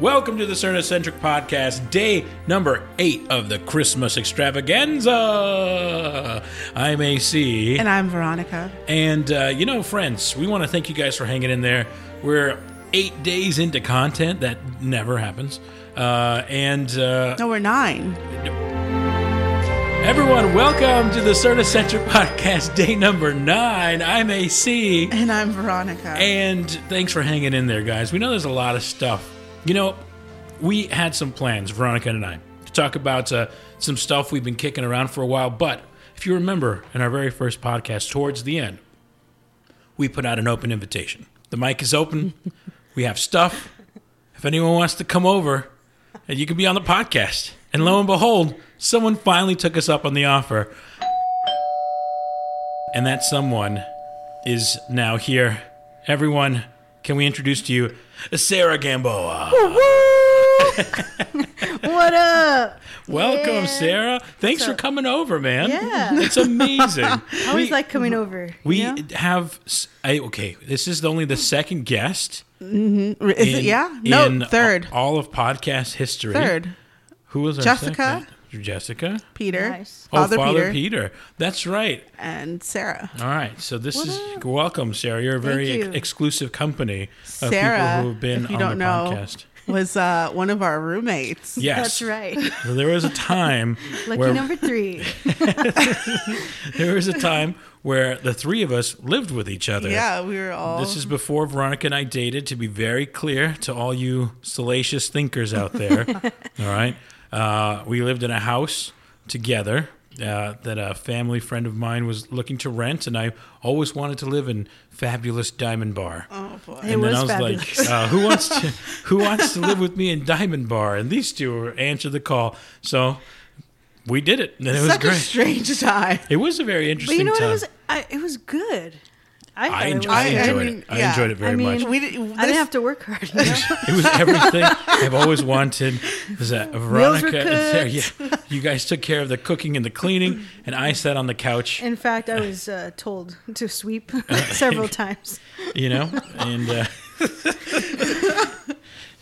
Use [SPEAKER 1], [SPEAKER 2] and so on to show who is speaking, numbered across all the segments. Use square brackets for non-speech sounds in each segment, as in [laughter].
[SPEAKER 1] Welcome to the Cernocentric Podcast, day number eight of the Christmas extravaganza. I'm AC.
[SPEAKER 2] And I'm Veronica.
[SPEAKER 1] And, uh, you know, friends, we want to thank you guys for hanging in there. We're eight days into content. That never happens. Uh, and uh,
[SPEAKER 2] No, we're nine.
[SPEAKER 1] everyone, welcome to the Cernocentric [laughs] Podcast, day number nine. I'm AC.
[SPEAKER 2] And I'm Veronica.
[SPEAKER 1] And thanks for hanging in there, guys. We know there's a lot of stuff. You know, we had some plans, Veronica and I, to talk about uh, some stuff we've been kicking around for a while. But if you remember in our very first podcast, towards the end, we put out an open invitation. The mic is open. we have stuff. If anyone wants to come over, and you can be on the podcast. And lo and behold, someone finally took us up on the offer. And that someone is now here. Everyone, can we introduce to you Sarah Gamboa?
[SPEAKER 3] [laughs] What up?
[SPEAKER 1] Welcome,
[SPEAKER 3] Yeah.
[SPEAKER 1] Sarah. Thanks
[SPEAKER 3] So-
[SPEAKER 1] for coming over, man.
[SPEAKER 3] Yeah.
[SPEAKER 1] It's
[SPEAKER 2] [laughs]
[SPEAKER 1] amazing.
[SPEAKER 3] I always like coming
[SPEAKER 1] Mm-hmm.
[SPEAKER 3] over.
[SPEAKER 1] we
[SPEAKER 3] you know?
[SPEAKER 1] have s- I, okay. This is only the second guest.
[SPEAKER 2] Is it,
[SPEAKER 1] in-
[SPEAKER 2] yeah? No,
[SPEAKER 1] in
[SPEAKER 2] third.
[SPEAKER 1] a- All of podcast history.
[SPEAKER 2] third.
[SPEAKER 1] Who was our
[SPEAKER 2] Jessica.
[SPEAKER 1] second? Jessica.
[SPEAKER 2] Peter.
[SPEAKER 3] Nice.
[SPEAKER 2] Father,
[SPEAKER 1] oh, Father
[SPEAKER 2] Peter,
[SPEAKER 1] Peter. That's right.
[SPEAKER 2] And Sarah.
[SPEAKER 1] All right. So this is welcome, Sarah. You're a very
[SPEAKER 3] Thank
[SPEAKER 1] ex-
[SPEAKER 3] you.
[SPEAKER 1] exclusive company of
[SPEAKER 2] Sarah,
[SPEAKER 1] Uh, people who have been
[SPEAKER 2] if you
[SPEAKER 1] on
[SPEAKER 2] don't
[SPEAKER 1] the
[SPEAKER 2] know,
[SPEAKER 1] podcast.
[SPEAKER 2] was uh, one of our roommates.
[SPEAKER 1] Yes. [laughs]
[SPEAKER 3] That's right.
[SPEAKER 1] So there was a time
[SPEAKER 3] Lucky
[SPEAKER 1] where
[SPEAKER 3] number three.
[SPEAKER 1] [laughs] there was a time where the three of us lived with each other.
[SPEAKER 2] Yeah, we were all.
[SPEAKER 1] This is before Veronica and I dated, to be very clear to all you salacious thinkers out there. all right. Uh, we lived in a house together uh, that a family friend of mine was looking to rent, and I always wanted to live in fabulous Diamond Bar.
[SPEAKER 2] oh, boy.
[SPEAKER 3] It
[SPEAKER 1] and then
[SPEAKER 3] was
[SPEAKER 1] I was
[SPEAKER 3] fabulous.
[SPEAKER 1] like, uh, "Who wants to Who wants to live with me in Diamond Bar?" And these two were- answered the call, so we did it, and it was
[SPEAKER 2] Such
[SPEAKER 1] great.
[SPEAKER 2] a strange time.
[SPEAKER 1] it was a very
[SPEAKER 3] But
[SPEAKER 1] interesting
[SPEAKER 3] you know what?
[SPEAKER 1] time.
[SPEAKER 3] It was I, it was good. I,
[SPEAKER 1] I,
[SPEAKER 3] thought
[SPEAKER 1] en-
[SPEAKER 3] it was
[SPEAKER 1] I
[SPEAKER 3] good.
[SPEAKER 2] I
[SPEAKER 1] enjoyed
[SPEAKER 2] mean,
[SPEAKER 1] it. I
[SPEAKER 2] yeah.
[SPEAKER 1] enjoyed it very
[SPEAKER 3] I
[SPEAKER 1] much.
[SPEAKER 3] mean,
[SPEAKER 2] We did, this,
[SPEAKER 3] I didn't have to work
[SPEAKER 1] [laughs]
[SPEAKER 3] hard. You know?
[SPEAKER 1] It was everything I've always wanted. Was that Veronica and Sarah? Yeah, you guys took care of the cooking and the cleaning, and I sat on the couch.
[SPEAKER 3] In fact, I was uh, told to sweep
[SPEAKER 1] Uh-huh.
[SPEAKER 3] [laughs] several times.
[SPEAKER 1] You know, and uh, [laughs]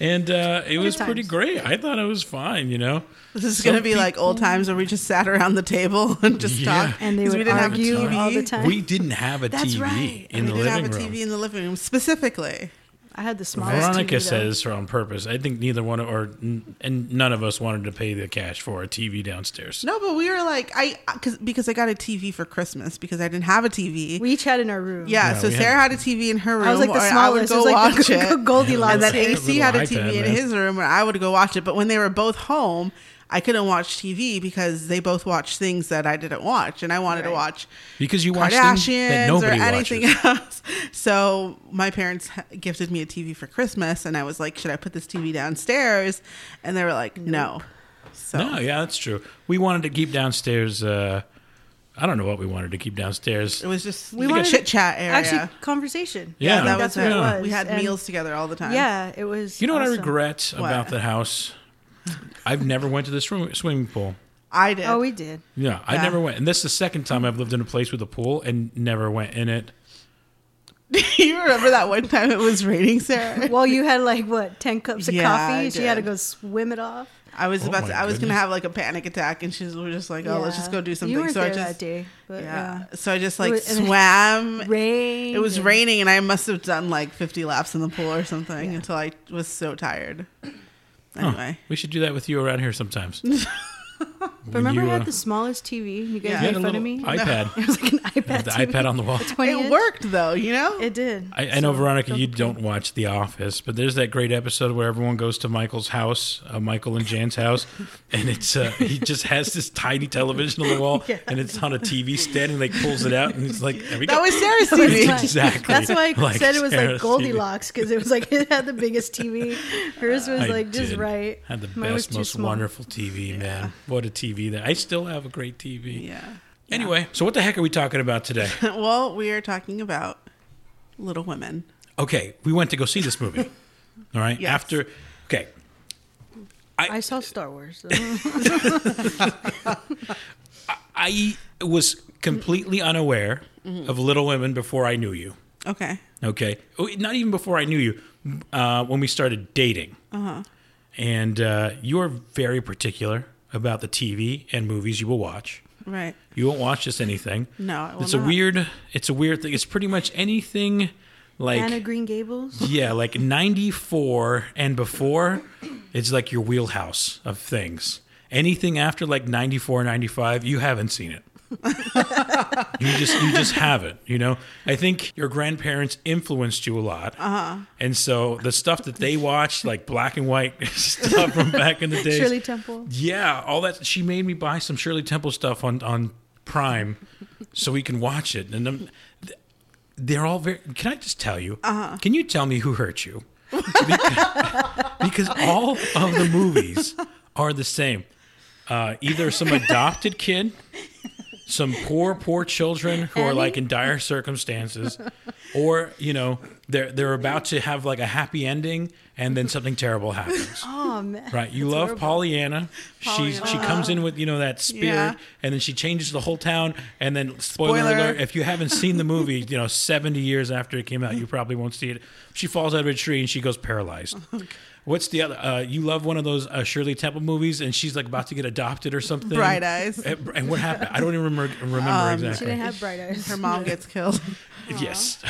[SPEAKER 1] and uh, it was pretty
[SPEAKER 3] times.
[SPEAKER 1] great. I thought it was fine. You know,
[SPEAKER 2] This is
[SPEAKER 1] Some
[SPEAKER 2] going to be like old times where we just sat around the table [laughs] and just
[SPEAKER 1] Yeah.
[SPEAKER 2] talked.
[SPEAKER 3] And they
[SPEAKER 2] 'cause we
[SPEAKER 3] would
[SPEAKER 2] didn't
[SPEAKER 3] argue
[SPEAKER 2] have a TV.
[SPEAKER 3] all the time.
[SPEAKER 1] we didn't have a
[SPEAKER 3] That's
[SPEAKER 1] TV
[SPEAKER 3] right.
[SPEAKER 1] in the
[SPEAKER 2] We didn't
[SPEAKER 1] living
[SPEAKER 2] have a
[SPEAKER 1] room.
[SPEAKER 2] TV in the living room specifically.
[SPEAKER 3] I had the smallest.
[SPEAKER 1] Veronica
[SPEAKER 3] TV, though.
[SPEAKER 1] says her on purpose. I think neither one or n- and none of us wanted to pay the cash for a TV downstairs.
[SPEAKER 2] No, but we were like, I uh, cause, because I got a TV for Christmas because I didn't have a TV.
[SPEAKER 3] we each had in our room.
[SPEAKER 2] yeah,
[SPEAKER 1] Yeah,
[SPEAKER 2] so
[SPEAKER 1] we
[SPEAKER 2] Sarah had a TV in her room.
[SPEAKER 3] I was like
[SPEAKER 2] or
[SPEAKER 3] the smallest.
[SPEAKER 2] I
[SPEAKER 3] It
[SPEAKER 2] would
[SPEAKER 3] was
[SPEAKER 2] go
[SPEAKER 3] like [laughs]
[SPEAKER 2] watch
[SPEAKER 3] the
[SPEAKER 2] it.
[SPEAKER 3] Goldilocks.
[SPEAKER 2] And then
[SPEAKER 3] thing.
[SPEAKER 2] AC had a
[SPEAKER 1] Little
[SPEAKER 2] TV
[SPEAKER 1] iPad,
[SPEAKER 2] in
[SPEAKER 1] man.
[SPEAKER 2] his room where I would go watch it. But when they were both home, I couldn't watch TV because they both watched things that I didn't watch, and I wanted to
[SPEAKER 3] Right.
[SPEAKER 2] watch
[SPEAKER 1] Because you watched things that
[SPEAKER 2] Kardashians or
[SPEAKER 1] nobody
[SPEAKER 2] anything
[SPEAKER 1] watches.
[SPEAKER 2] else. [laughs] So my parents ha- gifted me a TV for Christmas, and I was like, "Should I put this TV downstairs?" And they were like, "No." So
[SPEAKER 1] No, yeah, that's true. We wanted to keep downstairs. Uh, I don't know what we wanted to keep downstairs.
[SPEAKER 2] it was just like
[SPEAKER 3] We
[SPEAKER 2] a
[SPEAKER 3] wanted to-
[SPEAKER 2] chit chat area.
[SPEAKER 3] Actually, conversation.
[SPEAKER 1] Yeah,
[SPEAKER 2] that
[SPEAKER 3] that's
[SPEAKER 2] was
[SPEAKER 3] what it
[SPEAKER 1] yeah.
[SPEAKER 3] was.
[SPEAKER 2] We had
[SPEAKER 3] And-
[SPEAKER 2] meals together all the time.
[SPEAKER 3] Yeah, it was.
[SPEAKER 1] You know what I
[SPEAKER 3] awesome.
[SPEAKER 1] regret about
[SPEAKER 2] What?
[SPEAKER 1] the house? I've never went to the swim, swimming pool.
[SPEAKER 2] I did.
[SPEAKER 3] Oh, we did.
[SPEAKER 1] Yeah, I
[SPEAKER 2] Yeah.
[SPEAKER 1] never went. And this is the second time I've lived in a place with a pool and never went in it.
[SPEAKER 2] [laughs] you remember that one time it was raining, Sarah? [laughs]
[SPEAKER 3] [laughs] Well, you had like what ten cups of
[SPEAKER 2] Yeah, I
[SPEAKER 3] coffee. She had to
[SPEAKER 2] did.
[SPEAKER 3] go swim it off.
[SPEAKER 2] I was
[SPEAKER 1] Oh
[SPEAKER 2] about to.
[SPEAKER 1] my
[SPEAKER 2] I was gonna
[SPEAKER 1] goodness.
[SPEAKER 2] have like a panic attack, and she was we were just like, "Oh, let's
[SPEAKER 3] Yeah.
[SPEAKER 2] just go do something."
[SPEAKER 3] You weren't
[SPEAKER 2] so
[SPEAKER 3] there
[SPEAKER 2] I just,
[SPEAKER 3] that day, but
[SPEAKER 2] yeah.
[SPEAKER 3] yeah,
[SPEAKER 2] So I just like
[SPEAKER 3] was- and it [laughs]
[SPEAKER 2] swam.
[SPEAKER 3] rain.
[SPEAKER 2] It was
[SPEAKER 3] and-
[SPEAKER 2] raining, and I must have done like 50 laps in the pool or something until I was
[SPEAKER 1] [clears throat]
[SPEAKER 2] so tired.
[SPEAKER 1] Huh.
[SPEAKER 2] Anyway,
[SPEAKER 1] We should do that with you around here
[SPEAKER 2] [laughs]
[SPEAKER 1] sometimes.
[SPEAKER 3] But remember,
[SPEAKER 1] you,
[SPEAKER 3] I
[SPEAKER 1] uh,
[SPEAKER 3] had the smallest TV. You guys
[SPEAKER 2] Yeah.
[SPEAKER 1] you
[SPEAKER 3] made
[SPEAKER 1] had a
[SPEAKER 3] fun
[SPEAKER 1] little
[SPEAKER 3] of
[SPEAKER 2] [laughs]
[SPEAKER 3] me.
[SPEAKER 1] iPad.
[SPEAKER 3] [laughs] It was like an iPad.
[SPEAKER 1] the
[SPEAKER 3] TV.
[SPEAKER 1] iPad on the wall.
[SPEAKER 3] 20
[SPEAKER 2] it
[SPEAKER 3] inch.
[SPEAKER 2] worked though, you know.
[SPEAKER 3] It did.
[SPEAKER 1] I, I know, Veronica, you don't watch The Office, but there's that great episode where everyone goes to Michael's house, uh, Michael and Jan's house, and it's uh, he just has this tiny television on the
[SPEAKER 3] [laughs]
[SPEAKER 1] wall, and it's on a TV stand, and like pulls it out, and it's like there we
[SPEAKER 2] that
[SPEAKER 1] go.
[SPEAKER 2] was
[SPEAKER 1] [laughs]
[SPEAKER 2] Sarah's
[SPEAKER 3] That was
[SPEAKER 2] TV.
[SPEAKER 3] fun.
[SPEAKER 1] Exactly.
[SPEAKER 3] That's why I
[SPEAKER 1] [laughs] Like
[SPEAKER 3] said it was
[SPEAKER 1] Sarah's TV.
[SPEAKER 3] like Goldilocks because it was like [laughs] it had the biggest TV. Hers was
[SPEAKER 1] I
[SPEAKER 3] like just
[SPEAKER 1] did.
[SPEAKER 3] right.
[SPEAKER 1] Had the
[SPEAKER 3] Mine was
[SPEAKER 1] best,
[SPEAKER 3] too
[SPEAKER 1] most
[SPEAKER 3] small.
[SPEAKER 1] wonderful TV, man. What a TV that I still have a great TV.
[SPEAKER 2] Yeah. [laughs]
[SPEAKER 1] Anyway, so what the heck are we talking about
[SPEAKER 3] [laughs]
[SPEAKER 1] today?
[SPEAKER 2] well, we are talking about Little Women.
[SPEAKER 1] Okay, we went to go see this movie. All right.
[SPEAKER 2] Yes.
[SPEAKER 1] After, okay,
[SPEAKER 3] I saw
[SPEAKER 1] [laughs]
[SPEAKER 3] Star Wars. though.
[SPEAKER 1] I was completely unaware
[SPEAKER 3] Mm-hmm.
[SPEAKER 1] of Little Women before I knew you.
[SPEAKER 2] Okay.
[SPEAKER 1] Okay. Oh, Not even before I knew you, uh, when we started dating. Uh-huh. and uh, you are very particular about the TV and movies you will watch.
[SPEAKER 2] Right.
[SPEAKER 1] You won't watch just anything.
[SPEAKER 2] No, I will
[SPEAKER 1] it's a
[SPEAKER 2] not.
[SPEAKER 1] weird. It's a weird thing. It's pretty much anything like
[SPEAKER 3] Anna
[SPEAKER 1] [laughs]
[SPEAKER 3] Green Gables.
[SPEAKER 1] yeah, like 94 and before, it's like your wheelhouse of things. Anything after like 94, 95, you haven't seen it. you just you just haven't, you know. I think your grandparents influenced you a lot, uh-huh. and so the stuff that they watched, like black and white [laughs] stuff from back in the day,
[SPEAKER 3] Shirley Temple.
[SPEAKER 1] yeah, all that. She made me buy some Shirley Temple stuff on on Prime, so we can watch it. And I'm, th- they're all very. Can I just tell you? Uh-huh. Can you tell me who hurt you? [laughs] because all of the movies are the same. Uh, either some adopted kid, some poor, poor children who are like in dire circumstances, or you know they're they're about to have like a happy ending, and then something terrible happens.
[SPEAKER 3] Oh man.
[SPEAKER 1] Right. You love Pollyanna. She's she comes in with, you know, that spirit
[SPEAKER 2] Yeah.
[SPEAKER 1] and then she changes the whole town and then spoiler,
[SPEAKER 2] Spoiler.
[SPEAKER 1] alert, if you haven't seen the movie, you know, 70 years after it came out, you probably won't see it. She falls out of a tree and she goes
[SPEAKER 2] [laughs]
[SPEAKER 1] paralyzed. What's the other? Uh, you love one of those uh, Shirley Temple movies, and she's like about to get adopted or something.
[SPEAKER 2] Bright Eyes. Um,
[SPEAKER 1] And, and what happened? I don't even remember, remember
[SPEAKER 3] She
[SPEAKER 1] exactly.
[SPEAKER 3] didn't have bright
[SPEAKER 1] [laughs]
[SPEAKER 3] eyes. [laughs]
[SPEAKER 2] Her mom gets killed.
[SPEAKER 1] yes.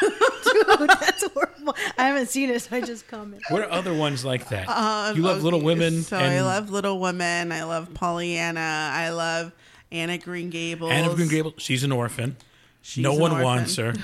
[SPEAKER 3] Dude, that's horrible. I haven't seen it, so I just comment.
[SPEAKER 1] [laughs] what are other ones like that?
[SPEAKER 2] Um,
[SPEAKER 1] you love
[SPEAKER 2] [laughs]
[SPEAKER 1] Little
[SPEAKER 2] okay,
[SPEAKER 1] Women.
[SPEAKER 2] So
[SPEAKER 1] and
[SPEAKER 2] I love Little Women. I love Pollyanna. I love Anna Green Gables.
[SPEAKER 1] Anne of Green Gables. She's an orphan.
[SPEAKER 2] She's
[SPEAKER 1] no
[SPEAKER 2] an
[SPEAKER 1] one
[SPEAKER 2] orphan.
[SPEAKER 1] wants
[SPEAKER 2] [laughs]
[SPEAKER 1] her.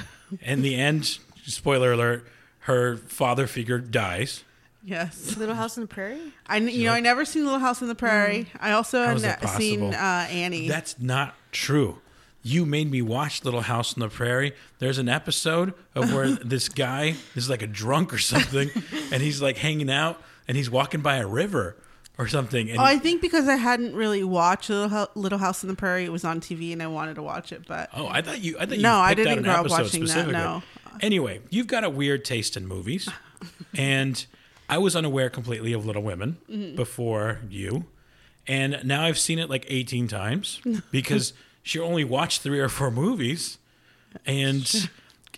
[SPEAKER 1] In the end, spoiler alert, her father figure dies.
[SPEAKER 2] Yes,
[SPEAKER 3] Little House on the Prairie.
[SPEAKER 2] I n- you know I never seen Little House on the Prairie. I also
[SPEAKER 1] Mm. How
[SPEAKER 2] have
[SPEAKER 1] is that
[SPEAKER 2] ne- seen
[SPEAKER 1] possible?
[SPEAKER 2] uh, Annie.
[SPEAKER 1] That's not true. You made me watch Little House on the Prairie. There's an episode of
[SPEAKER 2] [laughs]
[SPEAKER 1] where this guy is like a drunk or something, and he's like hanging out and he's walking by a river or something. And
[SPEAKER 2] oh, I think because I hadn't really watched Little, Hou- Little House on the Prairie, it was on TV and I wanted to watch it, but
[SPEAKER 1] Oh, I thought you. I thought you.
[SPEAKER 2] No, I
[SPEAKER 1] picked out
[SPEAKER 2] didn't
[SPEAKER 1] an
[SPEAKER 2] grow up
[SPEAKER 1] episode
[SPEAKER 2] watching that,
[SPEAKER 1] specifically.
[SPEAKER 2] no.
[SPEAKER 1] Anyway, you've got a weird taste in
[SPEAKER 3] [laughs]
[SPEAKER 1] movies, and I was unaware completely of Little Women
[SPEAKER 3] Mm-hmm.
[SPEAKER 1] before you, and now I've seen it like eighteen
[SPEAKER 3] [laughs]
[SPEAKER 1] times because she only watched three or four movies, and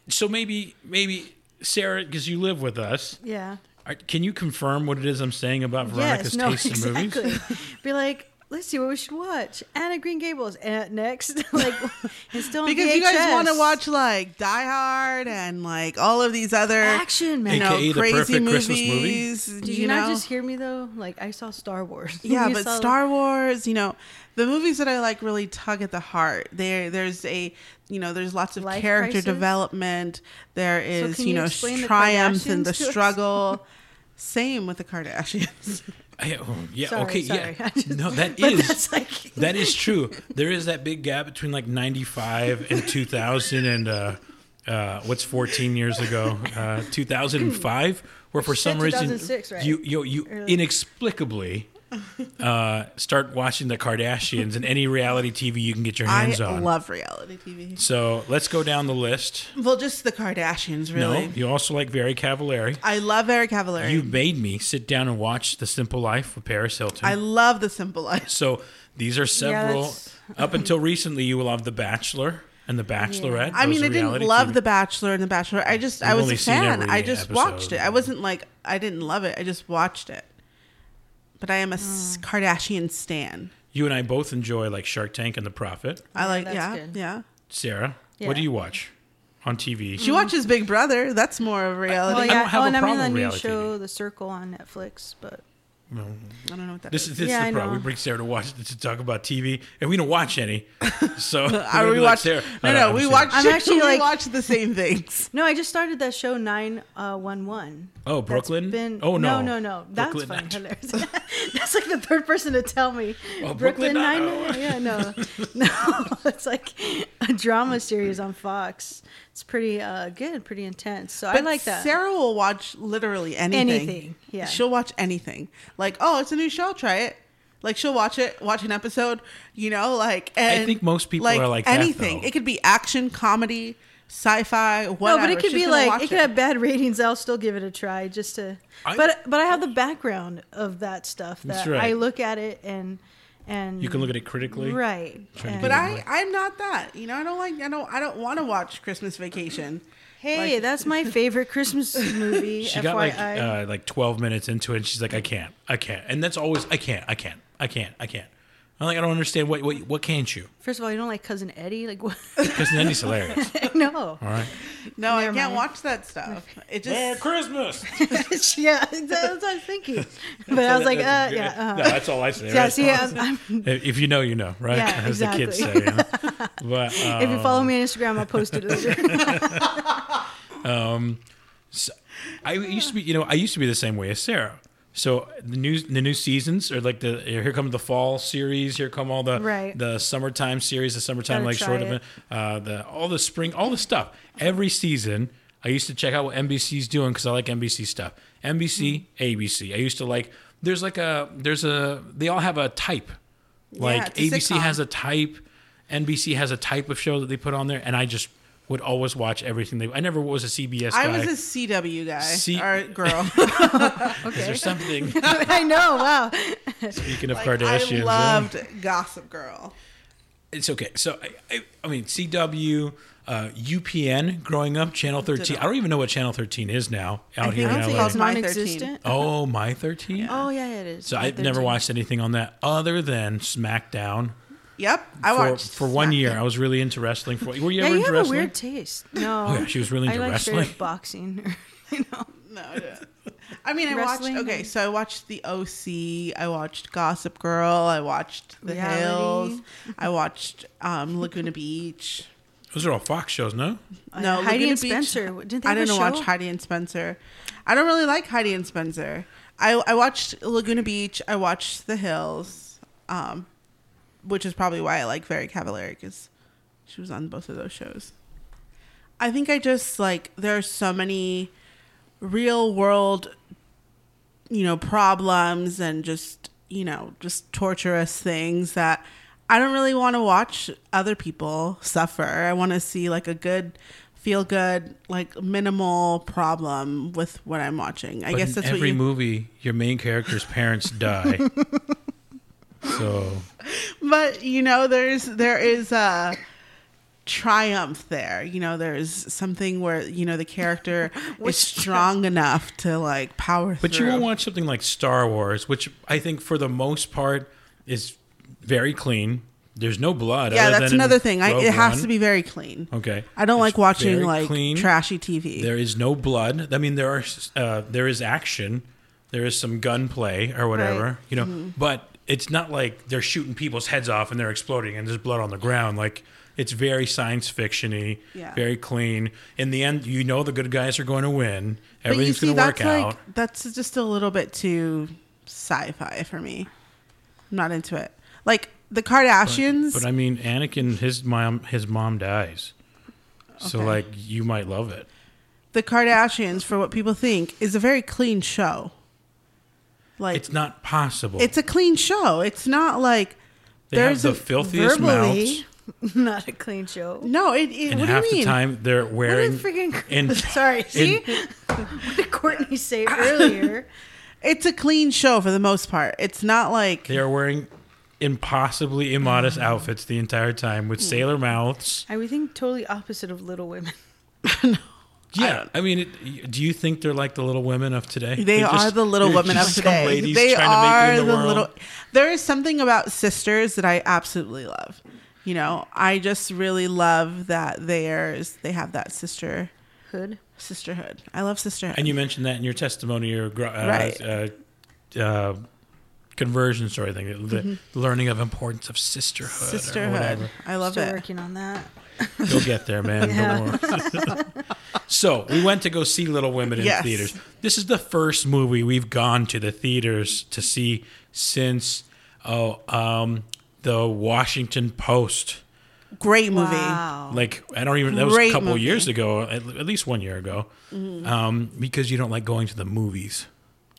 [SPEAKER 1] so maybe maybe Sarah, because you live with us,
[SPEAKER 3] Yeah.
[SPEAKER 1] are- can you confirm what it is I'm saying about Veronica's
[SPEAKER 3] yes. No.
[SPEAKER 1] taste in movies?
[SPEAKER 3] Exactly. Be like. Let's see what we should watch. Anna Green Gables. Eh, next, [laughs] like it's still on
[SPEAKER 2] because you guys
[SPEAKER 3] VHS.
[SPEAKER 2] want to watch like Die Hard and like all of these other
[SPEAKER 3] action, man.
[SPEAKER 2] you know,
[SPEAKER 1] AKA the
[SPEAKER 2] crazy
[SPEAKER 1] perfect
[SPEAKER 2] movies.
[SPEAKER 1] Christmas movie.
[SPEAKER 3] Did
[SPEAKER 2] you
[SPEAKER 3] you, not
[SPEAKER 2] know?
[SPEAKER 3] just hear me though? Like I saw Star Wars. [laughs]
[SPEAKER 2] Yeah,
[SPEAKER 3] You
[SPEAKER 2] but
[SPEAKER 3] saw-
[SPEAKER 2] Star Wars, you know, the movies that I like really tug at the heart. There, there's a, you know, there's lots of
[SPEAKER 3] Life
[SPEAKER 2] character
[SPEAKER 3] crisis?
[SPEAKER 2] development. There is,
[SPEAKER 3] can
[SPEAKER 2] you
[SPEAKER 3] you
[SPEAKER 2] know,
[SPEAKER 3] explain the
[SPEAKER 2] triumph and the
[SPEAKER 3] Kardashians to us?
[SPEAKER 2] struggle. Same with the Kardashians.
[SPEAKER 1] I- oh, yeah.
[SPEAKER 3] Sorry,
[SPEAKER 1] okay.
[SPEAKER 3] sorry. [laughs]
[SPEAKER 1] Yeah.
[SPEAKER 3] I just-
[SPEAKER 1] no, that
[SPEAKER 3] but
[SPEAKER 1] is.
[SPEAKER 3] that's like
[SPEAKER 1] that is true. There is that big gap between like 95 and 2000 and uh, uh, what's 14 years ago, uh, 2005, where for some reason
[SPEAKER 3] 2006, right?
[SPEAKER 1] you you, you inexplicably uh, start watching the Kardashians and any reality TV you can get your
[SPEAKER 2] I
[SPEAKER 1] hands on.
[SPEAKER 2] love reality TV.
[SPEAKER 1] so let's go down the list.
[SPEAKER 2] Well, just the Kardashians, really.
[SPEAKER 1] No, you also like Very Cavallari.
[SPEAKER 2] I love Eric Cavallari.
[SPEAKER 1] You made me sit down and watch The Simple Life with Paris Hilton.
[SPEAKER 2] I love The Simple Life.
[SPEAKER 1] so these are several.
[SPEAKER 3] that's-
[SPEAKER 1] up until recently, you loved The Bachelor and The Bachelorette.
[SPEAKER 2] I mean,
[SPEAKER 1] Those
[SPEAKER 2] I
[SPEAKER 1] are
[SPEAKER 2] didn't
[SPEAKER 1] reality
[SPEAKER 2] love
[SPEAKER 1] TV
[SPEAKER 2] The Bachelor and The Bachelor. I just, I was
[SPEAKER 1] only
[SPEAKER 2] a
[SPEAKER 1] seen
[SPEAKER 2] fan.
[SPEAKER 1] every
[SPEAKER 2] I just
[SPEAKER 1] episode.
[SPEAKER 2] watched it. I wasn't like, I didn't love it. I just watched it. But I am a s-
[SPEAKER 3] Hmm.
[SPEAKER 2] Kardashian stan.
[SPEAKER 1] You and I both enjoy like Shark Tank and The Prophet.
[SPEAKER 2] I like
[SPEAKER 3] that's
[SPEAKER 2] yeah,
[SPEAKER 3] good.
[SPEAKER 2] yeah.
[SPEAKER 1] Sarah, what do
[SPEAKER 3] Yeah.
[SPEAKER 1] you watch on TV?
[SPEAKER 2] She watches Big Brother. That's more of a reality.
[SPEAKER 3] [laughs] Well,
[SPEAKER 1] I
[SPEAKER 3] yeah.
[SPEAKER 1] don't have
[SPEAKER 3] oh,
[SPEAKER 1] a
[SPEAKER 3] and I'm in
[SPEAKER 1] problem
[SPEAKER 3] the
[SPEAKER 1] with
[SPEAKER 3] new
[SPEAKER 1] reality
[SPEAKER 3] show, The Circle, on Netflix. But
[SPEAKER 2] I don't know what that
[SPEAKER 1] this
[SPEAKER 2] is.
[SPEAKER 1] is this
[SPEAKER 3] Yeah,
[SPEAKER 1] is
[SPEAKER 3] I
[SPEAKER 1] the problem. We
[SPEAKER 3] know.
[SPEAKER 1] bring Sarah to watch to talk about TV, and we don't watch
[SPEAKER 2] [laughs]
[SPEAKER 1] any. So
[SPEAKER 2] I
[SPEAKER 1] we're
[SPEAKER 2] we
[SPEAKER 1] gonna be
[SPEAKER 2] watch.
[SPEAKER 1] Sarah. uh,
[SPEAKER 2] no,
[SPEAKER 1] [laughs] I
[SPEAKER 2] no,
[SPEAKER 1] don't
[SPEAKER 2] we
[SPEAKER 1] understand.
[SPEAKER 2] watch.
[SPEAKER 3] I'm
[SPEAKER 2] [laughs]
[SPEAKER 3] actually
[SPEAKER 2] we
[SPEAKER 3] like-
[SPEAKER 2] watch the same things.
[SPEAKER 3] no, I just started that show nine uh, one one.
[SPEAKER 1] Oh, Brooklyn?
[SPEAKER 3] That's been,
[SPEAKER 1] Oh, no.
[SPEAKER 3] no, no, no. That's
[SPEAKER 1] Brooklyn
[SPEAKER 3] funny.
[SPEAKER 1] Nine-
[SPEAKER 3] Hilarious. [laughs] That's like the third person to tell me.
[SPEAKER 1] Oh, Brooklyn
[SPEAKER 3] Brooklyn
[SPEAKER 1] Nine-
[SPEAKER 3] Nine.
[SPEAKER 1] [laughs]
[SPEAKER 3] Yeah, no, no. [laughs] It's like a drama series on Fox. It's pretty uh, good, pretty intense. So I
[SPEAKER 2] But
[SPEAKER 3] like that.
[SPEAKER 2] Sarah will watch literally anything.
[SPEAKER 3] Anything, yeah.
[SPEAKER 2] She'll watch anything. Like, oh, it's a new show. Try it. Like she'll watch it, watch an episode. You know, like and
[SPEAKER 1] think most people are like that,
[SPEAKER 2] anything.
[SPEAKER 1] though.
[SPEAKER 2] it could be action, comedy, sci-fi,
[SPEAKER 3] no,
[SPEAKER 2] whatever.
[SPEAKER 3] but it
[SPEAKER 2] She's
[SPEAKER 3] could be
[SPEAKER 2] gonna
[SPEAKER 3] like
[SPEAKER 2] watch
[SPEAKER 3] it could have bad ratings. I'll still give it a try just to.
[SPEAKER 1] I-
[SPEAKER 3] but but I have the background of that stuff
[SPEAKER 1] That's
[SPEAKER 3] that
[SPEAKER 1] right.
[SPEAKER 3] I look at it and and
[SPEAKER 1] You can look at it critically.
[SPEAKER 3] right.
[SPEAKER 1] Trying to
[SPEAKER 3] and-
[SPEAKER 2] But I, I'm not that. You know, I don't like. I don't. I don't want to watch Christmas Vacation.
[SPEAKER 3] Hey,
[SPEAKER 2] Like-
[SPEAKER 3] that's
[SPEAKER 1] [laughs]
[SPEAKER 3] my favorite Christmas movie.
[SPEAKER 1] She
[SPEAKER 3] FYI.
[SPEAKER 1] got like uh, like twelve minutes into it, and she's like, "I can't, I can't," and that's always, "I can't, I can't, I can't, I can't." I'm like, I don't understand what what what can't you?
[SPEAKER 3] First of all, you don't like Cousin Eddie? Like what? [laughs]
[SPEAKER 1] Because Nandy's
[SPEAKER 2] [laughs]
[SPEAKER 1] hilarious.
[SPEAKER 3] no.
[SPEAKER 1] All right.
[SPEAKER 2] No, I
[SPEAKER 3] Never
[SPEAKER 2] can't
[SPEAKER 3] mind.
[SPEAKER 2] watch that stuff. It just
[SPEAKER 1] Merry
[SPEAKER 3] [laughs]
[SPEAKER 1] Christmas.
[SPEAKER 3] [laughs] yeah, exactly. That's what I was
[SPEAKER 1] [laughs]
[SPEAKER 3] thinking. But I was like, uh,
[SPEAKER 1] That's a good-
[SPEAKER 3] yeah. Uh-huh.
[SPEAKER 1] No, that's all I say.
[SPEAKER 3] Yeah,
[SPEAKER 1] That's
[SPEAKER 3] see,
[SPEAKER 1] all I
[SPEAKER 3] I'm, I'm,
[SPEAKER 1] If if you know, you know, right?
[SPEAKER 3] Yeah,
[SPEAKER 1] [laughs] As the kids say.
[SPEAKER 3] exactly.
[SPEAKER 1] you know?
[SPEAKER 3] [laughs]
[SPEAKER 1] But uh,
[SPEAKER 3] if you follow me on Instagram, I'll
[SPEAKER 1] [laughs]
[SPEAKER 3] post it later.
[SPEAKER 1] I used to be, you know, I used to be the same way as Sarah. So the new the new seasons are like the here come the fall series, here come all the
[SPEAKER 3] Right.
[SPEAKER 1] the summertime series, the summertime
[SPEAKER 3] Gotta
[SPEAKER 1] like
[SPEAKER 3] try
[SPEAKER 1] sort
[SPEAKER 3] it.
[SPEAKER 1] of uh, the all the spring, all the stuff. Every season, I used to check out what NBC's doing because I like NBC stuff. NBC,
[SPEAKER 2] Hmm.
[SPEAKER 1] ABC. I used to like. There's like a there's a they all have a type. Like
[SPEAKER 2] it's a
[SPEAKER 1] ABC
[SPEAKER 2] sitcom.
[SPEAKER 1] has a type, NBC has a type of show that they put on there, and I just would always watch everything they. I never was a CBS.
[SPEAKER 2] I
[SPEAKER 1] guy.
[SPEAKER 2] was a CW guy
[SPEAKER 1] C-
[SPEAKER 2] or girl.
[SPEAKER 1] Is there something?
[SPEAKER 3] [laughs] I know. Wow.
[SPEAKER 2] [laughs]
[SPEAKER 1] Speaking of
[SPEAKER 2] I
[SPEAKER 1] [laughs] Kardashians,
[SPEAKER 2] loved Gossip Girl.
[SPEAKER 1] yeah. it's okay. So I, I, I mean, CW, uh, UPN, growing up, Channel Thirteen. I don't even know what Channel Thirteen is now out here
[SPEAKER 2] think
[SPEAKER 1] in
[SPEAKER 2] it's
[SPEAKER 1] LA.
[SPEAKER 2] called- My 13.
[SPEAKER 1] Oh, my thirteen.
[SPEAKER 3] Oh yeah, it is.
[SPEAKER 1] So
[SPEAKER 3] My
[SPEAKER 1] I've never
[SPEAKER 3] 13.
[SPEAKER 1] watched anything on that other than SmackDown.
[SPEAKER 2] Yep,
[SPEAKER 1] For,
[SPEAKER 2] I watched
[SPEAKER 1] for one
[SPEAKER 2] Smack-
[SPEAKER 1] year, I was really into wrestling. For were you
[SPEAKER 3] Yeah,
[SPEAKER 1] ever
[SPEAKER 3] you
[SPEAKER 1] into
[SPEAKER 3] have
[SPEAKER 1] wrestling?
[SPEAKER 3] a weird taste. No.
[SPEAKER 1] Oh, yeah, she was really into
[SPEAKER 3] I like straight
[SPEAKER 1] wrestling.
[SPEAKER 3] up boxing. [laughs] you know.
[SPEAKER 2] No, I didn't. I mean, I
[SPEAKER 3] Wrestling
[SPEAKER 2] watched. Okay,
[SPEAKER 3] and-
[SPEAKER 2] so I watched The OC. I watched Gossip Girl. I watched The
[SPEAKER 3] Reality.
[SPEAKER 2] Hills. I watched um, Laguna Beach.
[SPEAKER 1] Those are all Fox shows, no?
[SPEAKER 3] Uh,
[SPEAKER 2] No,
[SPEAKER 3] Heidi
[SPEAKER 2] Laguna
[SPEAKER 3] and
[SPEAKER 2] Beach-
[SPEAKER 3] Spencer. Didn't they
[SPEAKER 2] I
[SPEAKER 3] have a
[SPEAKER 2] didn't watch
[SPEAKER 3] show?
[SPEAKER 2] Heidi and Spencer. I don't really like Heidi and Spencer. I, I watched Laguna Beach. I watched The Hills, um, which is probably why I like Very Cavallari because she was on both of those shows. I think I just like there are so many real world, you know, problems and just you know just torturous things that I don't really want to watch other people suffer. I want to see like a good, feel good, like minimal problem with what I'm watching. I
[SPEAKER 1] But
[SPEAKER 2] guess
[SPEAKER 1] in
[SPEAKER 2] that's
[SPEAKER 1] every
[SPEAKER 2] what you.
[SPEAKER 1] movie, your main character's parents
[SPEAKER 2] [laughs]
[SPEAKER 1] die. so
[SPEAKER 2] but you know there's there is a triumph there you know there's something where you know the character is strong enough to like power
[SPEAKER 1] But
[SPEAKER 2] through
[SPEAKER 1] you will watch something like Star Wars, which I think for the most part is very clean. There's no blood.
[SPEAKER 2] yeah
[SPEAKER 1] other
[SPEAKER 2] that's
[SPEAKER 1] than in
[SPEAKER 2] another thing I,
[SPEAKER 1] Rogue
[SPEAKER 2] it has
[SPEAKER 1] One.
[SPEAKER 2] to be very clean
[SPEAKER 1] okay.
[SPEAKER 2] i don't
[SPEAKER 1] It's
[SPEAKER 2] like watching
[SPEAKER 1] very
[SPEAKER 2] like
[SPEAKER 1] clean.
[SPEAKER 2] trashy tv
[SPEAKER 1] There is no blood. I mean, there are uh, there is action, there is some gunplay or whatever,
[SPEAKER 3] Right.
[SPEAKER 1] you know.
[SPEAKER 2] Mm-hmm.
[SPEAKER 1] But it's not like they're shooting people's heads off and they're exploding and there's blood on the ground. Like it's very science fictiony,
[SPEAKER 2] Yeah.
[SPEAKER 1] very clean. In the end, you know the good guys are going to win. Everything's
[SPEAKER 2] but you see
[SPEAKER 1] going to work
[SPEAKER 2] that's
[SPEAKER 1] out.
[SPEAKER 2] like that's just a little bit too sci-fi for me i'm not into it like the kardashians
[SPEAKER 1] But I mean, Anakin, his mom, his mom dies. So
[SPEAKER 2] Okay.
[SPEAKER 1] like, you might love it.
[SPEAKER 2] the kardashians for what people think is a very clean show like
[SPEAKER 1] It's not possible.
[SPEAKER 2] it's a clean show. It's not like
[SPEAKER 1] they have
[SPEAKER 2] there's
[SPEAKER 1] the
[SPEAKER 2] a-
[SPEAKER 1] filthiest mouths,
[SPEAKER 3] Not a clean show.
[SPEAKER 2] no. It, it
[SPEAKER 1] and
[SPEAKER 2] what do you
[SPEAKER 1] half
[SPEAKER 2] mean?
[SPEAKER 1] the time they're
[SPEAKER 3] What
[SPEAKER 1] wearing.
[SPEAKER 3] did freaking
[SPEAKER 2] [laughs]
[SPEAKER 1] in-
[SPEAKER 3] [laughs] sorry? See, [laughs] what did Courtney say
[SPEAKER 1] [laughs]
[SPEAKER 3] earlier?
[SPEAKER 2] It's a clean show for the most part. It's not like
[SPEAKER 1] They are wearing impossibly immodest
[SPEAKER 2] Mm.
[SPEAKER 1] outfits the entire time with sailor mouths.
[SPEAKER 3] I would think totally opposite of Little Women.
[SPEAKER 1] Yeah, I, mean, it, do you think they're like the Little Women of today?
[SPEAKER 2] they
[SPEAKER 1] They're
[SPEAKER 2] are
[SPEAKER 1] just-
[SPEAKER 2] the little
[SPEAKER 1] they're
[SPEAKER 2] women of
[SPEAKER 1] just some
[SPEAKER 2] today.
[SPEAKER 1] ladies
[SPEAKER 2] They
[SPEAKER 1] trying to
[SPEAKER 2] are
[SPEAKER 1] make it
[SPEAKER 2] the,
[SPEAKER 1] in the, world.
[SPEAKER 2] little. There is something about sisters that I absolutely love. You know, I just really love that there's they have that sister
[SPEAKER 3] Hood.
[SPEAKER 2] sisterhood. I love sisterhood.
[SPEAKER 1] And you mentioned that in your testimony or gr- uh,
[SPEAKER 2] Right.
[SPEAKER 1] uh, uh, conversion story thing, the learning of importance of sisterhood. Or
[SPEAKER 2] Mm-hmm. sisterhood.
[SPEAKER 1] whatever.
[SPEAKER 2] I love
[SPEAKER 3] Still
[SPEAKER 2] it.
[SPEAKER 3] working on that.
[SPEAKER 1] You'll get there, man. Don't worry. [laughs] so we went to go see Little Women in
[SPEAKER 2] Yes.
[SPEAKER 1] theaters. This is the first movie we've gone to the theaters to see since oh um, the Washington Post.
[SPEAKER 2] Great movie.
[SPEAKER 3] Wow.
[SPEAKER 1] Like I don't even that was a
[SPEAKER 2] Oh. Great
[SPEAKER 1] couple
[SPEAKER 2] movie. Mm-hmm.
[SPEAKER 1] years ago, at, at least one year ago, um, because you don't like going to the movies.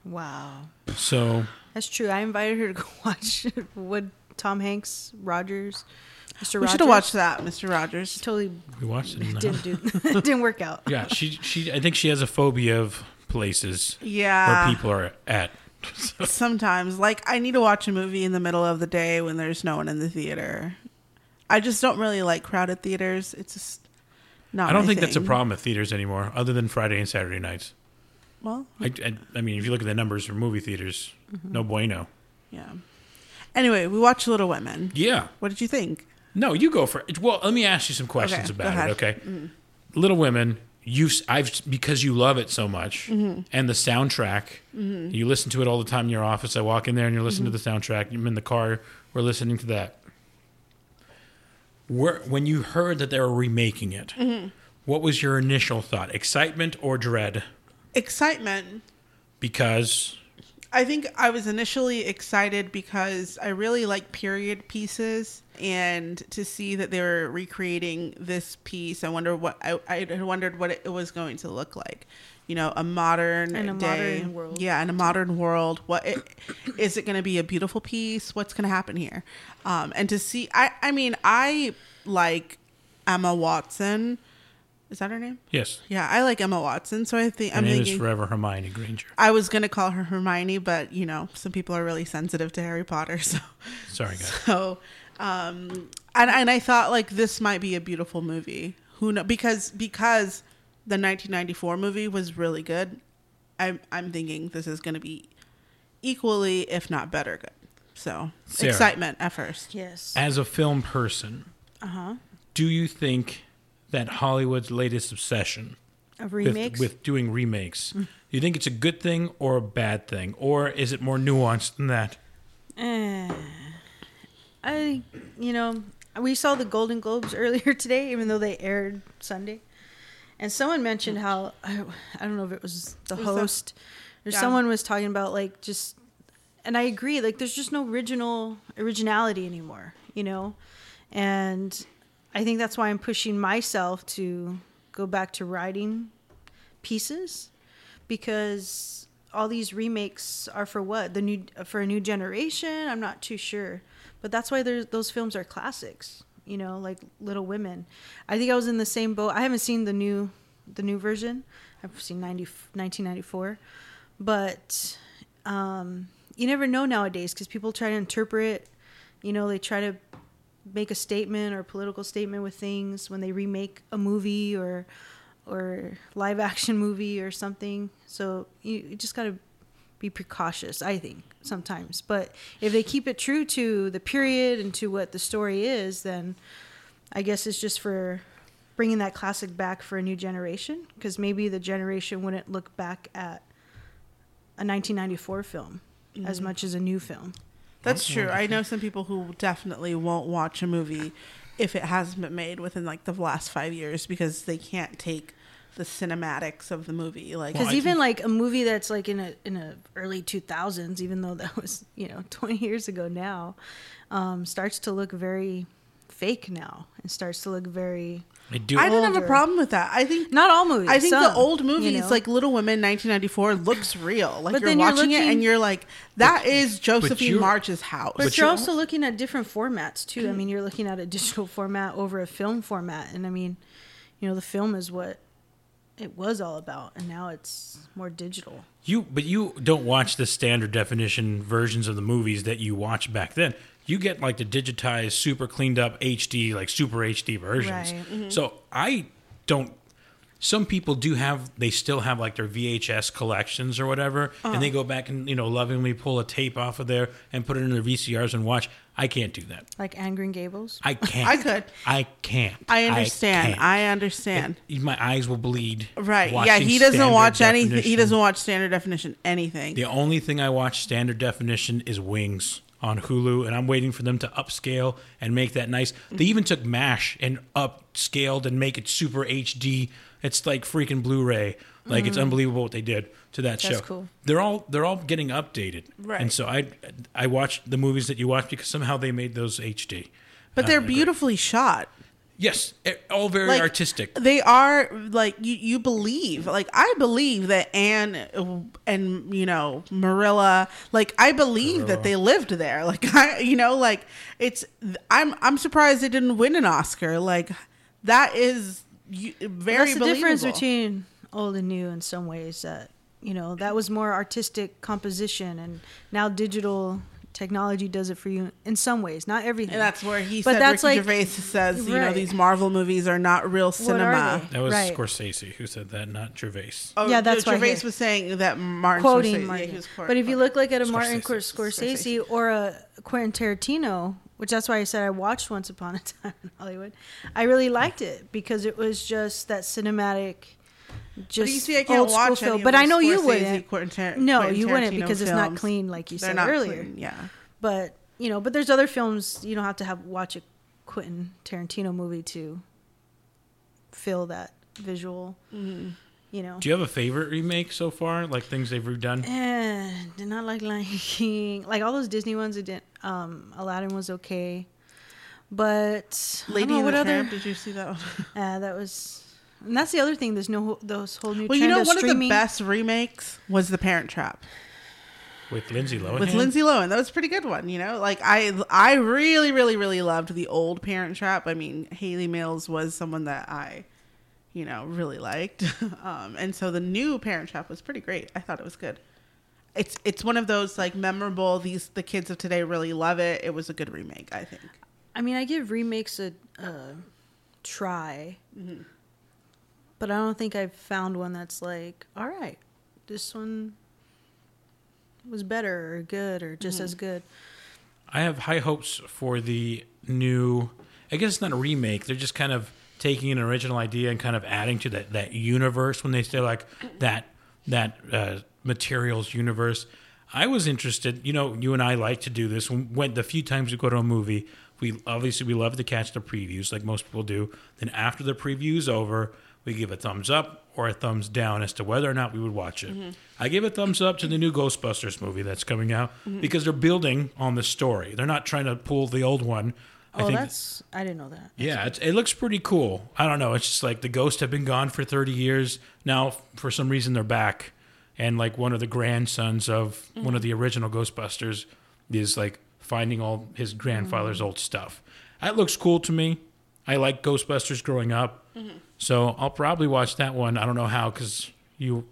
[SPEAKER 3] Wow.
[SPEAKER 1] So
[SPEAKER 3] That's true. I invited her to go [laughs] watch what Tom Hanks, Rogers, Mr.
[SPEAKER 2] We
[SPEAKER 3] Rogers.
[SPEAKER 2] should have watched that, Mr.
[SPEAKER 3] She
[SPEAKER 2] Rogers.
[SPEAKER 3] Totally
[SPEAKER 1] we watched it. in the house.
[SPEAKER 3] didn't do. [laughs] didn't work out.
[SPEAKER 1] Yeah, she she I think she has a phobia of places
[SPEAKER 2] Yeah.
[SPEAKER 1] where people are at.
[SPEAKER 2] [laughs]
[SPEAKER 1] [laughs]
[SPEAKER 2] sometimes like i need to watch a movie in the middle of the day when there's no one in the theater i just don't really like crowded theaters it's just Not
[SPEAKER 1] I don't
[SPEAKER 2] my
[SPEAKER 1] think that's a
[SPEAKER 2] thing.
[SPEAKER 1] problem at theaters anymore, other than Friday and Saturday nights.
[SPEAKER 2] Well,
[SPEAKER 1] I, I, I mean, if you look at the numbers for movie theaters, no bueno.
[SPEAKER 2] yeah. Anyway, we watched Little Women.
[SPEAKER 1] Yeah.
[SPEAKER 2] What did you think?
[SPEAKER 1] No, you go for it. Well, let me ask you some questions
[SPEAKER 2] Okay, go
[SPEAKER 1] about
[SPEAKER 2] ahead. Mm.
[SPEAKER 1] it, okay? Little Women, you I've because you love it so much
[SPEAKER 2] Mm-hmm.
[SPEAKER 1] and the soundtrack. You listen to it all the time in your office. I walk in there and you're
[SPEAKER 2] Mm-hmm.
[SPEAKER 1] listening to the soundtrack. I'm in the car, we're listening to that. Where, when you heard that they were remaking it,
[SPEAKER 2] Mm-hmm.
[SPEAKER 1] what was your initial thought? Excitement or dread?
[SPEAKER 2] Excitement.
[SPEAKER 1] Because
[SPEAKER 2] I think I was initially excited because I really like period pieces, and to see that they were recreating this piece, I wonder what I, I had wondered what it was going to look like. You know, a modern
[SPEAKER 3] In a
[SPEAKER 2] day,
[SPEAKER 3] modern world.
[SPEAKER 2] Yeah, in a modern world, what it, is it going to be? A beautiful piece? What's going to happen here? Um, and to see, I, I mean, I like Emma Watson. Is that her name?
[SPEAKER 1] yes,
[SPEAKER 2] Yeah, I like Emma Watson, so I think
[SPEAKER 1] her
[SPEAKER 2] I'm
[SPEAKER 1] name
[SPEAKER 2] thinking
[SPEAKER 1] is forever Hermione Granger.
[SPEAKER 2] I was gonna call her Hermione, but you know, some people are really sensitive to Harry Potter, [laughs] so
[SPEAKER 1] Sorry, guys.
[SPEAKER 2] so um and and I thought like this might be a beautiful movie. Who know because because the nineteen ninety four movie was really good, I'm I'm thinking this is gonna be equally, if not better good. So
[SPEAKER 1] Sarah.
[SPEAKER 2] excitement at first.
[SPEAKER 3] Yes.
[SPEAKER 1] as a film person, do you think that Hollywood's latest obsession
[SPEAKER 3] A
[SPEAKER 1] with,
[SPEAKER 3] remake.
[SPEAKER 1] with doing remakes, do you think it's a good thing or a bad thing, or is it more nuanced than that?
[SPEAKER 3] Eh, I, you know, we saw the Golden Globes [laughs] earlier today, even though they aired Sunday, and someone mentioned how I, I don't know if it was the
[SPEAKER 2] Was that-
[SPEAKER 3] host or
[SPEAKER 2] Yeah.
[SPEAKER 3] someone was talking about like just, and I agree, like there's just no original originality anymore, you know, and I think that's why I'm pushing myself to go back to writing pieces because all these remakes are for what the new for a new generation i'm not too sure but that's why there's those films are classics you know like little women i think i was in the same boat i haven't seen the new the new version i've seen 90, 1994 but um, you never know nowadays because people try to interpret you know they try to make a statement or political statement with things when they remake a movie or or live action [laughs] movie or something. So you, you just got to be precautious, I think, sometimes. But if they keep it true to the period and to what the story is, then I guess it's just for bringing that classic back for a new generation because maybe the generation wouldn't look back at a 1994 film as much as a new film.
[SPEAKER 2] That's true. I know some people who definitely won't watch a movie if it hasn't been made within like the last five years because they can't take the cinematics of the movie. Like,
[SPEAKER 1] Well,
[SPEAKER 3] Because
[SPEAKER 1] I
[SPEAKER 3] even like a movie that's like in a in a early two thousands, even though [laughs] that was you know twenty years ago now, um, starts to look very fake now, and starts to look very
[SPEAKER 1] I do.
[SPEAKER 2] I don't have a
[SPEAKER 3] older.
[SPEAKER 2] problem with that. I think
[SPEAKER 3] not all movies.
[SPEAKER 2] I think the
[SPEAKER 3] some,
[SPEAKER 2] old
[SPEAKER 3] you
[SPEAKER 2] movies
[SPEAKER 3] know.
[SPEAKER 2] like Little Women, 1994, looks real. Like
[SPEAKER 3] But
[SPEAKER 2] you're
[SPEAKER 3] then you're
[SPEAKER 2] watching it
[SPEAKER 3] looking-
[SPEAKER 2] and you're like, that is Josephine
[SPEAKER 1] you're-
[SPEAKER 2] March's house.
[SPEAKER 3] But,
[SPEAKER 1] But
[SPEAKER 3] you're
[SPEAKER 1] you're
[SPEAKER 3] also looking at different formats too. I mean, you're looking at a digital format over a film format, and I mean, you know, the film is what it was all about, and now it's more digital.
[SPEAKER 1] You, but you don't watch the standard definition versions of the movies that you watched back then. You get like the digitized, super cleaned up HD, like super HD versions.
[SPEAKER 3] Right.
[SPEAKER 2] mm-hmm.
[SPEAKER 1] So I don't. Some people do have, they still have like their VHS collections or whatever, and
[SPEAKER 2] Uh-huh.
[SPEAKER 1] they go back and you know lovingly pull a tape off of there and put it in their VCRs and watch. I can't do that.
[SPEAKER 3] Like Angry Gables.
[SPEAKER 1] I can't.
[SPEAKER 2] [laughs] I could.
[SPEAKER 1] I can't.
[SPEAKER 2] I understand.
[SPEAKER 1] can't.
[SPEAKER 2] I, understand.
[SPEAKER 1] my eyes will bleed.
[SPEAKER 2] right. Yeah,
[SPEAKER 1] watching
[SPEAKER 2] he doesn't
[SPEAKER 1] standard
[SPEAKER 2] watch anything. He
[SPEAKER 1] definition.
[SPEAKER 2] doesn't watch standard definition anything.
[SPEAKER 1] The only thing I watch standard definition is Wings on Hulu, and I'm waiting for them to upscale and make that nice. They even took MASH and upscaled and make it super HD. It's like freaking Blu-ray. Like
[SPEAKER 2] Mm-hmm.
[SPEAKER 1] it's unbelievable what they did to that
[SPEAKER 3] That's
[SPEAKER 1] show.
[SPEAKER 3] cool.
[SPEAKER 1] They're all they're all getting updated,
[SPEAKER 2] Right.
[SPEAKER 1] And so I I watched the movies that you watch because somehow they made those HD.
[SPEAKER 2] But
[SPEAKER 1] Uh,
[SPEAKER 2] they're
[SPEAKER 1] I agree.
[SPEAKER 2] beautifully shot.
[SPEAKER 1] Yes, eh, all very
[SPEAKER 2] Like,
[SPEAKER 1] artistic.
[SPEAKER 2] They are like you. You believe like I believe that Anne and you know Marilla. Like I believe that they lived there. Like [laughs] I, you know, like it's. I'm I'm surprised they didn't win an Oscar. Like that is you, very
[SPEAKER 3] That's the difference
[SPEAKER 2] believable.
[SPEAKER 3] between old and new in some ways that you know that was more artistic composition and now digital technology does it for you in some ways, not everything.
[SPEAKER 2] And that's where he
[SPEAKER 3] But
[SPEAKER 2] said
[SPEAKER 3] that's
[SPEAKER 2] Ricky
[SPEAKER 3] like-
[SPEAKER 2] Gervais says, you know,
[SPEAKER 3] Right.
[SPEAKER 2] these Marvel movies are not real
[SPEAKER 3] What are
[SPEAKER 2] cinema.
[SPEAKER 3] they?
[SPEAKER 1] That was
[SPEAKER 3] Right.
[SPEAKER 1] Scorsese who said that, not Gervais.
[SPEAKER 2] Oh,
[SPEAKER 3] Yeah, that's
[SPEAKER 2] no,
[SPEAKER 3] why
[SPEAKER 2] Gervais
[SPEAKER 3] he-
[SPEAKER 2] was saying that Martin
[SPEAKER 3] quoting
[SPEAKER 2] Scorsese- yeah,
[SPEAKER 3] Martin.
[SPEAKER 2] he was quote-
[SPEAKER 3] but if you look like at a Martin
[SPEAKER 1] Scorsese.
[SPEAKER 3] Scorsese, or a Quentin Tarantino, which that's why I said I watched Once Upon a [laughs] Time in Hollywood, I really liked it because it was just that cinematic,
[SPEAKER 2] But
[SPEAKER 3] just
[SPEAKER 2] you see, I can't
[SPEAKER 3] old school
[SPEAKER 2] watch
[SPEAKER 3] feel.
[SPEAKER 2] any of
[SPEAKER 3] But I
[SPEAKER 2] those
[SPEAKER 3] know you
[SPEAKER 2] Scorsese,
[SPEAKER 3] wouldn't.
[SPEAKER 2] Quentin Tar-
[SPEAKER 3] no,
[SPEAKER 2] Quentin
[SPEAKER 3] you wouldn't
[SPEAKER 2] Tarantino
[SPEAKER 3] because it's not
[SPEAKER 2] films.
[SPEAKER 3] clean like you
[SPEAKER 2] They're
[SPEAKER 3] said
[SPEAKER 2] not
[SPEAKER 3] earlier.
[SPEAKER 2] clean, yeah.
[SPEAKER 3] But you know, but there's other films you don't have to have watch a Quentin Tarantino movie to feel that visual.
[SPEAKER 2] Mm-hmm.
[SPEAKER 3] You know,
[SPEAKER 1] Do you have a favorite remake so far? Like things they've redone?
[SPEAKER 3] and did not like Lion [laughs] King. Like all those Disney ones, it didn't. Um, Aladdin was okay, but I don't
[SPEAKER 2] Lady
[SPEAKER 3] know
[SPEAKER 2] in
[SPEAKER 3] what
[SPEAKER 2] the
[SPEAKER 3] other?
[SPEAKER 2] Tramp, did you see that
[SPEAKER 3] [laughs]
[SPEAKER 2] one?
[SPEAKER 3] Uh, that was, and that's the other thing. There's no those whole new.
[SPEAKER 2] Well, you
[SPEAKER 3] trend
[SPEAKER 2] know,
[SPEAKER 3] of
[SPEAKER 2] one of the
[SPEAKER 3] streaming.
[SPEAKER 2] best remakes was The Parent Trap
[SPEAKER 1] With Lindsay Lohan?
[SPEAKER 2] with Lindsay Lohan. That was a pretty good one, you know? Like, I I really, really, really loved the old Parent Trap. I mean, Haley Mills was someone that I, you know, really liked. [laughs] Um, and so the new Parent Trap was pretty great. I thought it was good. It's it's one of those like memorable. These the kids of today really love it. It was a good remake, I think.
[SPEAKER 3] I mean, I give remakes a, a try,
[SPEAKER 2] Mm-hmm.
[SPEAKER 3] but I don't think I've found one that's like, all right, this one was better or good or just
[SPEAKER 2] Mm-hmm.
[SPEAKER 3] as good.
[SPEAKER 1] I have high hopes for the new. I guess it's not a remake. They're just kind of taking an original idea and kind of adding to that that universe. When they say like that that uh, materials universe, I was interested. You know, you and I like to do this. When, when the few times we go to a movie, we obviously we love to catch the previews, like most people do. Then after the preview's over, we give a thumbs up or a thumbs down as to whether or not we would watch it.
[SPEAKER 3] Mm-hmm.
[SPEAKER 1] I give a thumbs up to the new Ghostbusters movie that's coming out
[SPEAKER 3] Mm-hmm.
[SPEAKER 1] because they're building on the story. They're not trying to pull the old one. I
[SPEAKER 3] oh,
[SPEAKER 1] think,
[SPEAKER 3] that's I didn't know that.
[SPEAKER 1] yeah, it's, it looks pretty cool. I don't know. It's just like the ghosts have been gone for 30 years. Now, f- for some reason, they're back. And like one of the grandsons of one of the original Ghostbusters is like finding all his grandfather's old stuff. That looks cool to me. I like Ghostbusters growing up. So I'll probably watch that one. I don't know how because you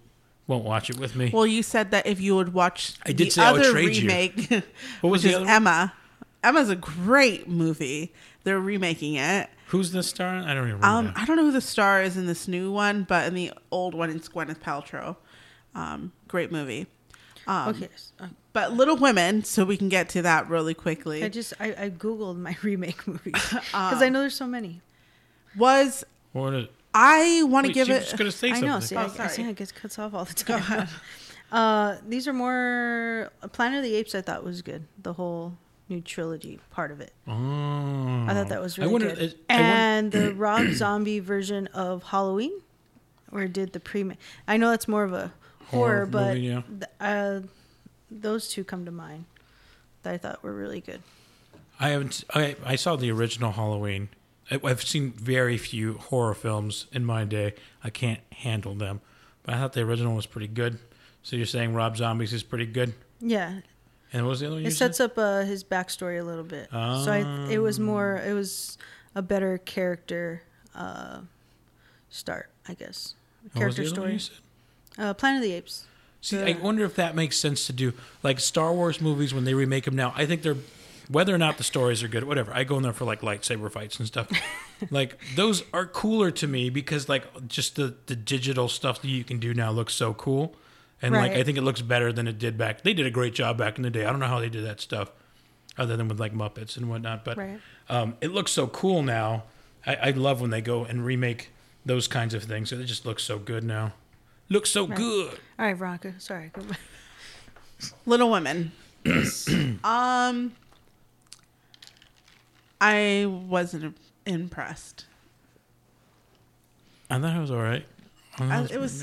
[SPEAKER 1] won't watch it with me.
[SPEAKER 2] Well, you said that if you would watch
[SPEAKER 1] I did
[SPEAKER 2] the
[SPEAKER 1] say I would
[SPEAKER 2] other
[SPEAKER 1] trade you.
[SPEAKER 2] remake,
[SPEAKER 1] [laughs] what was
[SPEAKER 2] which
[SPEAKER 1] the
[SPEAKER 2] is
[SPEAKER 1] other one?
[SPEAKER 2] Emma. Emma's a great movie. They're remaking it.
[SPEAKER 1] Who's the star? I don't even remember.
[SPEAKER 2] Um,
[SPEAKER 1] now.
[SPEAKER 2] I don't know who the star is in this new one, but in the old one, it's Gwyneth Paltrow. Um, great movie. Um,
[SPEAKER 3] okay, s- uh,
[SPEAKER 2] But Little Women, so we can get to that really
[SPEAKER 3] I
[SPEAKER 2] quickly,
[SPEAKER 3] just I, I googled my [laughs]
[SPEAKER 2] [laughs]
[SPEAKER 3] remake movies
[SPEAKER 2] Um,
[SPEAKER 3] because I know there's so many.
[SPEAKER 2] was
[SPEAKER 1] What is-
[SPEAKER 2] I want to
[SPEAKER 1] wait,
[SPEAKER 2] give
[SPEAKER 1] she
[SPEAKER 2] it.
[SPEAKER 1] was gonna say
[SPEAKER 3] I know. See,
[SPEAKER 1] something.
[SPEAKER 2] Oh,
[SPEAKER 3] I, I
[SPEAKER 2] sorry.
[SPEAKER 3] see how it gets cuts off
[SPEAKER 2] [laughs]
[SPEAKER 3] all the time. [laughs] Uh, these are more Planet of the Apes. I thought was good. The whole new trilogy part of it.
[SPEAKER 1] Oh.
[SPEAKER 3] I thought that was
[SPEAKER 1] I
[SPEAKER 3] really
[SPEAKER 1] wonder-
[SPEAKER 3] good.
[SPEAKER 1] it- I wonder-
[SPEAKER 3] and the Rob [clears throat] Zombie version of Halloween, where it did the pre? I know that's more of a horror,
[SPEAKER 1] Horror
[SPEAKER 3] but
[SPEAKER 1] movie, yeah.
[SPEAKER 3] th- uh, those two come to mind that I thought were really good.
[SPEAKER 1] I haven't. I, I saw the original Halloween. I, I've seen very few horror films in my day. I can't handle them, but I thought the original was pretty good. So you're saying Rob Zombie's is pretty good,
[SPEAKER 3] Yeah,
[SPEAKER 1] and what was the other one?
[SPEAKER 3] it
[SPEAKER 1] you
[SPEAKER 3] sets
[SPEAKER 1] said?
[SPEAKER 3] up uh, his backstory a little bit. so I, it
[SPEAKER 1] Ah.
[SPEAKER 3] was more, it was a better character uh, start, I guess.
[SPEAKER 1] What was
[SPEAKER 3] Character
[SPEAKER 1] the other one you
[SPEAKER 3] story.
[SPEAKER 1] said?
[SPEAKER 3] Uh, Planet of the Apes.
[SPEAKER 1] See, I wonder if that makes sense to do. Like Star Wars movies, when they remake them now, I think they're whether or not the stories are good, whatever. I go in there for like lightsaber fights and
[SPEAKER 3] [laughs]
[SPEAKER 1] stuff. like those are cooler to me because like just the the digital stuff that you can do now looks so cool, and like
[SPEAKER 3] Right.
[SPEAKER 1] I think it looks better than it did back. They did a great job back in the day. I don't know how they did that stuff, other than with like Muppets and whatnot. But
[SPEAKER 3] Right.
[SPEAKER 1] um, it looks so cool now. I, I love when they go and remake those kinds of things. It just looks so good now. Looks so good.
[SPEAKER 3] All right, Veronica. Sorry. [laughs] go back.
[SPEAKER 2] Little
[SPEAKER 1] [clears throat]
[SPEAKER 2] Women. um, I wasn't impressed.
[SPEAKER 1] I thought it was all right.
[SPEAKER 2] I, it was.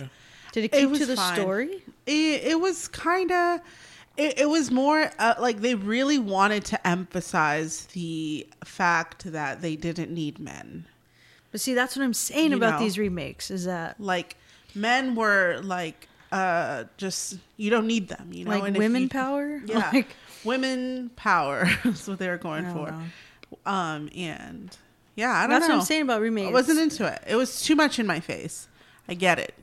[SPEAKER 3] Did it
[SPEAKER 2] It
[SPEAKER 3] keep
[SPEAKER 2] was
[SPEAKER 3] to the
[SPEAKER 2] fine.
[SPEAKER 3] story?
[SPEAKER 2] it, it was kind of it, it was more uh, like they really wanted to emphasize the fact that they didn't need men
[SPEAKER 3] But see, that's what I'm saying
[SPEAKER 2] You
[SPEAKER 3] about
[SPEAKER 2] know.
[SPEAKER 3] these remakes is that
[SPEAKER 2] like men were like uh just you don't need them you know
[SPEAKER 3] like
[SPEAKER 2] And if
[SPEAKER 3] women
[SPEAKER 2] you-
[SPEAKER 3] power?
[SPEAKER 2] [laughs]
[SPEAKER 3] [laughs]
[SPEAKER 2] yeah
[SPEAKER 3] Like,
[SPEAKER 2] women power [laughs] that's what they were going
[SPEAKER 3] I don't
[SPEAKER 2] for
[SPEAKER 3] know.
[SPEAKER 2] um and yeah i don't
[SPEAKER 3] that's
[SPEAKER 2] know
[SPEAKER 3] what I'm saying about remakes.
[SPEAKER 2] i wasn't into it it was too much in my face i get it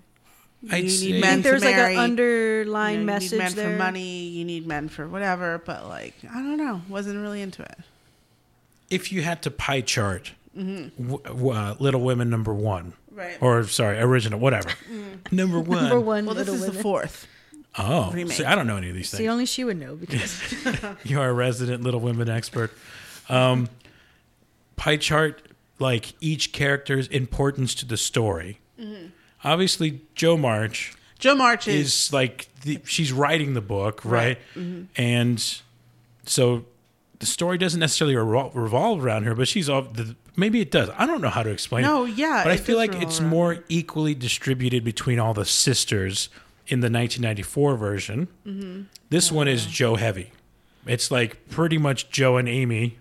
[SPEAKER 1] I'd
[SPEAKER 2] you
[SPEAKER 1] say-
[SPEAKER 2] need
[SPEAKER 1] I
[SPEAKER 2] men
[SPEAKER 1] think
[SPEAKER 2] to
[SPEAKER 3] there's like
[SPEAKER 2] marry.
[SPEAKER 3] an
[SPEAKER 2] you know,
[SPEAKER 3] underlying
[SPEAKER 2] you
[SPEAKER 3] message
[SPEAKER 2] need men
[SPEAKER 3] there.
[SPEAKER 2] for money. You need men for whatever. But like, I don't know. Wasn't really into it.
[SPEAKER 1] if you had to pie chart w- w- uh, Little Women number one,
[SPEAKER 2] Mm-hmm. Right. Mm.
[SPEAKER 1] Or sorry, original, whatever. Number one.
[SPEAKER 3] [laughs] Number one,
[SPEAKER 2] Well, this
[SPEAKER 3] Little
[SPEAKER 2] is the
[SPEAKER 3] Women.
[SPEAKER 2] fourth.
[SPEAKER 1] Oh,
[SPEAKER 2] remake.
[SPEAKER 1] see, I don't know any of these
[SPEAKER 3] See,
[SPEAKER 1] things.
[SPEAKER 3] only she would
[SPEAKER 2] [laughs]
[SPEAKER 3] know because
[SPEAKER 1] You are a resident Little Women expert. Um, pie chart like each character's importance to the story.
[SPEAKER 2] Mm-hmm.
[SPEAKER 1] Obviously, Joe March
[SPEAKER 2] Joe March is,
[SPEAKER 1] is like the, she's writing the book, right?
[SPEAKER 2] Mm-hmm.
[SPEAKER 1] And so the story doesn't necessarily revol- revolve around her, but she's all the, maybe it does. I don't know how to explain.
[SPEAKER 2] No,
[SPEAKER 1] it,
[SPEAKER 2] yeah,
[SPEAKER 1] but I
[SPEAKER 2] it
[SPEAKER 1] feel
[SPEAKER 2] does
[SPEAKER 1] like
[SPEAKER 2] revolve
[SPEAKER 1] it's
[SPEAKER 2] around
[SPEAKER 1] more equally distributed between all the sisters in the 1994 version.
[SPEAKER 2] Mm-hmm.
[SPEAKER 1] This one is Joe heavy. It's like pretty much Joe and Amy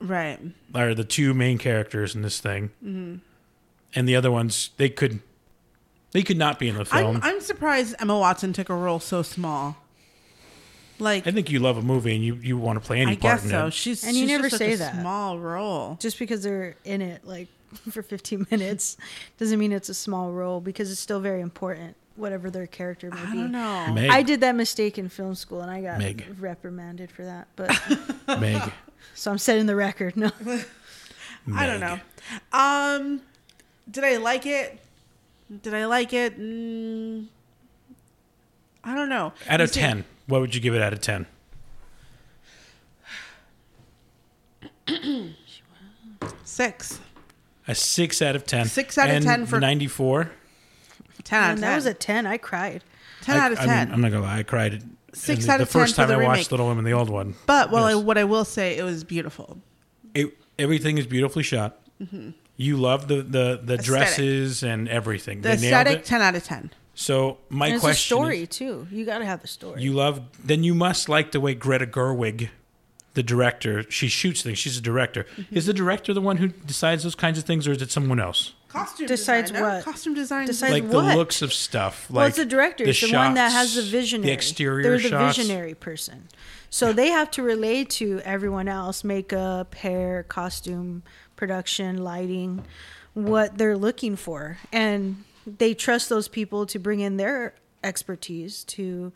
[SPEAKER 2] right.
[SPEAKER 1] are the two main characters in this thing,
[SPEAKER 2] Mm-hmm.
[SPEAKER 1] and the other ones they could they could not be in the film.
[SPEAKER 2] I'm, I'm surprised Emma Watson took a role so small. Like,
[SPEAKER 1] I think you love a movie and you, you want to play any
[SPEAKER 2] I
[SPEAKER 1] part
[SPEAKER 2] guess
[SPEAKER 1] in
[SPEAKER 2] so.
[SPEAKER 1] it.
[SPEAKER 2] She's
[SPEAKER 3] And you
[SPEAKER 2] she's
[SPEAKER 3] never
[SPEAKER 2] just
[SPEAKER 3] say
[SPEAKER 2] such a
[SPEAKER 3] that.
[SPEAKER 2] small role.
[SPEAKER 3] just because they're in it like [laughs] for 15 minutes doesn't mean it's a small role because it's still very important, whatever their character may
[SPEAKER 2] I
[SPEAKER 3] be.
[SPEAKER 2] don't know.
[SPEAKER 1] Meg,
[SPEAKER 3] I did that mistake in film school and I got
[SPEAKER 1] Meg.
[SPEAKER 3] reprimanded for that.
[SPEAKER 2] [laughs]
[SPEAKER 3] But
[SPEAKER 1] Meg,
[SPEAKER 3] so I'm setting the record. [laughs] No.
[SPEAKER 2] I don't know.
[SPEAKER 1] Meg.
[SPEAKER 2] Um, did I like it? Did I like it? Mm, I don't know.
[SPEAKER 1] Out
[SPEAKER 2] You
[SPEAKER 1] of
[SPEAKER 2] see-
[SPEAKER 1] ten, what would you give it out of ten?
[SPEAKER 2] six,
[SPEAKER 1] A six out of ten.
[SPEAKER 2] Six out of
[SPEAKER 1] And
[SPEAKER 2] 10 for-
[SPEAKER 1] ninety-four.
[SPEAKER 2] ten out of
[SPEAKER 3] And
[SPEAKER 2] ten.
[SPEAKER 3] that was a 10. I cried.
[SPEAKER 2] ten out of
[SPEAKER 1] I,
[SPEAKER 2] ten.
[SPEAKER 1] I am not gonna lie, I cried. in
[SPEAKER 2] Six
[SPEAKER 1] the,
[SPEAKER 2] out
[SPEAKER 1] the
[SPEAKER 2] of 10
[SPEAKER 1] first
[SPEAKER 2] for
[SPEAKER 1] time
[SPEAKER 2] the
[SPEAKER 1] I
[SPEAKER 2] remake.
[SPEAKER 1] watched Little Women, the old one.
[SPEAKER 2] but well, I,
[SPEAKER 1] Yes.
[SPEAKER 2] what I will say, it was beautiful.
[SPEAKER 1] It, everything is beautifully shot.
[SPEAKER 2] Mm-hmm.
[SPEAKER 1] You love the the, the dresses and everything.
[SPEAKER 2] The
[SPEAKER 1] they nailed
[SPEAKER 2] aesthetic,
[SPEAKER 1] it.
[SPEAKER 2] ten out of ten.
[SPEAKER 1] So my
[SPEAKER 3] And it's a
[SPEAKER 1] question
[SPEAKER 3] story,
[SPEAKER 1] is,
[SPEAKER 3] too. You got to have the story.
[SPEAKER 1] you love then you must like the way Greta Gerwig, the director, she shoots things. She's a director.
[SPEAKER 3] Mm-hmm.
[SPEAKER 1] Is the director the one who decides those kinds of things, or is it someone else?
[SPEAKER 2] Costume
[SPEAKER 3] Decides
[SPEAKER 2] design, no?
[SPEAKER 3] what?
[SPEAKER 2] costume design
[SPEAKER 3] Decides
[SPEAKER 1] like
[SPEAKER 3] what?
[SPEAKER 1] the looks of stuff. Like
[SPEAKER 3] well, it's the director. It's the one that has the
[SPEAKER 1] shots,
[SPEAKER 3] visionary.
[SPEAKER 1] the exterior
[SPEAKER 3] They're the
[SPEAKER 1] shots.
[SPEAKER 3] visionary person. So they have to relate to everyone else makeup, hair, costume, production, lighting, what they're looking for. And they trust those people to bring in their expertise to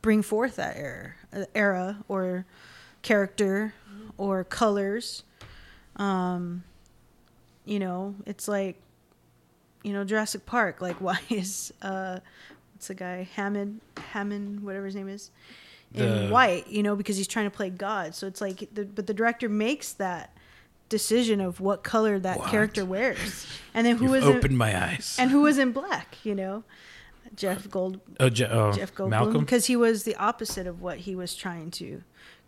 [SPEAKER 3] bring forth that era, uh, era or character or colors. Um, you know, it's like you know Jurassic Park. Like, [laughs] why is uh, what's the guy Hammond Hammond whatever his name is in
[SPEAKER 1] The-
[SPEAKER 3] white? You know, because he's trying to play God. So it's like, the, but the director makes that decision of what color that
[SPEAKER 1] What? [laughs]
[SPEAKER 3] character wears, and then who
[SPEAKER 1] You've
[SPEAKER 3] is
[SPEAKER 1] opened my eyes.
[SPEAKER 3] in, and who was in black. You know, Jeff Gold
[SPEAKER 1] oh, Je- oh,
[SPEAKER 3] Jeff Goldblum
[SPEAKER 1] Malcolm.
[SPEAKER 3] because he was the opposite of what he was trying to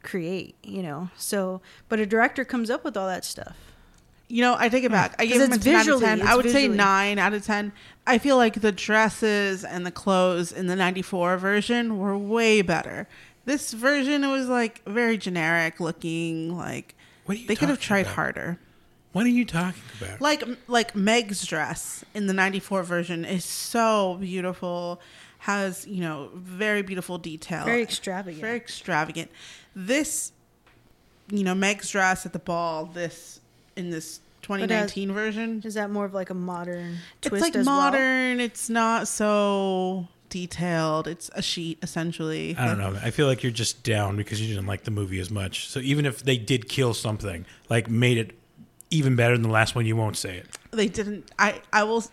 [SPEAKER 3] create. You know, so but a director comes up with all that stuff.
[SPEAKER 2] You know, I take it back. I gave
[SPEAKER 3] 'Cause
[SPEAKER 2] him a
[SPEAKER 3] it's
[SPEAKER 2] 10
[SPEAKER 3] visually-
[SPEAKER 2] out of 10.
[SPEAKER 3] it's
[SPEAKER 2] I would say
[SPEAKER 3] visually.
[SPEAKER 2] 9 out of 10. I feel like the dresses and the clothes in the 94 version were way better. This version, it was like very generic looking. Like,
[SPEAKER 1] What are you
[SPEAKER 2] they could have
[SPEAKER 1] talking
[SPEAKER 2] tried
[SPEAKER 1] about?
[SPEAKER 2] harder.
[SPEAKER 1] What are you talking about?
[SPEAKER 2] Like, like Meg's dress in the 94 version is so beautiful, has, you know, very beautiful detail.
[SPEAKER 3] Very extravagant.
[SPEAKER 2] Very extravagant. This, you know, Meg's dress at the ball, this, in this. 2019 version
[SPEAKER 3] Is that more of like a modern uh, twist?
[SPEAKER 2] it's like
[SPEAKER 3] as well?
[SPEAKER 2] modern it's not so detailed it's a sheet essentially
[SPEAKER 1] I don't know. I feel like you're just down because you didn't like the movie as much. So even if they did kill something, like made it even better than the last one, you won't say it.
[SPEAKER 2] they didn't i i will s-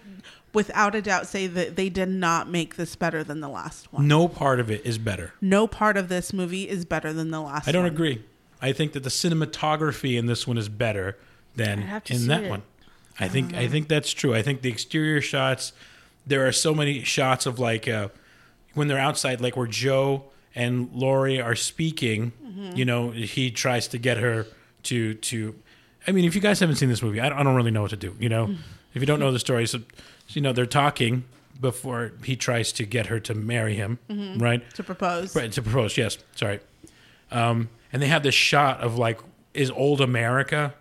[SPEAKER 2] without a doubt say that they did not make this better than the last one
[SPEAKER 1] No part of it is better.
[SPEAKER 2] no part of this movie is better than the last
[SPEAKER 1] I don't
[SPEAKER 2] one.
[SPEAKER 1] agree. I think that the cinematography in this one is better than
[SPEAKER 3] I'd have to
[SPEAKER 1] in
[SPEAKER 3] see
[SPEAKER 1] that
[SPEAKER 3] it. Uh-huh.
[SPEAKER 1] one. I think I think that's true. I think the exterior shots. There are so many shots of like uh, when they're outside, like where Joe and Lori are speaking.
[SPEAKER 3] Mm-hmm.
[SPEAKER 1] You know, he tries to get her to to. I mean, if you guys haven't seen this movie, I don't, I don't really know what to do. You know,
[SPEAKER 3] Mm.
[SPEAKER 1] if you don't know the story, so you know they're talking before he tries to get her to marry him,
[SPEAKER 3] Mm-hmm.
[SPEAKER 1] right?
[SPEAKER 2] to propose
[SPEAKER 1] Right, to propose, yes. Sorry. Um, and they have this shot of like, is old America,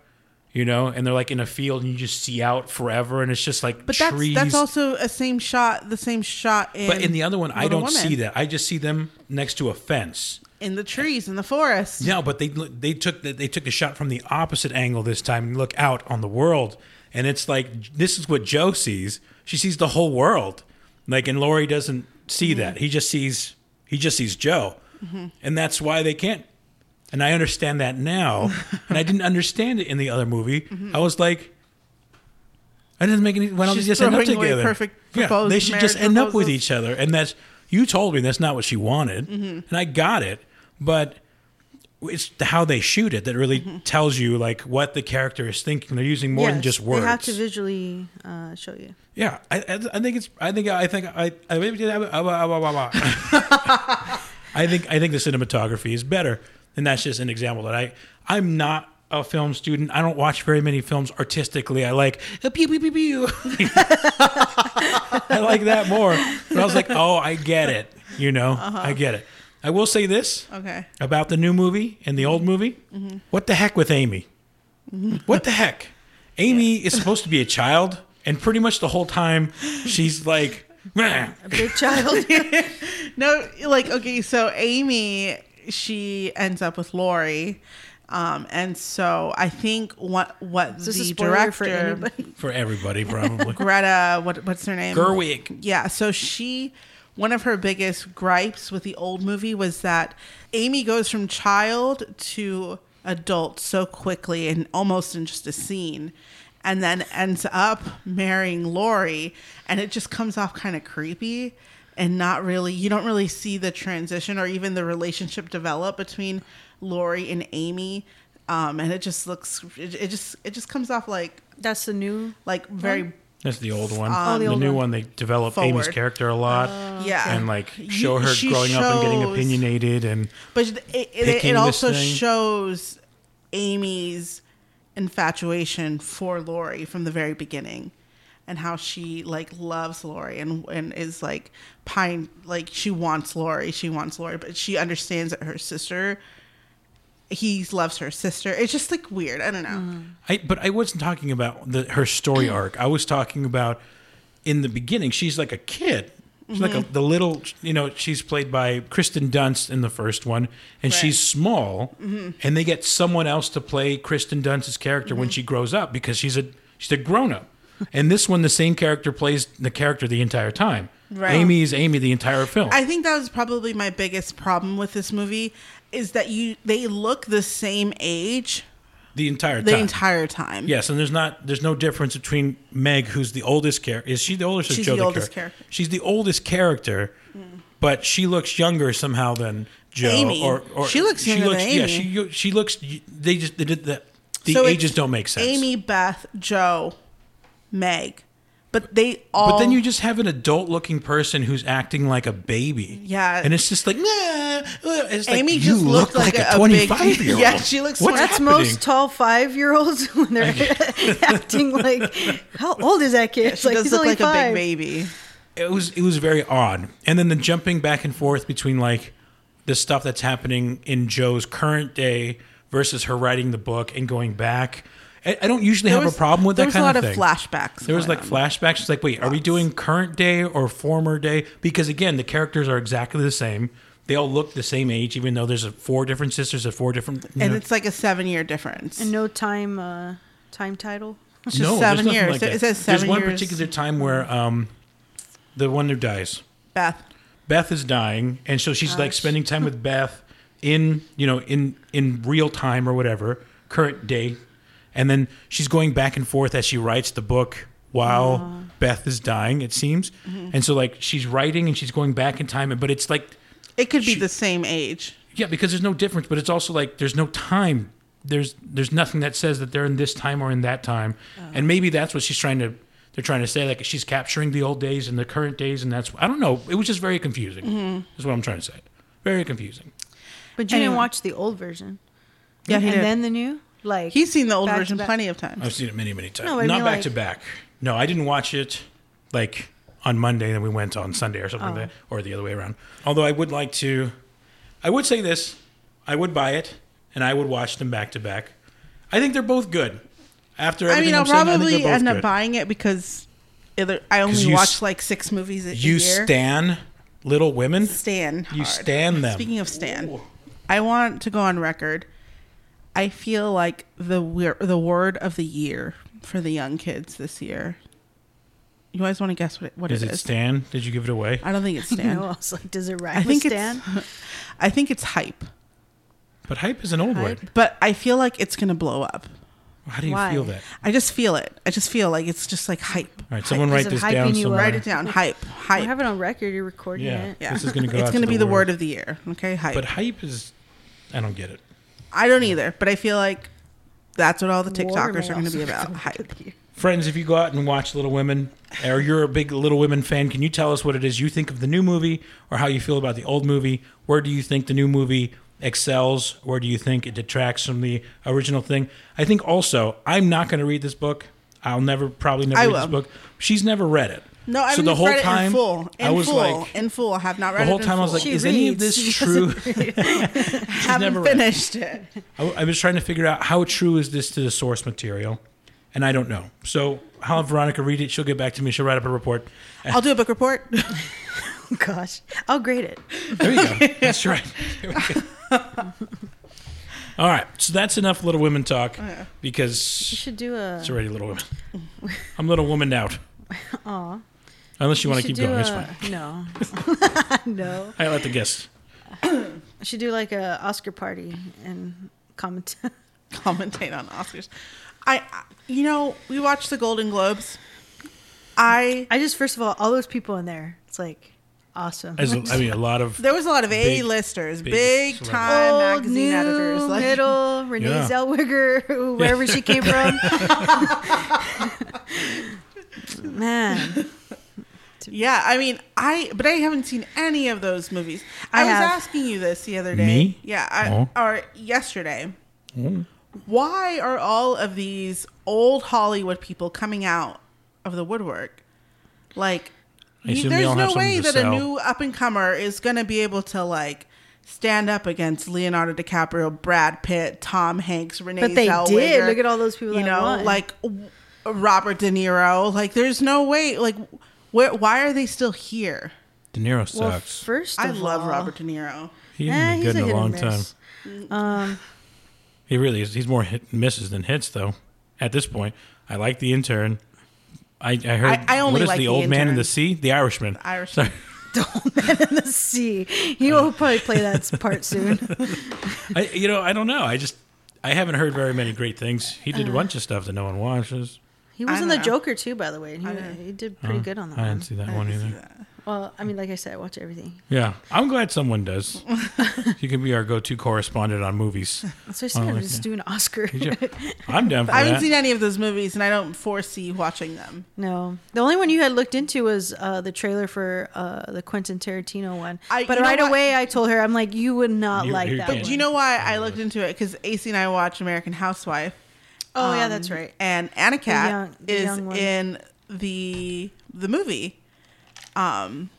[SPEAKER 1] you know, and they're like in a field and you just see out forever and it's just like
[SPEAKER 2] but that's
[SPEAKER 1] trees.
[SPEAKER 2] that's also a same shot the same shot in
[SPEAKER 1] but in the other one, I
[SPEAKER 2] Little
[SPEAKER 1] don't
[SPEAKER 2] Women.
[SPEAKER 1] see that. I just see them next to a fence.
[SPEAKER 2] in the trees in the forest
[SPEAKER 1] No, but they they took the, they took the shot from the opposite angle this time and look out on the world, and it's like this is what Joe sees. She sees the whole world, Like, and Laurie doesn't see
[SPEAKER 2] Mm-hmm.
[SPEAKER 1] that. He just sees he just sees Joe, and that's why they can't. And I understand that
[SPEAKER 2] [laughs]
[SPEAKER 1] now, and I didn't understand it in the other movie. I was like, I didn't make any. Why don't
[SPEAKER 2] Mm-hmm. She's
[SPEAKER 1] they just end up
[SPEAKER 2] throwing away
[SPEAKER 1] together?
[SPEAKER 2] perfect
[SPEAKER 1] yeah,
[SPEAKER 2] proposed
[SPEAKER 1] they should just
[SPEAKER 2] marriage
[SPEAKER 1] end up with
[SPEAKER 2] proposals.
[SPEAKER 1] each other, and that's you told me that's not what she wanted,
[SPEAKER 2] Mm-hmm.
[SPEAKER 1] and I got it, but it's how they shoot it that really tells you like what the character is thinking. They're using more than
[SPEAKER 3] Mm-hmm. Yes,
[SPEAKER 1] just words.
[SPEAKER 3] They have to visually uh, show you.
[SPEAKER 1] Yeah, I, I, I think it's. I think. I think. I. I I
[SPEAKER 3] [laughs]
[SPEAKER 1] think. I think the cinematography is better, and that's just an example that I. I'm not a film student. I don't watch very many films artistically. I like uh, pew pew pew pew. [laughs] I like that more. But I was like, oh, I get it. You know,
[SPEAKER 3] Uh-huh.
[SPEAKER 1] I get it. I will say this
[SPEAKER 2] Okay.
[SPEAKER 1] about the new movie and the old movie.
[SPEAKER 2] Mm-hmm.
[SPEAKER 1] What the heck with Amy? What the
[SPEAKER 2] [laughs]
[SPEAKER 1] heck? Amy is supposed to be a child, and pretty much the whole time she's like, "Meh."
[SPEAKER 3] A big
[SPEAKER 1] [laughs]
[SPEAKER 3] child. [laughs]
[SPEAKER 2] No, like okay, so Amy she ends up with Lori. Um, and so I think what what
[SPEAKER 3] This is
[SPEAKER 2] the
[SPEAKER 3] a spoiler for
[SPEAKER 2] director
[SPEAKER 3] anybody.
[SPEAKER 1] for everybody
[SPEAKER 2] [laughs]
[SPEAKER 1] probably.
[SPEAKER 2] Greta what what's her name?
[SPEAKER 1] Gerwig.
[SPEAKER 2] Yeah, so she one of her biggest gripes with the old movie was that Amy goes from child to adult so quickly and almost in just a scene and then ends up marrying Lori and it just comes off kind of creepy and not really you don't really see the transition or even the relationship develop between Lori and Amy um, and it just looks it, it just it just comes off like
[SPEAKER 3] That's the new.
[SPEAKER 2] like very
[SPEAKER 1] That's the old one.
[SPEAKER 3] Oh, the
[SPEAKER 1] the
[SPEAKER 3] old
[SPEAKER 1] new
[SPEAKER 3] one.
[SPEAKER 1] one, they develop Amy's
[SPEAKER 2] Forward. Oh.
[SPEAKER 1] character a lot.
[SPEAKER 2] yeah
[SPEAKER 1] and like
[SPEAKER 2] You-
[SPEAKER 1] show her
[SPEAKER 2] she
[SPEAKER 1] growing up and getting
[SPEAKER 2] shows-
[SPEAKER 1] opinionated and
[SPEAKER 2] But it, it, it,
[SPEAKER 1] picking this
[SPEAKER 2] also
[SPEAKER 1] thing.
[SPEAKER 2] shows Amy's infatuation for Lori from the very beginning and how she like loves Lori and and is like pine like she wants Lori, she wants Lori, but she understands that her sister he loves her sister. It's just like weird. I don't know.
[SPEAKER 1] I but I wasn't talking about the, her
[SPEAKER 2] [clears throat]
[SPEAKER 1] story arc. I was talking about in the beginning. She's like a kid. She's
[SPEAKER 2] Mm-hmm.
[SPEAKER 1] like a, the little, you know. She's played by Kristen Dunst in the first one, and
[SPEAKER 2] Right. Mm-hmm.
[SPEAKER 1] she's small. And they get someone else to play Kristen Dunst's character
[SPEAKER 2] Mm-hmm.
[SPEAKER 1] when she grows up because she's a she's a grown up. and this one, the same character plays the character the entire time.
[SPEAKER 2] Right.
[SPEAKER 1] Amy is Amy the entire film.
[SPEAKER 2] I think that was probably my biggest problem with this movie is that you they look the same age
[SPEAKER 1] the entire
[SPEAKER 2] the
[SPEAKER 1] time.
[SPEAKER 2] entire time.
[SPEAKER 1] Yes, and there's not there's no difference between Meg, who's the oldest character. Is she the oldest? Or
[SPEAKER 2] She's
[SPEAKER 1] Joe
[SPEAKER 2] the oldest
[SPEAKER 1] charac-
[SPEAKER 2] character. Mm.
[SPEAKER 1] She's the oldest character, but she looks younger somehow than Joe.
[SPEAKER 2] Amy.
[SPEAKER 1] Or, or
[SPEAKER 2] She looks younger than
[SPEAKER 1] Yeah,
[SPEAKER 2] Amy.
[SPEAKER 1] she she looks. They just they did the the
[SPEAKER 2] So
[SPEAKER 1] ages
[SPEAKER 2] it's
[SPEAKER 1] don't make sense.
[SPEAKER 2] Amy, Beth, Joe, Meg, but they all.
[SPEAKER 1] But then you just have an adult looking person who's acting like a baby.
[SPEAKER 2] Yeah.
[SPEAKER 1] And it's just like, nah, uh, it's like,
[SPEAKER 2] Amy
[SPEAKER 1] you
[SPEAKER 2] just
[SPEAKER 1] look
[SPEAKER 2] looked
[SPEAKER 1] like,
[SPEAKER 2] like
[SPEAKER 1] a,
[SPEAKER 2] a- a big-
[SPEAKER 1] 25 year old.
[SPEAKER 2] [laughs] Yeah, she looks
[SPEAKER 1] What's
[SPEAKER 2] like-
[SPEAKER 3] That's
[SPEAKER 1] happening?
[SPEAKER 3] most tall five year olds [laughs] when they're [laughs] acting like, how old is that kid? It's
[SPEAKER 2] she
[SPEAKER 3] like,
[SPEAKER 2] does
[SPEAKER 3] he's
[SPEAKER 2] look
[SPEAKER 3] only
[SPEAKER 2] like a
[SPEAKER 3] five.
[SPEAKER 2] big baby.
[SPEAKER 1] it was it was very odd and then the jumping back and forth between like the stuff that's happening in joe's current day versus her writing the book and going back i, I don't usually have a problem with
[SPEAKER 2] there
[SPEAKER 1] that
[SPEAKER 2] was
[SPEAKER 1] kind
[SPEAKER 2] a lot
[SPEAKER 1] of
[SPEAKER 2] of,
[SPEAKER 1] thing
[SPEAKER 2] flashbacks.
[SPEAKER 1] there was
[SPEAKER 2] going
[SPEAKER 1] like
[SPEAKER 2] on.
[SPEAKER 1] flashbacks it's like wait are we doing current day or former day because again the characters are exactly the same they all look the same age even though there's a, four different sisters at four different you
[SPEAKER 2] and
[SPEAKER 1] know-
[SPEAKER 2] it's like a seven-year difference.
[SPEAKER 3] And no time, uh, time title.
[SPEAKER 2] It's
[SPEAKER 1] no, there's
[SPEAKER 2] just seven
[SPEAKER 1] nothing
[SPEAKER 2] years.
[SPEAKER 1] like
[SPEAKER 2] It-
[SPEAKER 1] that.
[SPEAKER 2] it says
[SPEAKER 1] there's
[SPEAKER 2] seven
[SPEAKER 1] one
[SPEAKER 2] years.
[SPEAKER 1] particular time where um the one who dies
[SPEAKER 2] Beth,
[SPEAKER 1] Beth is dying, and so she's like spending time with Beth in you know in in real time or whatever current day, and then she's going back and forth as she writes the book while Beth is dying. It seems, and so like she's writing and she's going back in time, but it's like
[SPEAKER 2] it could be
[SPEAKER 1] She-
[SPEAKER 2] the same age.
[SPEAKER 1] yeah, because there's no difference, but it's also like there's no time. There's there's nothing that says that they're in this time or in that time, and maybe that's what she's trying to. They're trying to say like she's capturing the old days and the current days, and that's I don't know. It was just very confusing. Is what I'm trying to say. Very confusing.
[SPEAKER 3] But you
[SPEAKER 2] Anyway.
[SPEAKER 3] didn't watch the old version.
[SPEAKER 2] Yeah, he
[SPEAKER 3] and
[SPEAKER 2] did.
[SPEAKER 3] then the new? Like,
[SPEAKER 2] He's seen the old
[SPEAKER 3] back to
[SPEAKER 2] version
[SPEAKER 3] back.
[SPEAKER 2] plenty of times.
[SPEAKER 1] I've seen it many many times.
[SPEAKER 3] No, I
[SPEAKER 1] Not
[SPEAKER 3] mean,
[SPEAKER 1] back
[SPEAKER 3] like-
[SPEAKER 1] to back. No, I didn't watch it like on Monday, then we went on Sunday or
[SPEAKER 2] Oh.
[SPEAKER 1] something like that, or the other way around. Although I would like to, I would say this: I would buy it and I would watch them back to back. I think they're both good. After
[SPEAKER 2] I
[SPEAKER 1] everything
[SPEAKER 2] mean,
[SPEAKER 1] i
[SPEAKER 2] I'll probably end up
[SPEAKER 1] good.
[SPEAKER 2] buying it because either, I
[SPEAKER 1] 'Cause
[SPEAKER 2] only
[SPEAKER 1] you
[SPEAKER 2] watch
[SPEAKER 1] s-
[SPEAKER 2] like six movies a
[SPEAKER 1] You
[SPEAKER 2] year.
[SPEAKER 1] stan Little Women.
[SPEAKER 2] Stan.
[SPEAKER 1] You
[SPEAKER 2] hard.
[SPEAKER 1] stan them.
[SPEAKER 2] Speaking of Stan,
[SPEAKER 1] Ooh.
[SPEAKER 2] I want to go on record. I feel like the weir- the word of the year for the young kids this year You always want to guess what it, what
[SPEAKER 1] Does
[SPEAKER 2] it
[SPEAKER 1] it
[SPEAKER 2] is.
[SPEAKER 1] Stan? Did you give it away?
[SPEAKER 2] I don't think it's
[SPEAKER 3] You
[SPEAKER 2] Stan.
[SPEAKER 3] know, [laughs] I was like, does it rhyme
[SPEAKER 2] I think
[SPEAKER 3] with Stan?
[SPEAKER 2] it's. [laughs] I think it's hype,
[SPEAKER 1] But hype is an old
[SPEAKER 3] Hype?
[SPEAKER 1] word.
[SPEAKER 2] but I feel like it's gonna blow up.
[SPEAKER 1] How do you
[SPEAKER 3] Why?
[SPEAKER 1] feel that?
[SPEAKER 2] I just feel it. I just feel like it's just like hype.
[SPEAKER 1] All right, someone write
[SPEAKER 3] it
[SPEAKER 1] this
[SPEAKER 3] hyping
[SPEAKER 1] down
[SPEAKER 3] you up?
[SPEAKER 1] somewhere.
[SPEAKER 2] Write it down. Hype.
[SPEAKER 3] I have
[SPEAKER 2] Hype.
[SPEAKER 3] it on record. You're recording
[SPEAKER 1] Yeah.
[SPEAKER 3] it.
[SPEAKER 2] Yeah.
[SPEAKER 1] This is gonna go
[SPEAKER 2] It's
[SPEAKER 1] out
[SPEAKER 2] gonna
[SPEAKER 1] to
[SPEAKER 2] be
[SPEAKER 1] the
[SPEAKER 2] the
[SPEAKER 1] world.
[SPEAKER 2] word of the year. Okay, hype.
[SPEAKER 1] But hype is, I don't get it.
[SPEAKER 2] I don't either, but I feel like that's what all the TikTokers are
[SPEAKER 3] Watermelons
[SPEAKER 2] going to be
[SPEAKER 3] are [laughs]
[SPEAKER 2] about.
[SPEAKER 3] the
[SPEAKER 2] Hype.
[SPEAKER 3] word.
[SPEAKER 1] Friends, if you go out and watch Little Women, or you're a big Little Women fan, can you tell us what it is you think of the new movie, or how you feel about the old movie? Where do you think the new movie excels? Where do you think it detracts from the original thing? I think also, I'm not going to read this book. I'll never, probably never
[SPEAKER 2] I
[SPEAKER 1] read this
[SPEAKER 2] will.
[SPEAKER 1] book. She's never read it.
[SPEAKER 2] No, I
[SPEAKER 1] so the whole
[SPEAKER 2] read
[SPEAKER 1] time
[SPEAKER 2] it in full. In
[SPEAKER 1] I was
[SPEAKER 2] full.
[SPEAKER 1] like,
[SPEAKER 2] in full. I have not read
[SPEAKER 1] the whole
[SPEAKER 2] it in
[SPEAKER 1] time I was
[SPEAKER 2] full.
[SPEAKER 1] like,
[SPEAKER 3] She
[SPEAKER 1] is any of this
[SPEAKER 2] [laughs]
[SPEAKER 3] reads. She
[SPEAKER 1] true?
[SPEAKER 2] haven't
[SPEAKER 1] never read it. [laughs]
[SPEAKER 2] finished it.
[SPEAKER 1] I, I was trying to figure out how true is this to the source material, and I don't know. So I'll have Veronica read it. She'll get back to me. She'll write up a report.
[SPEAKER 2] I'll do a book report.
[SPEAKER 3] Oh, gosh. I'll grade it.
[SPEAKER 1] There you go.
[SPEAKER 3] [laughs]
[SPEAKER 1] That's right. There we go. All right. So that's enough Little Women talk
[SPEAKER 3] You
[SPEAKER 1] because
[SPEAKER 3] should do a.
[SPEAKER 1] it's already
[SPEAKER 3] [laughs]
[SPEAKER 1] Little Women. I'm Little Woman out.
[SPEAKER 3] Aw.
[SPEAKER 1] Unless you, want to keep
[SPEAKER 3] should do
[SPEAKER 1] going,
[SPEAKER 3] A,
[SPEAKER 1] it's fine. [laughs]
[SPEAKER 3] No. no.
[SPEAKER 1] I let the guests.
[SPEAKER 3] I should do like a Oscar party and comment. [laughs]
[SPEAKER 2] Commentate on Oscars. I, I- you know, we watched the Golden Globes. I
[SPEAKER 3] I just, first of all, all those people in there, it's like awesome. [laughs]
[SPEAKER 1] As, I mean, a lot of
[SPEAKER 2] there was a lot of
[SPEAKER 1] Big-
[SPEAKER 2] A listers,
[SPEAKER 1] big
[SPEAKER 2] big,
[SPEAKER 1] celebrities.
[SPEAKER 2] time
[SPEAKER 3] Old,
[SPEAKER 2] magazine
[SPEAKER 3] new,
[SPEAKER 2] editors.
[SPEAKER 1] [laughs]
[SPEAKER 2] Like,
[SPEAKER 3] middle, Renee
[SPEAKER 1] Yeah. [laughs]
[SPEAKER 3] Zellweger, [laughs] wherever she came from. [laughs] Man,
[SPEAKER 2] yeah, I mean, I but I haven't seen any of those movies. I,
[SPEAKER 3] I
[SPEAKER 2] was
[SPEAKER 3] have.
[SPEAKER 2] asking you this the other day.
[SPEAKER 1] Me?
[SPEAKER 2] Yeah, I,
[SPEAKER 1] Oh.
[SPEAKER 2] or yesterday. Why are all of these old Hollywood people coming out of the woodwork? Like,
[SPEAKER 1] I
[SPEAKER 2] you-
[SPEAKER 1] assume they
[SPEAKER 2] there's
[SPEAKER 1] all have
[SPEAKER 2] no way
[SPEAKER 1] something to
[SPEAKER 2] that
[SPEAKER 1] sell.
[SPEAKER 2] a new up and comer is going to be able to like stand up against Leonardo DiCaprio, Brad Pitt, Tom Hanks, Renee.
[SPEAKER 3] But they
[SPEAKER 2] Zellweger,
[SPEAKER 3] did. Look at all those people
[SPEAKER 2] You
[SPEAKER 3] that
[SPEAKER 2] know,
[SPEAKER 3] won.
[SPEAKER 2] like w- Robert De Niro. Like, there's no way. Like, where? Why are they still here?
[SPEAKER 1] De Niro
[SPEAKER 3] well,
[SPEAKER 1] sucks.
[SPEAKER 3] first
[SPEAKER 2] I
[SPEAKER 3] of
[SPEAKER 2] love
[SPEAKER 3] all,
[SPEAKER 2] Robert De Niro.
[SPEAKER 1] he
[SPEAKER 3] eh,
[SPEAKER 1] hasn't
[SPEAKER 3] he's
[SPEAKER 1] been good in
[SPEAKER 3] a
[SPEAKER 1] a
[SPEAKER 3] hit or
[SPEAKER 1] long time.
[SPEAKER 3] [laughs] miss. Um,
[SPEAKER 1] He really is. He's more hit, misses than hits, though. At this point, I like the intern. I, I heard.
[SPEAKER 2] I only
[SPEAKER 1] what is
[SPEAKER 2] like
[SPEAKER 1] the,
[SPEAKER 2] The
[SPEAKER 1] old man in
[SPEAKER 2] Intern.
[SPEAKER 1] the sea? The Irishman.
[SPEAKER 2] Irish.
[SPEAKER 1] Sorry.
[SPEAKER 3] in the sea. He will probably play that
[SPEAKER 1] [laughs]
[SPEAKER 3] part soon.
[SPEAKER 1] I, you know, I don't know. I just, I haven't heard very many great things. He did a bunch of stuff that no one watches. Uh-huh.
[SPEAKER 3] He was
[SPEAKER 2] I
[SPEAKER 3] in the
[SPEAKER 2] know.
[SPEAKER 3] Joker too, by the way. and
[SPEAKER 2] I
[SPEAKER 3] He,
[SPEAKER 2] know.
[SPEAKER 3] he did pretty good on that
[SPEAKER 1] I
[SPEAKER 3] one.
[SPEAKER 1] didn't see that one either.
[SPEAKER 3] Well, I mean, like I said, I watch everything.
[SPEAKER 1] Yeah, I'm glad someone does. you can be our go-to correspondent on movies.
[SPEAKER 3] That's what I said.
[SPEAKER 1] Oh,
[SPEAKER 3] I'm
[SPEAKER 1] like
[SPEAKER 3] just
[SPEAKER 1] that.
[SPEAKER 3] doing Oscar.
[SPEAKER 1] I'm down for
[SPEAKER 2] I
[SPEAKER 1] that.
[SPEAKER 2] haven't seen any of those movies, and I don't foresee watching them.
[SPEAKER 3] [laughs] no, the only one you had looked into was uh, the trailer for uh, the Quentin Tarantino one.
[SPEAKER 2] I-
[SPEAKER 3] but
[SPEAKER 2] you know
[SPEAKER 3] right
[SPEAKER 2] what?
[SPEAKER 3] away, I told her, I'm like, you would not
[SPEAKER 1] You-
[SPEAKER 3] like
[SPEAKER 1] you
[SPEAKER 3] that.
[SPEAKER 1] can't.
[SPEAKER 3] one.
[SPEAKER 2] Do you know why I looked into it? Because AC and I watch American Housewife.
[SPEAKER 3] Oh yeah,
[SPEAKER 2] Um,
[SPEAKER 3] that's right.
[SPEAKER 2] And Anna Cat
[SPEAKER 3] young- the
[SPEAKER 2] is
[SPEAKER 3] young one.
[SPEAKER 2] in the the movie, um,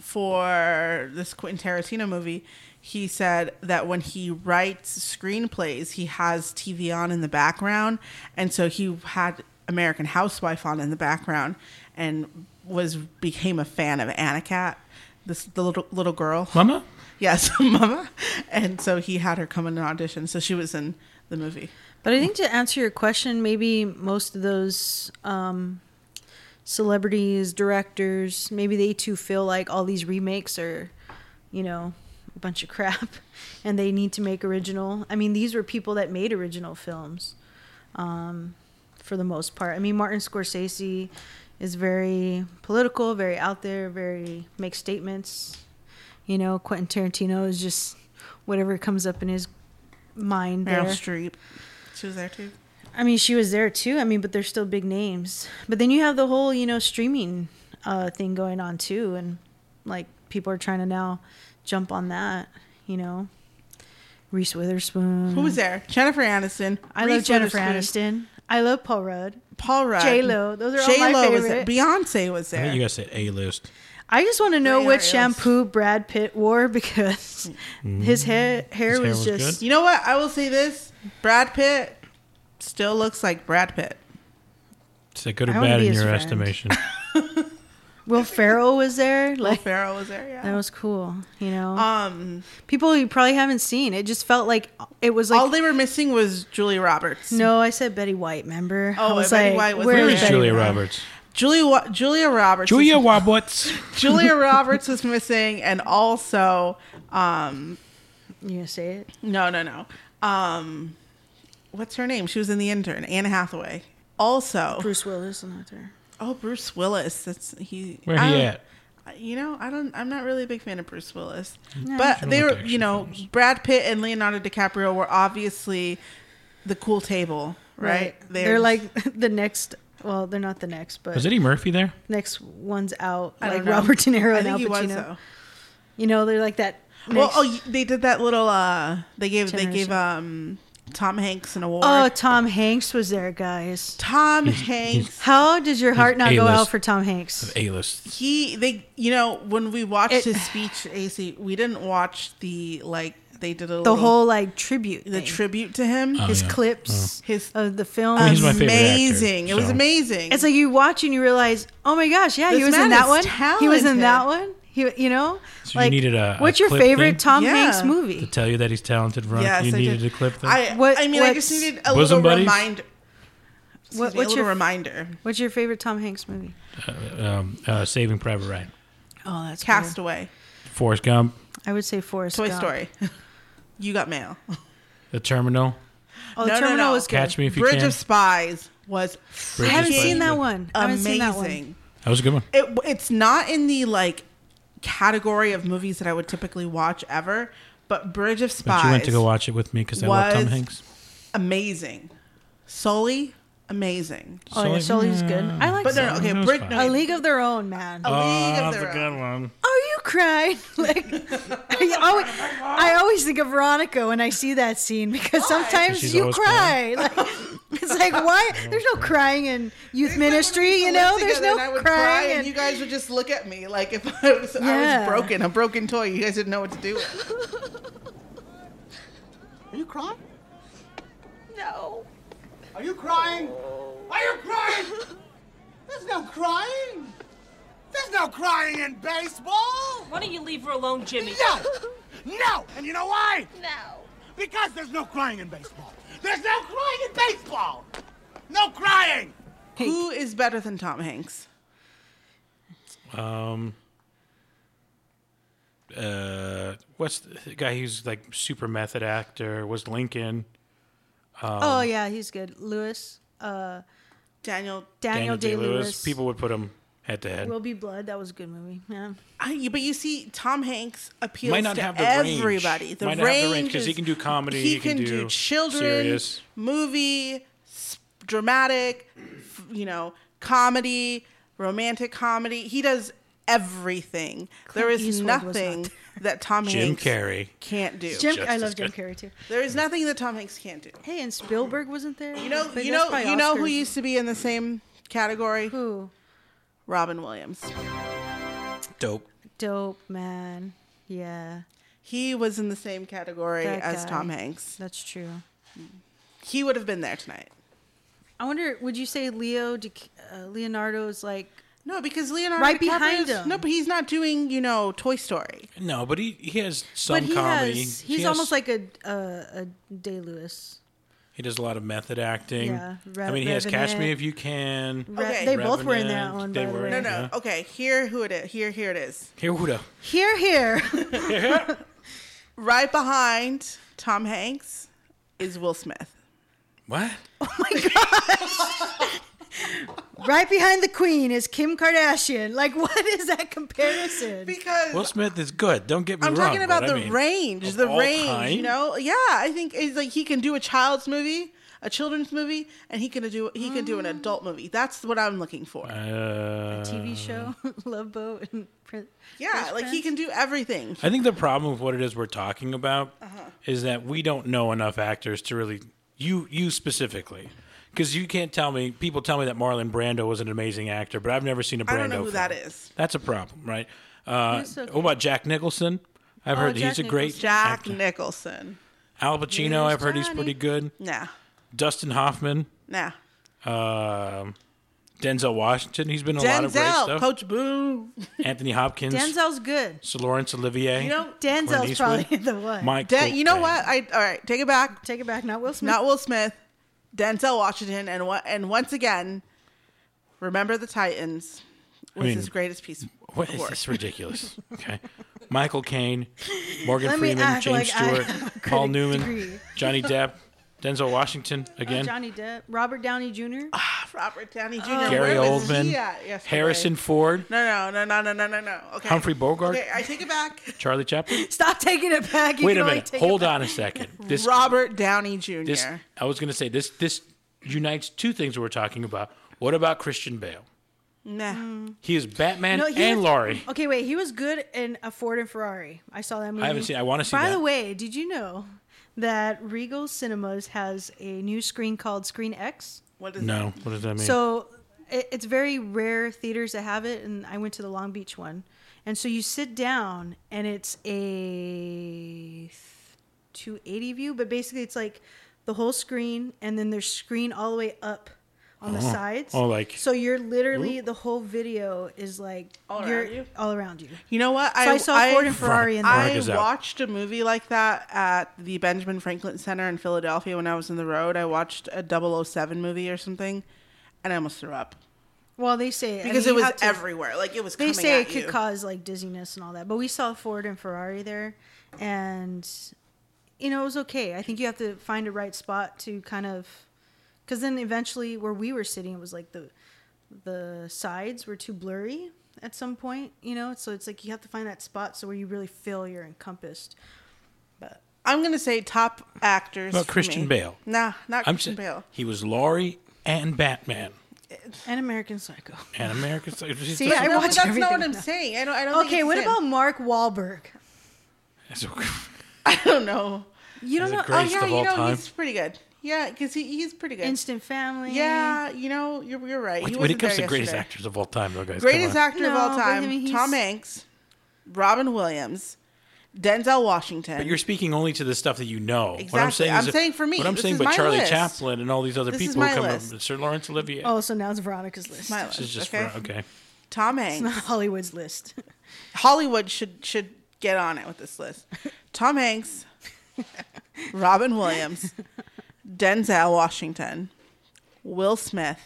[SPEAKER 2] for this Quentin Tarantino movie. He said that when he writes screenplays, he has TV on in the background, and so he had American Housewife on in the background, and was became a fan of Anna Cat, this the little little girl.
[SPEAKER 1] Mama,
[SPEAKER 2] Yes, [laughs] Mama. And so he had her come in an audition. So she was in the movie.
[SPEAKER 3] But I think to answer your question, maybe most of those um, celebrities, directors, maybe they too feel like all these remakes are, you know, a bunch of [laughs] crap and they need to make original. I mean, these were people that made original films um, for the most part. I mean, Martin Scorsese is very political, very out there, very makes statements. You know, Quentin Tarantino is just whatever comes up in his mind.
[SPEAKER 2] Meryl
[SPEAKER 3] there. Mm-hmm.
[SPEAKER 2] Streep. She was there too.
[SPEAKER 3] I mean, she was there too. I mean, but they're still big names. But then you have the whole, you know, streaming uh, thing going on too, and like people are trying to now jump on that. You know, Reese Witherspoon.
[SPEAKER 2] Who was there? Jennifer Aniston.
[SPEAKER 3] I love
[SPEAKER 2] Reese
[SPEAKER 3] Jennifer
[SPEAKER 2] Witherspoon,
[SPEAKER 3] Aniston. I love Paul Rudd.
[SPEAKER 2] Paul Rudd.
[SPEAKER 3] J-Lo. Those are all
[SPEAKER 2] J-Lo
[SPEAKER 3] my
[SPEAKER 2] was there.
[SPEAKER 3] favorite.
[SPEAKER 2] Beyonce was
[SPEAKER 1] I think you
[SPEAKER 2] there.
[SPEAKER 1] guys said A-list.
[SPEAKER 3] I just want to know
[SPEAKER 2] Ray
[SPEAKER 3] what
[SPEAKER 2] Harry's.
[SPEAKER 3] shampoo Brad Pitt wore [laughs] because Mm-hmm. his hair hair,
[SPEAKER 1] His hair was
[SPEAKER 3] was, just
[SPEAKER 2] You know what? I will say this. Brad Pitt still looks like Brad Pitt.
[SPEAKER 1] Is that good or
[SPEAKER 3] I wanna
[SPEAKER 1] bad
[SPEAKER 3] be
[SPEAKER 1] in
[SPEAKER 3] his
[SPEAKER 1] your
[SPEAKER 3] friend.
[SPEAKER 1] estimation?
[SPEAKER 3] Will Ferrell was there.
[SPEAKER 2] Will
[SPEAKER 3] Like
[SPEAKER 2] Ferrell was there,
[SPEAKER 3] that [laughs]
[SPEAKER 2] yeah.
[SPEAKER 3] was cool. You know,
[SPEAKER 2] Um,
[SPEAKER 3] people you probably haven't seen. It just felt like it was like
[SPEAKER 2] all they were missing was Julia Roberts.
[SPEAKER 3] No, I said Betty White. Remember?
[SPEAKER 2] Oh,
[SPEAKER 3] I was
[SPEAKER 2] Betty
[SPEAKER 3] like,
[SPEAKER 2] White was
[SPEAKER 3] where
[SPEAKER 2] there.
[SPEAKER 1] Where's
[SPEAKER 3] is Betty
[SPEAKER 1] Julia
[SPEAKER 3] White?
[SPEAKER 1] Roberts?
[SPEAKER 2] Julia Wa- Julia Roberts. is-
[SPEAKER 1] [laughs] Julia Roberts.
[SPEAKER 2] Julia Roberts was missing, and also um,
[SPEAKER 3] You gonna say
[SPEAKER 2] [laughs]
[SPEAKER 3] it?
[SPEAKER 2] no, no, no. Um, what's her name? She was in The Intern. Anne Hathaway. Also,
[SPEAKER 3] Bruce Willis is not there.
[SPEAKER 2] oh Bruce Willis. That's he.
[SPEAKER 1] Where
[SPEAKER 2] I
[SPEAKER 1] he
[SPEAKER 2] don't-
[SPEAKER 1] at?
[SPEAKER 2] You know, I don't. I'm not really a big fan of Bruce Willis, but
[SPEAKER 1] Sure
[SPEAKER 2] they
[SPEAKER 1] what
[SPEAKER 2] were.
[SPEAKER 1] the
[SPEAKER 2] You know, Brad Pitt and Leonardo DiCaprio were obviously the cool table, right?
[SPEAKER 3] They're, like [laughs] the next. Well, they're not the next, but
[SPEAKER 1] Was Eddie Murphy there?
[SPEAKER 3] next one's out.
[SPEAKER 2] I
[SPEAKER 3] like
[SPEAKER 2] don't know.
[SPEAKER 3] Robert De Niro
[SPEAKER 2] I
[SPEAKER 3] and
[SPEAKER 2] think
[SPEAKER 3] Al
[SPEAKER 2] he
[SPEAKER 3] Pacino.
[SPEAKER 2] was though.
[SPEAKER 3] You know, they're like that.
[SPEAKER 2] Well,
[SPEAKER 3] next-
[SPEAKER 2] oh, y- they did that little. uh They gave they gave
[SPEAKER 3] Generation.
[SPEAKER 2] um Tom Hanks an award.
[SPEAKER 3] oh, Tom Hanks was there, guys.
[SPEAKER 2] Tom Hanks.
[SPEAKER 3] How did your heart not go
[SPEAKER 1] A-list.
[SPEAKER 3] out for Tom Hanks?
[SPEAKER 1] A list.
[SPEAKER 2] He they you know when we watched
[SPEAKER 3] It-
[SPEAKER 2] his speech, AC, we didn't watch the like they did a
[SPEAKER 3] The
[SPEAKER 2] little,
[SPEAKER 3] whole like tribute,
[SPEAKER 2] the
[SPEAKER 3] thing.
[SPEAKER 2] tribute to him.
[SPEAKER 1] Oh,
[SPEAKER 3] his
[SPEAKER 1] yeah.
[SPEAKER 3] clips,
[SPEAKER 2] His-
[SPEAKER 3] of the film.
[SPEAKER 1] he's my favorite actor,
[SPEAKER 2] amazing. it was
[SPEAKER 1] so.
[SPEAKER 2] amazing.
[SPEAKER 3] It's like you watch and you realize, oh my gosh, yeah, he
[SPEAKER 2] This
[SPEAKER 3] was
[SPEAKER 2] man
[SPEAKER 3] in that
[SPEAKER 2] is
[SPEAKER 3] one. He was in that one. He, you know,
[SPEAKER 1] So you needed a- a
[SPEAKER 3] what's your
[SPEAKER 1] clip
[SPEAKER 3] favorite
[SPEAKER 1] thing?
[SPEAKER 3] Tom
[SPEAKER 2] Yeah.
[SPEAKER 3] Hanks
[SPEAKER 1] To
[SPEAKER 3] movie?
[SPEAKER 1] tell you that he's talented, Veronica,
[SPEAKER 2] yes,
[SPEAKER 1] you
[SPEAKER 2] I
[SPEAKER 1] needed
[SPEAKER 2] did.
[SPEAKER 1] to clip that.
[SPEAKER 2] I
[SPEAKER 3] What-
[SPEAKER 2] I mean I
[SPEAKER 3] what's-
[SPEAKER 2] just needed a
[SPEAKER 1] Bosom
[SPEAKER 2] little
[SPEAKER 1] buddies?
[SPEAKER 2] reminder. Excuse
[SPEAKER 3] What-
[SPEAKER 2] me,
[SPEAKER 3] what's
[SPEAKER 2] a little
[SPEAKER 3] your-
[SPEAKER 2] reminder?
[SPEAKER 3] What's your favorite Tom Hanks movie?
[SPEAKER 1] um, uh, Saving Private Ryan,
[SPEAKER 3] Oh, that's cool.
[SPEAKER 2] Castaway,
[SPEAKER 1] Forrest Gump,
[SPEAKER 3] I would say Forrest
[SPEAKER 2] Toy
[SPEAKER 3] Gump.
[SPEAKER 2] Story. you got mail.
[SPEAKER 1] The Terminal,
[SPEAKER 3] Oh, the
[SPEAKER 2] No, no,
[SPEAKER 3] Terminal
[SPEAKER 2] no.
[SPEAKER 3] was good.
[SPEAKER 1] Catch Me If You
[SPEAKER 2] Bridge
[SPEAKER 1] Can.
[SPEAKER 2] of Spies was
[SPEAKER 3] I
[SPEAKER 1] Bridge
[SPEAKER 3] haven't
[SPEAKER 1] is fine.
[SPEAKER 3] seen that one. I haven't seen that one.
[SPEAKER 2] amazing.
[SPEAKER 1] That was a good one.
[SPEAKER 2] it, it's not in the like category of movies that I would typically watch ever, but Bridge of Spies
[SPEAKER 1] But you went to go watch it with me because I love Tom
[SPEAKER 2] was-
[SPEAKER 1] Hanks.
[SPEAKER 2] amazing. Sully amazing.
[SPEAKER 3] Oh, yeah, Sully's good. I like
[SPEAKER 2] But no, no
[SPEAKER 3] Sully.
[SPEAKER 2] okay,
[SPEAKER 1] That was
[SPEAKER 2] Bridge
[SPEAKER 1] fine.
[SPEAKER 2] no,
[SPEAKER 3] A League of Their Own, man.
[SPEAKER 2] A
[SPEAKER 3] Oh,
[SPEAKER 2] League of
[SPEAKER 1] that's
[SPEAKER 2] Their
[SPEAKER 1] a
[SPEAKER 2] Own.
[SPEAKER 1] good one.
[SPEAKER 3] you cried. [laughs] Like,
[SPEAKER 2] [laughs]
[SPEAKER 3] I always, I always think of Veronica when I see that scene because sometimes
[SPEAKER 1] She's
[SPEAKER 3] you
[SPEAKER 1] always
[SPEAKER 3] cry. Like, it's [laughs]
[SPEAKER 1] [laughs]
[SPEAKER 3] like why? There's no crying in
[SPEAKER 2] It's like
[SPEAKER 3] youth
[SPEAKER 2] when we
[SPEAKER 3] ministry,
[SPEAKER 2] used to
[SPEAKER 3] you
[SPEAKER 2] live
[SPEAKER 3] know. There's
[SPEAKER 2] together
[SPEAKER 3] no
[SPEAKER 2] and I would
[SPEAKER 3] crying.
[SPEAKER 2] cry and
[SPEAKER 3] and-
[SPEAKER 2] you guys would just look at me like if [laughs] I was, I
[SPEAKER 3] Yeah.
[SPEAKER 2] was broken, a broken toy. You guys didn't know what to do. with.
[SPEAKER 4] Are you crying?
[SPEAKER 3] no.
[SPEAKER 4] Are you crying? Are you crying? There's no crying. There's no crying in baseball.
[SPEAKER 5] Why don't you leave her alone, Jimmy?
[SPEAKER 4] No. No. And you know why? No. Because there's no crying in baseball. There's no crying in baseball. No crying.
[SPEAKER 2] Who is better than Tom Hanks?
[SPEAKER 1] Uh, what's the guy who's like super method actor? Was Lincoln?
[SPEAKER 3] oh yeah, he's good. Lewis, uh,
[SPEAKER 2] Daniel.
[SPEAKER 3] Daniel, Day Lewis.
[SPEAKER 1] People would put him head to head.
[SPEAKER 3] will be blood. That was a good movie. Yeah.
[SPEAKER 2] I, but you see, Tom Hanks appeals
[SPEAKER 1] Might not
[SPEAKER 2] to
[SPEAKER 1] have the range.
[SPEAKER 2] everybody. The
[SPEAKER 1] Might not
[SPEAKER 2] range
[SPEAKER 1] have the range 'cause he
[SPEAKER 2] is-
[SPEAKER 1] can do comedy,
[SPEAKER 2] He,
[SPEAKER 1] he
[SPEAKER 2] can,
[SPEAKER 1] can
[SPEAKER 2] do,
[SPEAKER 1] do
[SPEAKER 2] children,
[SPEAKER 1] serious.
[SPEAKER 2] movie, s- dramatic, f- you know, comedy, romantic comedy. He does everything. there is
[SPEAKER 3] Eastwood was not
[SPEAKER 2] nothing
[SPEAKER 3] [laughs]
[SPEAKER 2] that Tom
[SPEAKER 1] Jim
[SPEAKER 2] Hanks
[SPEAKER 1] Carrey.
[SPEAKER 2] can't do.
[SPEAKER 3] Jim,
[SPEAKER 1] Just
[SPEAKER 3] I
[SPEAKER 1] as
[SPEAKER 3] love Jim
[SPEAKER 1] good.
[SPEAKER 3] Carrey too.
[SPEAKER 2] There is nothing that Tom Hanks can't do.
[SPEAKER 3] Hey, and Spielberg wasn't there.
[SPEAKER 2] You know,
[SPEAKER 3] But
[SPEAKER 2] you
[SPEAKER 3] that's
[SPEAKER 2] know,
[SPEAKER 3] by
[SPEAKER 2] you know who
[SPEAKER 3] Oscars.
[SPEAKER 2] used to be in the same category?
[SPEAKER 3] Who?
[SPEAKER 2] Robin Williams.
[SPEAKER 1] Dope.
[SPEAKER 3] Dope man. Yeah,
[SPEAKER 2] He was in the same category
[SPEAKER 3] That
[SPEAKER 2] as
[SPEAKER 3] guy.
[SPEAKER 2] Tom Hanks.
[SPEAKER 3] that's true.
[SPEAKER 2] He would have been there tonight.
[SPEAKER 3] I wonder, would you say Leo Di- uh, Leonardo's like?
[SPEAKER 2] No, because Leonardo
[SPEAKER 3] Right
[SPEAKER 2] DiCaprio's-
[SPEAKER 3] behind him.
[SPEAKER 2] No, but he's not doing you know Toy Story.
[SPEAKER 1] No, but he, he has some
[SPEAKER 3] But he
[SPEAKER 1] comedy.
[SPEAKER 3] has.
[SPEAKER 1] He
[SPEAKER 3] He's
[SPEAKER 1] has-
[SPEAKER 3] almost like a a, a Day Lewis.
[SPEAKER 1] he does a lot of method acting.
[SPEAKER 3] Yeah, Re-
[SPEAKER 1] I mean, he has Catch Me
[SPEAKER 3] Revenant.
[SPEAKER 1] If You Can.
[SPEAKER 3] Re-
[SPEAKER 2] Okay.
[SPEAKER 3] They both were in that
[SPEAKER 1] Revenant,
[SPEAKER 3] one.
[SPEAKER 1] they
[SPEAKER 3] by the
[SPEAKER 1] were
[SPEAKER 3] way.
[SPEAKER 1] in
[SPEAKER 2] No, no.
[SPEAKER 1] Yeah.
[SPEAKER 2] Okay, here who it is. Here, here it is.
[SPEAKER 1] Here, Huda.
[SPEAKER 3] Here, here. [laughs]
[SPEAKER 2] Right behind Tom Hanks is Will Smith.
[SPEAKER 1] What?
[SPEAKER 3] right behind the Queen is Kim Kardashian. Like, what is that comparison?
[SPEAKER 2] Because
[SPEAKER 1] Will Smith is good. Don't get me
[SPEAKER 2] I'm
[SPEAKER 1] wrong.
[SPEAKER 2] talking about
[SPEAKER 1] but
[SPEAKER 2] the
[SPEAKER 1] I mean,
[SPEAKER 2] range,
[SPEAKER 1] of
[SPEAKER 2] the
[SPEAKER 1] all
[SPEAKER 2] range.
[SPEAKER 1] time?
[SPEAKER 2] You know, yeah. I think it's like he can do a child's movie, a children's movie, and he can do he can do
[SPEAKER 3] Oh.
[SPEAKER 2] an adult movie. That's what I'm looking for.
[SPEAKER 1] Uh,
[SPEAKER 3] TV show, [laughs] Love Boat, and Prince.
[SPEAKER 2] yeah, like he can do everything.
[SPEAKER 1] I think the problem with what it is we're talking about
[SPEAKER 2] Uh-huh.
[SPEAKER 1] is that we don't know enough actors to really you you specifically because you can't tell me people tell me that Marlon Brando was an amazing actor, but I've never seen a Brando.
[SPEAKER 2] I don't know who
[SPEAKER 1] film.
[SPEAKER 2] that is.
[SPEAKER 1] That's a problem, right? Uh,
[SPEAKER 3] That's okay.
[SPEAKER 1] What about Jack Nicholson? I've
[SPEAKER 3] Oh,
[SPEAKER 1] heard
[SPEAKER 3] Jack
[SPEAKER 1] he's a great
[SPEAKER 2] Jack
[SPEAKER 1] actor.
[SPEAKER 2] Nicholson.
[SPEAKER 1] Al Pacino.
[SPEAKER 3] Here's
[SPEAKER 1] I've heard he's
[SPEAKER 3] Johnny.
[SPEAKER 1] pretty good.
[SPEAKER 2] Nah,
[SPEAKER 1] Dustin Hoffman,
[SPEAKER 2] nah.
[SPEAKER 1] um, Denzel Washington. He's been in a lot of great
[SPEAKER 2] Denzel,
[SPEAKER 1] stuff.
[SPEAKER 2] Coach Boone.
[SPEAKER 1] Anthony Hopkins,
[SPEAKER 3] Denzel's good.
[SPEAKER 1] Sir Lawrence Olivier.
[SPEAKER 2] You know,
[SPEAKER 1] Clint
[SPEAKER 3] Denzel's
[SPEAKER 1] Eastwood.
[SPEAKER 3] probably the one.
[SPEAKER 1] Mike.
[SPEAKER 2] Den- you know
[SPEAKER 1] Coltrane.
[SPEAKER 2] what? I all right. Take it back.
[SPEAKER 3] Take it back, not Will Smith.
[SPEAKER 2] Not Will Smith, Denzel Washington, and what? And once again, Remember the Titans was
[SPEAKER 1] mean,
[SPEAKER 2] his greatest piece of
[SPEAKER 1] What is
[SPEAKER 2] work.
[SPEAKER 1] this ridiculous? Okay, Michael Caine, Morgan
[SPEAKER 3] Let me
[SPEAKER 1] Freeman,
[SPEAKER 3] act
[SPEAKER 1] James
[SPEAKER 3] like I
[SPEAKER 1] Stewart,
[SPEAKER 3] have a
[SPEAKER 1] Paul
[SPEAKER 3] critic
[SPEAKER 1] Newman,
[SPEAKER 3] degree.
[SPEAKER 1] Johnny Depp, Denzel Washington
[SPEAKER 3] Oh,
[SPEAKER 1] again,
[SPEAKER 3] Johnny Depp, Robert Downey Jr.
[SPEAKER 2] Ah. Robert Downey Jr.
[SPEAKER 1] Gary
[SPEAKER 2] where was
[SPEAKER 1] Oldman,
[SPEAKER 2] he at yesterday?
[SPEAKER 1] Harrison Ford,
[SPEAKER 2] No, no, no, no, no, no, no, no. Okay.
[SPEAKER 1] Humphrey Bogart,
[SPEAKER 2] Okay, I take it back.
[SPEAKER 1] Charlie Chaplin.
[SPEAKER 3] Stop taking it back. You
[SPEAKER 1] Wait
[SPEAKER 3] can
[SPEAKER 1] a
[SPEAKER 3] only
[SPEAKER 1] minute,
[SPEAKER 3] take it
[SPEAKER 1] hold
[SPEAKER 3] back.
[SPEAKER 1] on a
[SPEAKER 3] [laughs]
[SPEAKER 1] second. This
[SPEAKER 2] Robert Downey Jr.
[SPEAKER 1] this I was going to say this this unites two things we were talking about. What about Christian Bale?
[SPEAKER 2] nah.
[SPEAKER 1] He is Batman
[SPEAKER 3] No, he
[SPEAKER 1] and
[SPEAKER 3] was-
[SPEAKER 1] Laurie.
[SPEAKER 3] Okay, wait. He was good in a Ford and Ferrari. I saw that movie.
[SPEAKER 1] haven't seen- I wanna see
[SPEAKER 3] By
[SPEAKER 1] that.
[SPEAKER 3] the way, did you know that Regal Cinemas has a new screen called Screen X?
[SPEAKER 2] What is
[SPEAKER 1] No, what does that mean?
[SPEAKER 3] So it, it's very rare theaters that have it, and I went to the Long Beach one. And so you sit down, and it's a 280 view, but basically it's like the whole screen, and then there's screen all the way up on the sides.
[SPEAKER 1] Oh, like-
[SPEAKER 3] so you're literally the whole video is like
[SPEAKER 2] All
[SPEAKER 3] you're-
[SPEAKER 2] around you?
[SPEAKER 3] all around you.
[SPEAKER 2] You know what?
[SPEAKER 3] So I, saw Ford and Ferrari in there.
[SPEAKER 2] I
[SPEAKER 1] Veronica Zap.
[SPEAKER 2] watched a movie like that at the Benjamin Franklin Center in Philadelphia when I was in the road. I watched a 007 movie or something, and I almost threw up
[SPEAKER 3] Well, they say I
[SPEAKER 2] because it
[SPEAKER 3] mean,
[SPEAKER 2] was
[SPEAKER 3] how to-
[SPEAKER 2] everywhere. Like it was.
[SPEAKER 3] They
[SPEAKER 2] coming
[SPEAKER 3] say
[SPEAKER 2] at
[SPEAKER 3] it could
[SPEAKER 2] you.
[SPEAKER 3] cause like dizziness and all that, but we saw Ford and Ferrari there, and you know it was okay. I think you have to find a right spot to kind of, because then eventually where we were sitting, it was like the the sides were too blurry at some point, you know. So it's like you have to find that spot so where you really feel you're encompassed.
[SPEAKER 2] I'm gonna say top actors.
[SPEAKER 1] About
[SPEAKER 2] for
[SPEAKER 1] Christian
[SPEAKER 2] me.
[SPEAKER 1] Bale.
[SPEAKER 2] Nah, not
[SPEAKER 1] I'm
[SPEAKER 2] Christian
[SPEAKER 3] [laughs]
[SPEAKER 1] sa-
[SPEAKER 2] Bale.
[SPEAKER 1] He was Laurie and Batman
[SPEAKER 3] And American Psycho.
[SPEAKER 1] and American. [laughs] See,
[SPEAKER 3] [laughs] See, I
[SPEAKER 2] No, but
[SPEAKER 3] watch
[SPEAKER 2] that's
[SPEAKER 3] everything.
[SPEAKER 2] not what I'm saying. I don't. I don't. think
[SPEAKER 3] Okay,
[SPEAKER 2] it's
[SPEAKER 3] what
[SPEAKER 2] him.
[SPEAKER 3] about Mark Wahlberg?
[SPEAKER 2] I [laughs] don't know.
[SPEAKER 3] You don't
[SPEAKER 1] He's a
[SPEAKER 3] know.
[SPEAKER 2] Oh
[SPEAKER 1] Grace
[SPEAKER 2] yeah,
[SPEAKER 1] of
[SPEAKER 2] you
[SPEAKER 1] all
[SPEAKER 2] know
[SPEAKER 1] time.
[SPEAKER 2] he's pretty good. Yeah, because he, he's pretty good.
[SPEAKER 3] Instant Family.
[SPEAKER 2] Yeah, you know you're, you're right. He
[SPEAKER 1] when it
[SPEAKER 2] wasn't
[SPEAKER 1] comes
[SPEAKER 2] there
[SPEAKER 1] to greatest
[SPEAKER 2] yesterday.
[SPEAKER 1] actors of all time, though, guys. come
[SPEAKER 2] Greatest
[SPEAKER 1] on.
[SPEAKER 2] actor of all
[SPEAKER 3] No, but
[SPEAKER 2] time:
[SPEAKER 3] I mean,
[SPEAKER 2] Tom
[SPEAKER 3] he's-
[SPEAKER 2] Hanks, Robin Williams, Denzel Washington.
[SPEAKER 1] You're speaking only to the stuff that you know. What I'm
[SPEAKER 2] Exactly.
[SPEAKER 1] saying
[SPEAKER 2] I'm
[SPEAKER 1] is,
[SPEAKER 2] saying for me,
[SPEAKER 1] What I'm
[SPEAKER 2] this
[SPEAKER 1] saying,
[SPEAKER 2] is
[SPEAKER 1] but
[SPEAKER 2] my
[SPEAKER 1] Charlie
[SPEAKER 2] list.
[SPEAKER 1] Chaplin and all these other
[SPEAKER 2] This is
[SPEAKER 1] people who
[SPEAKER 2] my
[SPEAKER 1] come
[SPEAKER 2] list.
[SPEAKER 1] up, Sir Lawrence Olivier.
[SPEAKER 3] Oh, so now it's Veronica's list.
[SPEAKER 2] My
[SPEAKER 1] this
[SPEAKER 2] list,
[SPEAKER 1] is just
[SPEAKER 2] okay?
[SPEAKER 1] for, okay.
[SPEAKER 2] Tom
[SPEAKER 3] It's not
[SPEAKER 2] Hanks.
[SPEAKER 3] Hollywood's list.
[SPEAKER 2] Hollywood should should get on it with this list. Tom
[SPEAKER 3] [laughs]
[SPEAKER 2] Hanks, Robin Williams, Denzel Washington, Will Smith,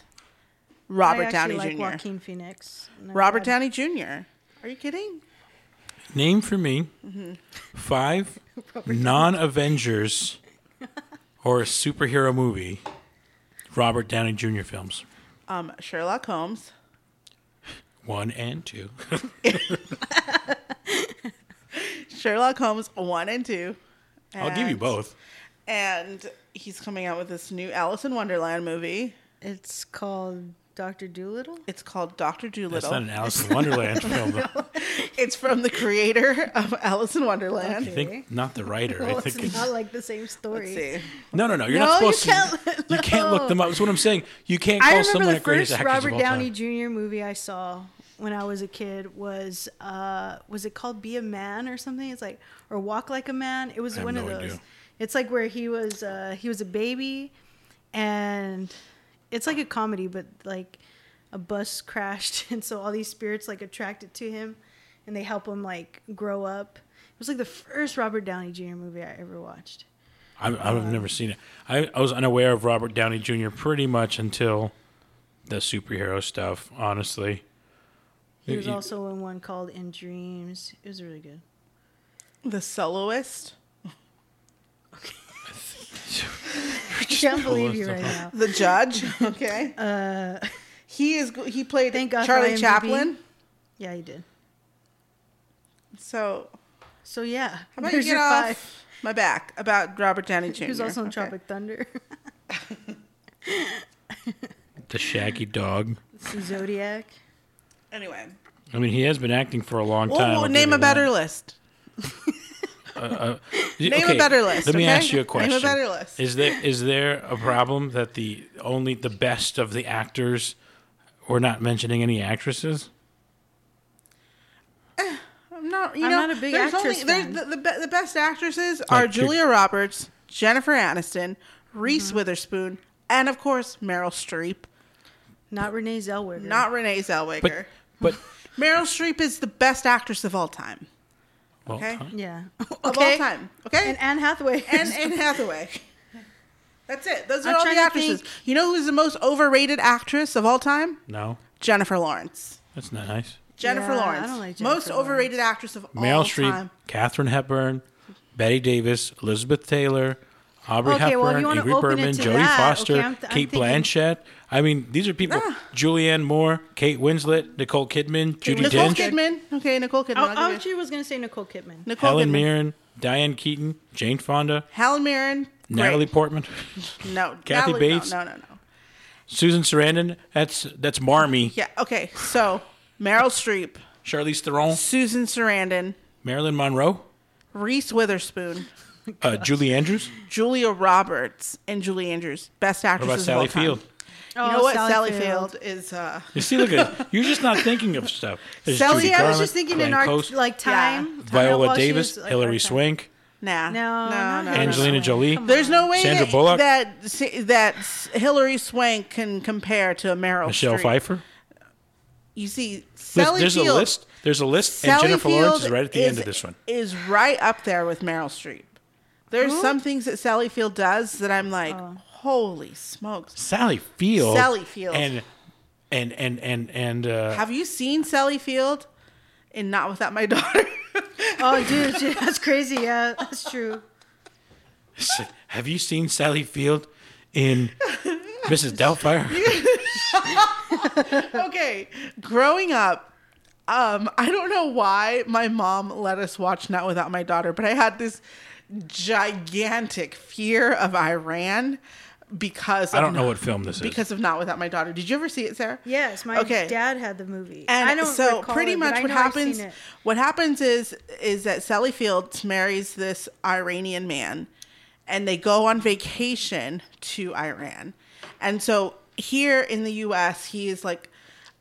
[SPEAKER 2] Robert
[SPEAKER 3] I
[SPEAKER 2] Downey
[SPEAKER 3] actually like
[SPEAKER 2] Jr.
[SPEAKER 3] Joaquin Phoenix. and I'm
[SPEAKER 2] Robert
[SPEAKER 3] glad-
[SPEAKER 2] Downey Jr. Are you kidding?
[SPEAKER 1] Name for me
[SPEAKER 2] Mm-hmm.
[SPEAKER 1] five
[SPEAKER 2] [laughs]
[SPEAKER 1] non-Avengers or a superhero movie Robert Downey Jr. films.
[SPEAKER 2] Um, Sherlock Holmes,
[SPEAKER 1] One and two. [laughs]
[SPEAKER 2] Sherlock Holmes one and two.
[SPEAKER 1] I'll give you
[SPEAKER 2] and-
[SPEAKER 1] both.
[SPEAKER 2] And he's coming out with this new Alice in Wonderland movie.
[SPEAKER 3] It's called Doctor Doolittle.
[SPEAKER 2] It's called Doctor
[SPEAKER 1] That's
[SPEAKER 2] Doolittle.
[SPEAKER 1] not an Alice
[SPEAKER 2] [laughs]
[SPEAKER 1] in Wonderland film. though.
[SPEAKER 2] It's from the creator of Alice in Wonderland.
[SPEAKER 1] I
[SPEAKER 3] Okay.
[SPEAKER 1] think not the writer.
[SPEAKER 3] Well,
[SPEAKER 1] I
[SPEAKER 3] Oh, it's
[SPEAKER 1] think it's,
[SPEAKER 3] not like the same
[SPEAKER 2] Let's
[SPEAKER 3] story.
[SPEAKER 2] see.
[SPEAKER 1] no, no, no. You're
[SPEAKER 3] No,
[SPEAKER 1] not
[SPEAKER 3] you
[SPEAKER 1] supposed to.
[SPEAKER 3] can't-
[SPEAKER 1] You can't look
[SPEAKER 3] no.
[SPEAKER 1] them up. That's what I'm saying. You can't
[SPEAKER 3] I
[SPEAKER 1] call
[SPEAKER 3] remember
[SPEAKER 1] someone
[SPEAKER 3] the
[SPEAKER 1] a greatest
[SPEAKER 3] first
[SPEAKER 1] actor of
[SPEAKER 3] Robert
[SPEAKER 1] all
[SPEAKER 3] Downey
[SPEAKER 1] time.
[SPEAKER 3] Jr. movie I saw when I was a kid was uh, was it called Be a Man or something? It's like or Walk Like a Man. It was
[SPEAKER 1] have
[SPEAKER 3] one
[SPEAKER 1] no
[SPEAKER 3] of those.
[SPEAKER 1] idea.
[SPEAKER 3] It's like where he was uh, he was a baby, and it's like a comedy, but like a bus [laughs] crashed, and so all these spirits like attracted to him, and they help him like grow up. It was like the first Robert Downey Jr. movie I ever watched.
[SPEAKER 1] I, I've never seen it. I, I was unaware of Robert Downey Jr. pretty much until the superhero stuff. Honestly,
[SPEAKER 3] He was
[SPEAKER 1] You-
[SPEAKER 3] also in one called In Dreams. It was
[SPEAKER 2] [laughs]
[SPEAKER 3] really good.
[SPEAKER 2] The soloist,
[SPEAKER 3] I
[SPEAKER 1] [laughs]
[SPEAKER 3] can't believe you
[SPEAKER 1] stuff
[SPEAKER 3] right
[SPEAKER 1] up.
[SPEAKER 3] now.
[SPEAKER 2] the judge. [laughs] Okay. Uh, he is. go- He played
[SPEAKER 3] Thank God for
[SPEAKER 2] Charlie
[SPEAKER 3] IMDb.
[SPEAKER 2] Chaplin.
[SPEAKER 3] Yeah, you did.
[SPEAKER 2] So
[SPEAKER 3] So yeah,
[SPEAKER 2] how about you get off my back about Robert Downey Jr.
[SPEAKER 3] He was also in
[SPEAKER 2] Okay.
[SPEAKER 3] Tropic Thunder. [laughs]
[SPEAKER 1] the Shaggy Dog.
[SPEAKER 3] See Zodiac.
[SPEAKER 2] Anyway,
[SPEAKER 1] I mean, he has been acting for a long
[SPEAKER 2] well,
[SPEAKER 1] time.
[SPEAKER 2] well,
[SPEAKER 1] I'll give
[SPEAKER 2] name
[SPEAKER 1] you
[SPEAKER 2] a better
[SPEAKER 1] that.
[SPEAKER 2] list.
[SPEAKER 1] Y-
[SPEAKER 2] name a better list,
[SPEAKER 1] Let me
[SPEAKER 2] okay?
[SPEAKER 1] ask you
[SPEAKER 2] Name
[SPEAKER 1] a
[SPEAKER 2] a
[SPEAKER 1] question.
[SPEAKER 2] better list.
[SPEAKER 1] Is there is there a problem that the only the best of the actors we're not mentioning any actresses?
[SPEAKER 2] I'm not. You
[SPEAKER 3] I'm
[SPEAKER 2] know,
[SPEAKER 3] not a big
[SPEAKER 2] there's
[SPEAKER 3] actress
[SPEAKER 2] only- there's
[SPEAKER 3] fan.
[SPEAKER 2] the, the, be- the best actresses are
[SPEAKER 1] Like, she-
[SPEAKER 2] Julia Roberts, Jennifer Aniston, Reese
[SPEAKER 3] Mm-hmm.
[SPEAKER 2] Witherspoon, and of course Meryl Streep.
[SPEAKER 3] Not Renee Zellweger.
[SPEAKER 2] Not Renee Zellweger.
[SPEAKER 1] But but
[SPEAKER 2] Meryl Streep is the best actress of all time.
[SPEAKER 1] well,
[SPEAKER 2] Okay.
[SPEAKER 1] huh?
[SPEAKER 3] yeah.
[SPEAKER 2] [laughs]
[SPEAKER 3] [laughs]
[SPEAKER 2] Of all time. Okay. [laughs]
[SPEAKER 3] And Anne Hathaway.
[SPEAKER 2] and Anne Hathaway. That's it. Those are
[SPEAKER 3] I'm
[SPEAKER 2] all
[SPEAKER 3] trying
[SPEAKER 2] the
[SPEAKER 3] to
[SPEAKER 2] actresses.
[SPEAKER 3] think.
[SPEAKER 2] You know who's the most overrated actress of all time?
[SPEAKER 1] no.
[SPEAKER 2] Jennifer Lawrence.
[SPEAKER 1] That's not nice.
[SPEAKER 2] Jennifer
[SPEAKER 3] Yeah, I
[SPEAKER 2] Lawrence,
[SPEAKER 3] don't like
[SPEAKER 2] most
[SPEAKER 3] Jennifer
[SPEAKER 2] overrated actress of all
[SPEAKER 1] Meryl Streep,
[SPEAKER 2] time.
[SPEAKER 1] Katherine Hepburn, Betty Davis, Elizabeth Taylor, Aubrey
[SPEAKER 3] Okay, well, if
[SPEAKER 1] Hepburn,
[SPEAKER 3] you wanna
[SPEAKER 1] Ingrid
[SPEAKER 3] open it
[SPEAKER 1] Bergman,
[SPEAKER 3] to
[SPEAKER 1] Jodie
[SPEAKER 3] that,
[SPEAKER 1] Foster,
[SPEAKER 3] okay, I'm th- I'm
[SPEAKER 1] Kate
[SPEAKER 3] thinking-
[SPEAKER 1] Blanchett. I mean, these are people: Julianne Moore, Kate Winslet, Nicole Kidman, Judy
[SPEAKER 2] Nicole
[SPEAKER 1] Dench,
[SPEAKER 2] Kidman. Okay, Nicole Kidman. I'll
[SPEAKER 3] [laughs] I,
[SPEAKER 2] give you-
[SPEAKER 3] actually was gonna say Nicole Kidman.
[SPEAKER 2] Nicole
[SPEAKER 1] Helen
[SPEAKER 2] Kidman.
[SPEAKER 1] Mirren, Diane Keaton, Jane Fonda,
[SPEAKER 2] Helen Mirren. great.
[SPEAKER 1] Natalie Portman,
[SPEAKER 2] No.
[SPEAKER 1] Kathy
[SPEAKER 2] Natalie,
[SPEAKER 1] Bates.
[SPEAKER 2] No, no, no. no.
[SPEAKER 1] Susan Sarandon. That's that's Marmy,
[SPEAKER 2] Yeah. Okay. So Meryl Streep,
[SPEAKER 1] Charlize Theron,
[SPEAKER 2] Susan Sarandon,
[SPEAKER 1] Marilyn Monroe,
[SPEAKER 2] Reese Witherspoon,
[SPEAKER 1] uh, Julie Andrews.
[SPEAKER 2] Julia Roberts, and Julie Andrews. Best
[SPEAKER 1] What
[SPEAKER 2] actress
[SPEAKER 1] about
[SPEAKER 2] of
[SPEAKER 1] Sally
[SPEAKER 2] all time.
[SPEAKER 1] Field?
[SPEAKER 3] Oh,
[SPEAKER 2] You know what? Sally, Field. is. Uh,
[SPEAKER 1] You see, look at you're just not thinking of stuff. There's
[SPEAKER 2] Sally-
[SPEAKER 1] Judy
[SPEAKER 3] See, I was
[SPEAKER 1] Garland,
[SPEAKER 3] just thinking
[SPEAKER 1] Glenn
[SPEAKER 3] in our
[SPEAKER 1] Close,
[SPEAKER 3] like time. time
[SPEAKER 1] Viola
[SPEAKER 3] while she
[SPEAKER 1] Davis,
[SPEAKER 3] was, like, our
[SPEAKER 1] Hilary
[SPEAKER 3] time.
[SPEAKER 1] Swank.
[SPEAKER 2] nah.
[SPEAKER 3] No,
[SPEAKER 2] No.
[SPEAKER 3] not
[SPEAKER 2] No.
[SPEAKER 3] Hilary
[SPEAKER 2] no, no.
[SPEAKER 1] Angelina
[SPEAKER 3] Swank.
[SPEAKER 1] Jolie.
[SPEAKER 3] Come on.
[SPEAKER 2] There's no way
[SPEAKER 1] Sandra
[SPEAKER 2] that,
[SPEAKER 1] Bullock.
[SPEAKER 2] that that Hillary Swank can compare to Meryl
[SPEAKER 1] Michelle
[SPEAKER 2] Streep.
[SPEAKER 1] Pfeiffer.
[SPEAKER 2] You see,
[SPEAKER 1] There's,
[SPEAKER 2] Sally
[SPEAKER 1] there's a
[SPEAKER 2] Field.
[SPEAKER 1] list. There's a list,
[SPEAKER 2] Sally
[SPEAKER 1] and Jennifer
[SPEAKER 2] Field
[SPEAKER 1] Lawrence is right at the end
[SPEAKER 2] is-
[SPEAKER 1] of this one.
[SPEAKER 2] Is right up there with Meryl Streep. There's some things that Sally Field does that I'm like, holy smokes!
[SPEAKER 1] Sally Field.
[SPEAKER 2] Sally Field.
[SPEAKER 1] And and and and and uh,
[SPEAKER 2] Have you seen Sally Field? And not without my [laughs] daughter.
[SPEAKER 3] Oh, dude, dude, that's crazy. Yeah, that's true.
[SPEAKER 1] have you seen Sally Field
[SPEAKER 2] [laughs]
[SPEAKER 1] in Mrs. Doubtfire?
[SPEAKER 2] okay, growing up, um, I don't know why my mom let us watch Not Without My Daughter, but I had this gigantic fear of Iran because of
[SPEAKER 1] I don't know what film this is.
[SPEAKER 2] because of Not Without My Daughter. Did you ever see it, Sarah?
[SPEAKER 3] Yes, my
[SPEAKER 2] [laughs] Okay.
[SPEAKER 3] dad had the movie.
[SPEAKER 2] And
[SPEAKER 3] I don't
[SPEAKER 2] so
[SPEAKER 3] recall
[SPEAKER 2] pretty
[SPEAKER 3] it, but
[SPEAKER 2] much
[SPEAKER 3] I
[SPEAKER 2] what
[SPEAKER 3] know I've
[SPEAKER 2] happens
[SPEAKER 3] seen it.
[SPEAKER 2] what happens is is that Sally Fields marries this Iranian man and they go on vacation to Iran. And so here in the US he is like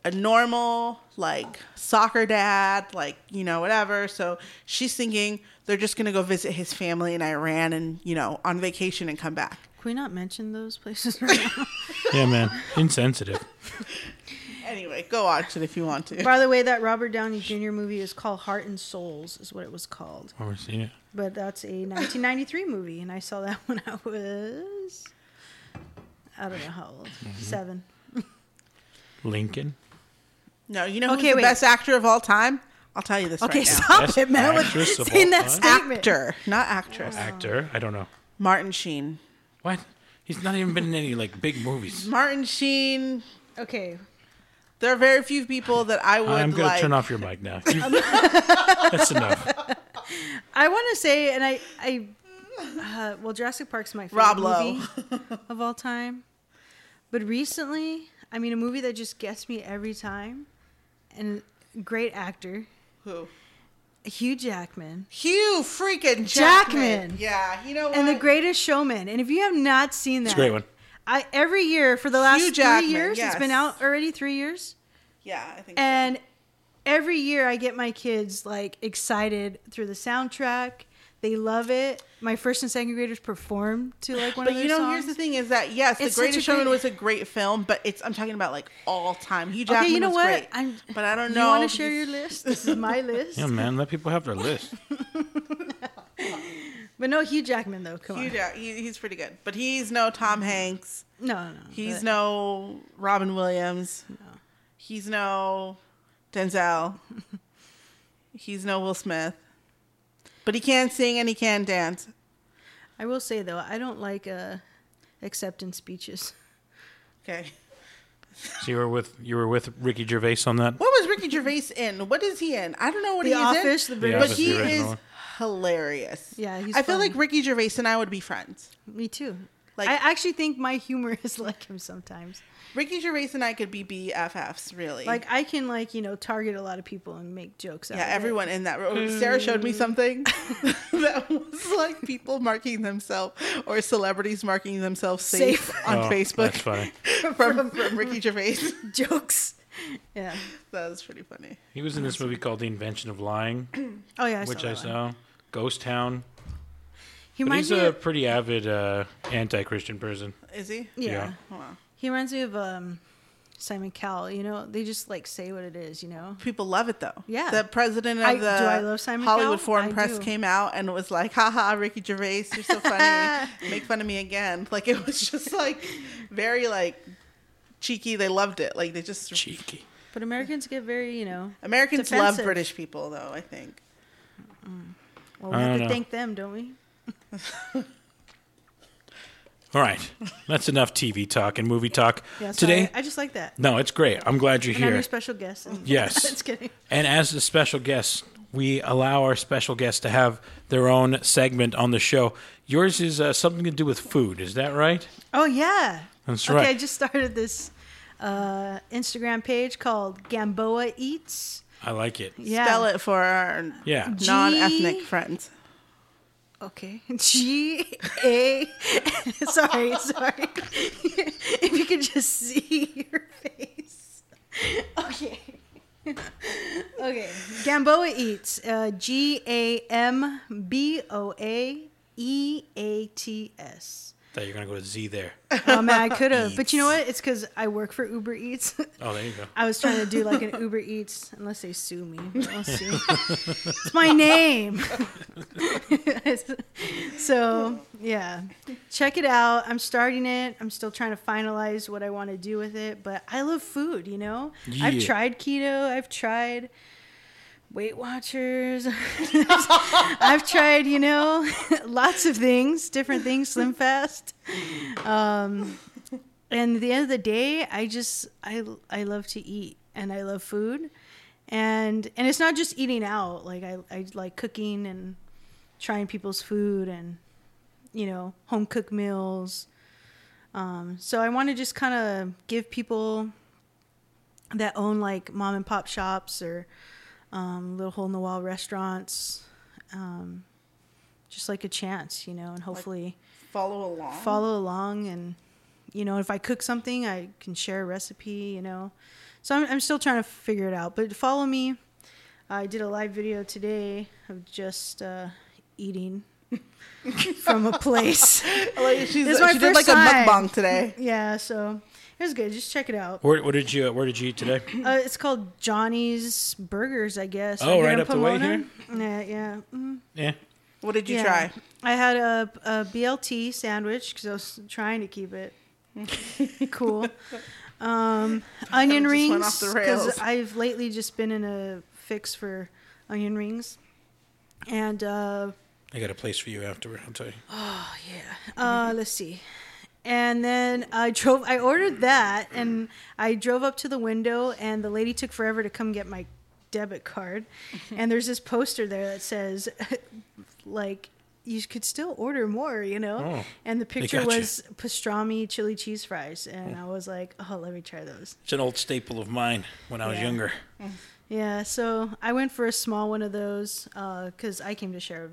[SPEAKER 2] a normal like soccer dad, like, you know, whatever. So she's thinking they're just going to go visit his family in Iran and, you know, on vacation and come back.
[SPEAKER 3] Can we not mention those [laughs] places right now?
[SPEAKER 1] yeah, man, insensitive.
[SPEAKER 2] Anyway, go watch it if you want to.
[SPEAKER 3] By the way, that Robert Downey Jr. movie is called Heart and Souls, is what it was called.
[SPEAKER 1] I've never seen it.
[SPEAKER 3] But that's a 1993 movie, and I saw that [laughs] when I was, I don't know how old, seven.
[SPEAKER 1] Lincoln.
[SPEAKER 2] No, you know who's
[SPEAKER 3] Okay,
[SPEAKER 2] the
[SPEAKER 3] wait.
[SPEAKER 2] best actor of all time? I'll tell you this
[SPEAKER 3] Okay,
[SPEAKER 2] right now.
[SPEAKER 3] stop
[SPEAKER 1] Best
[SPEAKER 3] it, man. With
[SPEAKER 1] actress of
[SPEAKER 3] saying
[SPEAKER 1] all
[SPEAKER 3] that
[SPEAKER 1] time?
[SPEAKER 3] statement.
[SPEAKER 2] actor, not actress.
[SPEAKER 1] Actor. I don't know.
[SPEAKER 2] Martin Sheen.
[SPEAKER 1] What? He's not even been in any like big movies.
[SPEAKER 2] Martin Sheen.
[SPEAKER 3] Okay,
[SPEAKER 2] There are very few people that I would
[SPEAKER 1] I'm gonna
[SPEAKER 2] like.
[SPEAKER 1] turn off your mic
[SPEAKER 2] [laughs]
[SPEAKER 1] now. You- that's enough.
[SPEAKER 3] I want to say, and I, I, uh, well, Jurassic Park's my favorite
[SPEAKER 2] Rob Lowe.
[SPEAKER 3] [laughs] movie of all time. But recently, I mean, a movie that just gets me every time, and a great actor,
[SPEAKER 2] Who?
[SPEAKER 3] Hugh Jackman,
[SPEAKER 2] Hugh freaking Jackman.
[SPEAKER 3] Jackman.
[SPEAKER 2] Yeah, you know what?
[SPEAKER 3] and The Greatest Showman. And if you have not seen that,
[SPEAKER 1] It's a great one.
[SPEAKER 3] I every year for the last
[SPEAKER 2] Hugh
[SPEAKER 3] three
[SPEAKER 2] Jackman,
[SPEAKER 3] years, it's been
[SPEAKER 2] yes.
[SPEAKER 3] out already three years.
[SPEAKER 2] yeah, I think. so.
[SPEAKER 3] And every year I get my kids like excited through the soundtrack. They love it. My first and second graders perform to like one
[SPEAKER 2] But
[SPEAKER 3] of their
[SPEAKER 2] you know,
[SPEAKER 3] songs.
[SPEAKER 2] here's the thing: is that yes,
[SPEAKER 3] It's
[SPEAKER 2] The
[SPEAKER 3] such a
[SPEAKER 2] Greatest Showman
[SPEAKER 3] great-
[SPEAKER 2] was a great film, but it's I'm talking about like all time. Hugh Jackman
[SPEAKER 3] okay, you know
[SPEAKER 2] was
[SPEAKER 3] what?
[SPEAKER 2] great,
[SPEAKER 3] I'm,
[SPEAKER 2] but I don't
[SPEAKER 3] you
[SPEAKER 2] know.
[SPEAKER 3] want to share
[SPEAKER 2] he's-
[SPEAKER 3] your
[SPEAKER 2] [laughs]
[SPEAKER 3] list? This is my list.
[SPEAKER 1] Yeah, man, let people have their
[SPEAKER 3] [laughs]
[SPEAKER 1] list.
[SPEAKER 3] But no Hugh Jackman though. Come
[SPEAKER 2] Hugh
[SPEAKER 3] on.
[SPEAKER 2] Jack, he, he's pretty good, but he's no Tom
[SPEAKER 3] Mm-hmm.
[SPEAKER 2] Hanks.
[SPEAKER 3] No, no, no.
[SPEAKER 2] He's
[SPEAKER 3] but-
[SPEAKER 2] no Robin Williams. He's no Denzel. He's no Will Smith. But he can sing and he can dance.
[SPEAKER 3] I will say though, I don't like uh, acceptance speeches.
[SPEAKER 2] Okay.
[SPEAKER 1] So you were with you were with Ricky Gervais on that.
[SPEAKER 2] What was Ricky Gervais in? What is he in? I don't know what
[SPEAKER 3] The
[SPEAKER 2] he's
[SPEAKER 3] Office, The
[SPEAKER 2] in.
[SPEAKER 3] British-
[SPEAKER 1] The
[SPEAKER 2] but
[SPEAKER 1] Office,
[SPEAKER 2] he
[SPEAKER 1] the
[SPEAKER 2] is
[SPEAKER 1] original.
[SPEAKER 2] hilarious.
[SPEAKER 3] Yeah, he's
[SPEAKER 2] I feel
[SPEAKER 3] fun.
[SPEAKER 2] like Ricky Gervais and I would be friends.
[SPEAKER 3] Me too.
[SPEAKER 2] Like-
[SPEAKER 3] Like I actually think my humor [laughs] is like him sometimes.
[SPEAKER 2] Ricky Gervais and I could be BFFs, really.
[SPEAKER 3] Like I can like you know target a lot of people and make jokes. out
[SPEAKER 2] Yeah,
[SPEAKER 3] of it. Mm.
[SPEAKER 2] everyone in that room. Sarah showed me something [laughs] that was like people marking themselves or celebrities marking themselves safe, [laughs]
[SPEAKER 3] Safe.
[SPEAKER 2] on
[SPEAKER 1] Oh,
[SPEAKER 2] Facebook
[SPEAKER 1] That's funny.
[SPEAKER 2] [laughs] from, from
[SPEAKER 3] [laughs]
[SPEAKER 2] Ricky Gervais.
[SPEAKER 3] [laughs]
[SPEAKER 2] [laughs]
[SPEAKER 3] jokes. [laughs] Yeah.
[SPEAKER 2] that was pretty funny.
[SPEAKER 1] He was in this movie called The Invention of Lying,
[SPEAKER 3] Oh yeah. [clears throat] I
[SPEAKER 1] which
[SPEAKER 3] saw
[SPEAKER 1] I
[SPEAKER 3] that
[SPEAKER 1] saw.
[SPEAKER 3] one.
[SPEAKER 1] Ghost Town.
[SPEAKER 3] He
[SPEAKER 1] But
[SPEAKER 3] reminds
[SPEAKER 1] he's
[SPEAKER 3] me.
[SPEAKER 1] a
[SPEAKER 3] Of,
[SPEAKER 1] pretty avid uh, anti-Christian person.
[SPEAKER 2] Is he?
[SPEAKER 3] yeah.
[SPEAKER 1] yeah.
[SPEAKER 2] Wow.
[SPEAKER 3] He reminds me of um, Simon Cowell. You know, they just like say what it is. You know.
[SPEAKER 2] People love it though.
[SPEAKER 3] Yeah.
[SPEAKER 2] The president of
[SPEAKER 3] I-
[SPEAKER 2] the
[SPEAKER 3] do I love Simon
[SPEAKER 2] Hollywood
[SPEAKER 3] Cowell?
[SPEAKER 2] Foreign
[SPEAKER 3] I
[SPEAKER 2] Press
[SPEAKER 3] do.
[SPEAKER 2] came out and was like, haha, Ricky Gervais, you're
[SPEAKER 3] [laughs]
[SPEAKER 2] so funny. Make fun of me again. Like it was just like very like cheeky. They loved it. Like they just
[SPEAKER 1] Cheeky.
[SPEAKER 3] But Americans get very, you know,
[SPEAKER 2] Americans love
[SPEAKER 3] defensive.
[SPEAKER 2] British people, though. I think.
[SPEAKER 3] Well, we
[SPEAKER 1] I
[SPEAKER 3] have
[SPEAKER 1] don't
[SPEAKER 3] to
[SPEAKER 1] know.
[SPEAKER 3] thank them, don't we?
[SPEAKER 1] All right, that's enough TV talk and movie talk
[SPEAKER 3] [laughs] Yeah. sorry.
[SPEAKER 1] today.
[SPEAKER 3] I just like that.
[SPEAKER 1] no, it's great. I'm glad you're
[SPEAKER 3] And I'm
[SPEAKER 1] here.
[SPEAKER 3] your special guest. and-
[SPEAKER 1] Yes.
[SPEAKER 3] [laughs] Just kidding.
[SPEAKER 1] And as the special guest, we allow our special guests to have their own segment on the show. Yours is uh, something to do with food, is that right?
[SPEAKER 3] Oh yeah.
[SPEAKER 1] That's
[SPEAKER 3] Okay,
[SPEAKER 1] right.
[SPEAKER 3] I just started this uh, Instagram page called Gamboa Eats.
[SPEAKER 1] I like it.
[SPEAKER 3] Yeah.
[SPEAKER 2] Spell it for our
[SPEAKER 1] Yeah.
[SPEAKER 3] G-
[SPEAKER 2] non-ethnic friends.
[SPEAKER 3] Okay. [laughs] G A. [laughs]
[SPEAKER 2] [laughs]
[SPEAKER 3] sorry, sorry. [laughs] if you could just see your face. [laughs] Okay. [laughs] okay. Gamboa eats. Uh, G A M B O A E A T S.
[SPEAKER 1] Thought you were going to go to Z there.
[SPEAKER 3] Oh man, I could have, but you know what? It's because I work for Uber Eats. [laughs]
[SPEAKER 1] Oh, there you go.
[SPEAKER 3] I was trying to do like an Uber Eats, unless they sue me. I'll sue. it's my name. [laughs] so yeah, check it out. I'm starting it. I'm still trying to finalize what I want to do with it, but I love food. You know, I've
[SPEAKER 1] Yeah.
[SPEAKER 3] tried keto. I've tried Weight Watchers. I've tried you know [laughs] lots of things, different things, Slim Fast Um, and at the end of the day i just i i love to eat and i love food and and it's not just eating out like i i like cooking and trying people's food and you know home cooked meals um so i want to just kind of give people that own like mom and pop shops or um, little hole in the wall restaurants um just like a chance you know and hopefully
[SPEAKER 2] Follow along.
[SPEAKER 3] follow along and you know if i cook something i can share a recipe you know so i'm, I'm still trying to figure it out but follow me i did a live video today of just uh, eating [laughs] from
[SPEAKER 2] [laughs]
[SPEAKER 3] a place
[SPEAKER 2] Like, she's,
[SPEAKER 3] This is my
[SPEAKER 2] she did like
[SPEAKER 3] first time.
[SPEAKER 2] a mukbang today.
[SPEAKER 3] yeah so it was good just check it out
[SPEAKER 1] Where, where did you Where did you eat
[SPEAKER 2] [coughs]
[SPEAKER 1] today?
[SPEAKER 3] uh, it's called johnny's burgers i guess
[SPEAKER 1] Oh,
[SPEAKER 3] Are they
[SPEAKER 1] right
[SPEAKER 3] in
[SPEAKER 1] up the way
[SPEAKER 3] Pomona? yeah yeah Mm.
[SPEAKER 1] Yeah.
[SPEAKER 2] What did you
[SPEAKER 3] Yeah.
[SPEAKER 2] try?
[SPEAKER 3] I had a, a BLT sandwich because I was trying to
[SPEAKER 2] [laughs]
[SPEAKER 3] keep it cool. Um,
[SPEAKER 2] Just
[SPEAKER 3] onion
[SPEAKER 2] went
[SPEAKER 3] rings
[SPEAKER 2] off the
[SPEAKER 3] because
[SPEAKER 2] rails.
[SPEAKER 3] I've lately just been in a fix for onion rings, and uh,
[SPEAKER 1] I got a place for you afterward, I'll tell you.
[SPEAKER 3] uh, let's see. And then I drove. I ordered that, and I drove up to the window, and the lady took forever to come get my debit card. And there's this poster there that says, [laughs] like, you could still order more, you know.
[SPEAKER 1] Oh,
[SPEAKER 3] and the picture
[SPEAKER 1] gotcha.
[SPEAKER 3] was pastrami chili cheese fries, and I was like, oh, let me try those.
[SPEAKER 1] It's an old staple of mine when I was
[SPEAKER 3] Yeah.
[SPEAKER 1] younger.
[SPEAKER 3] Yeah, so I went for a small one of those because I came to share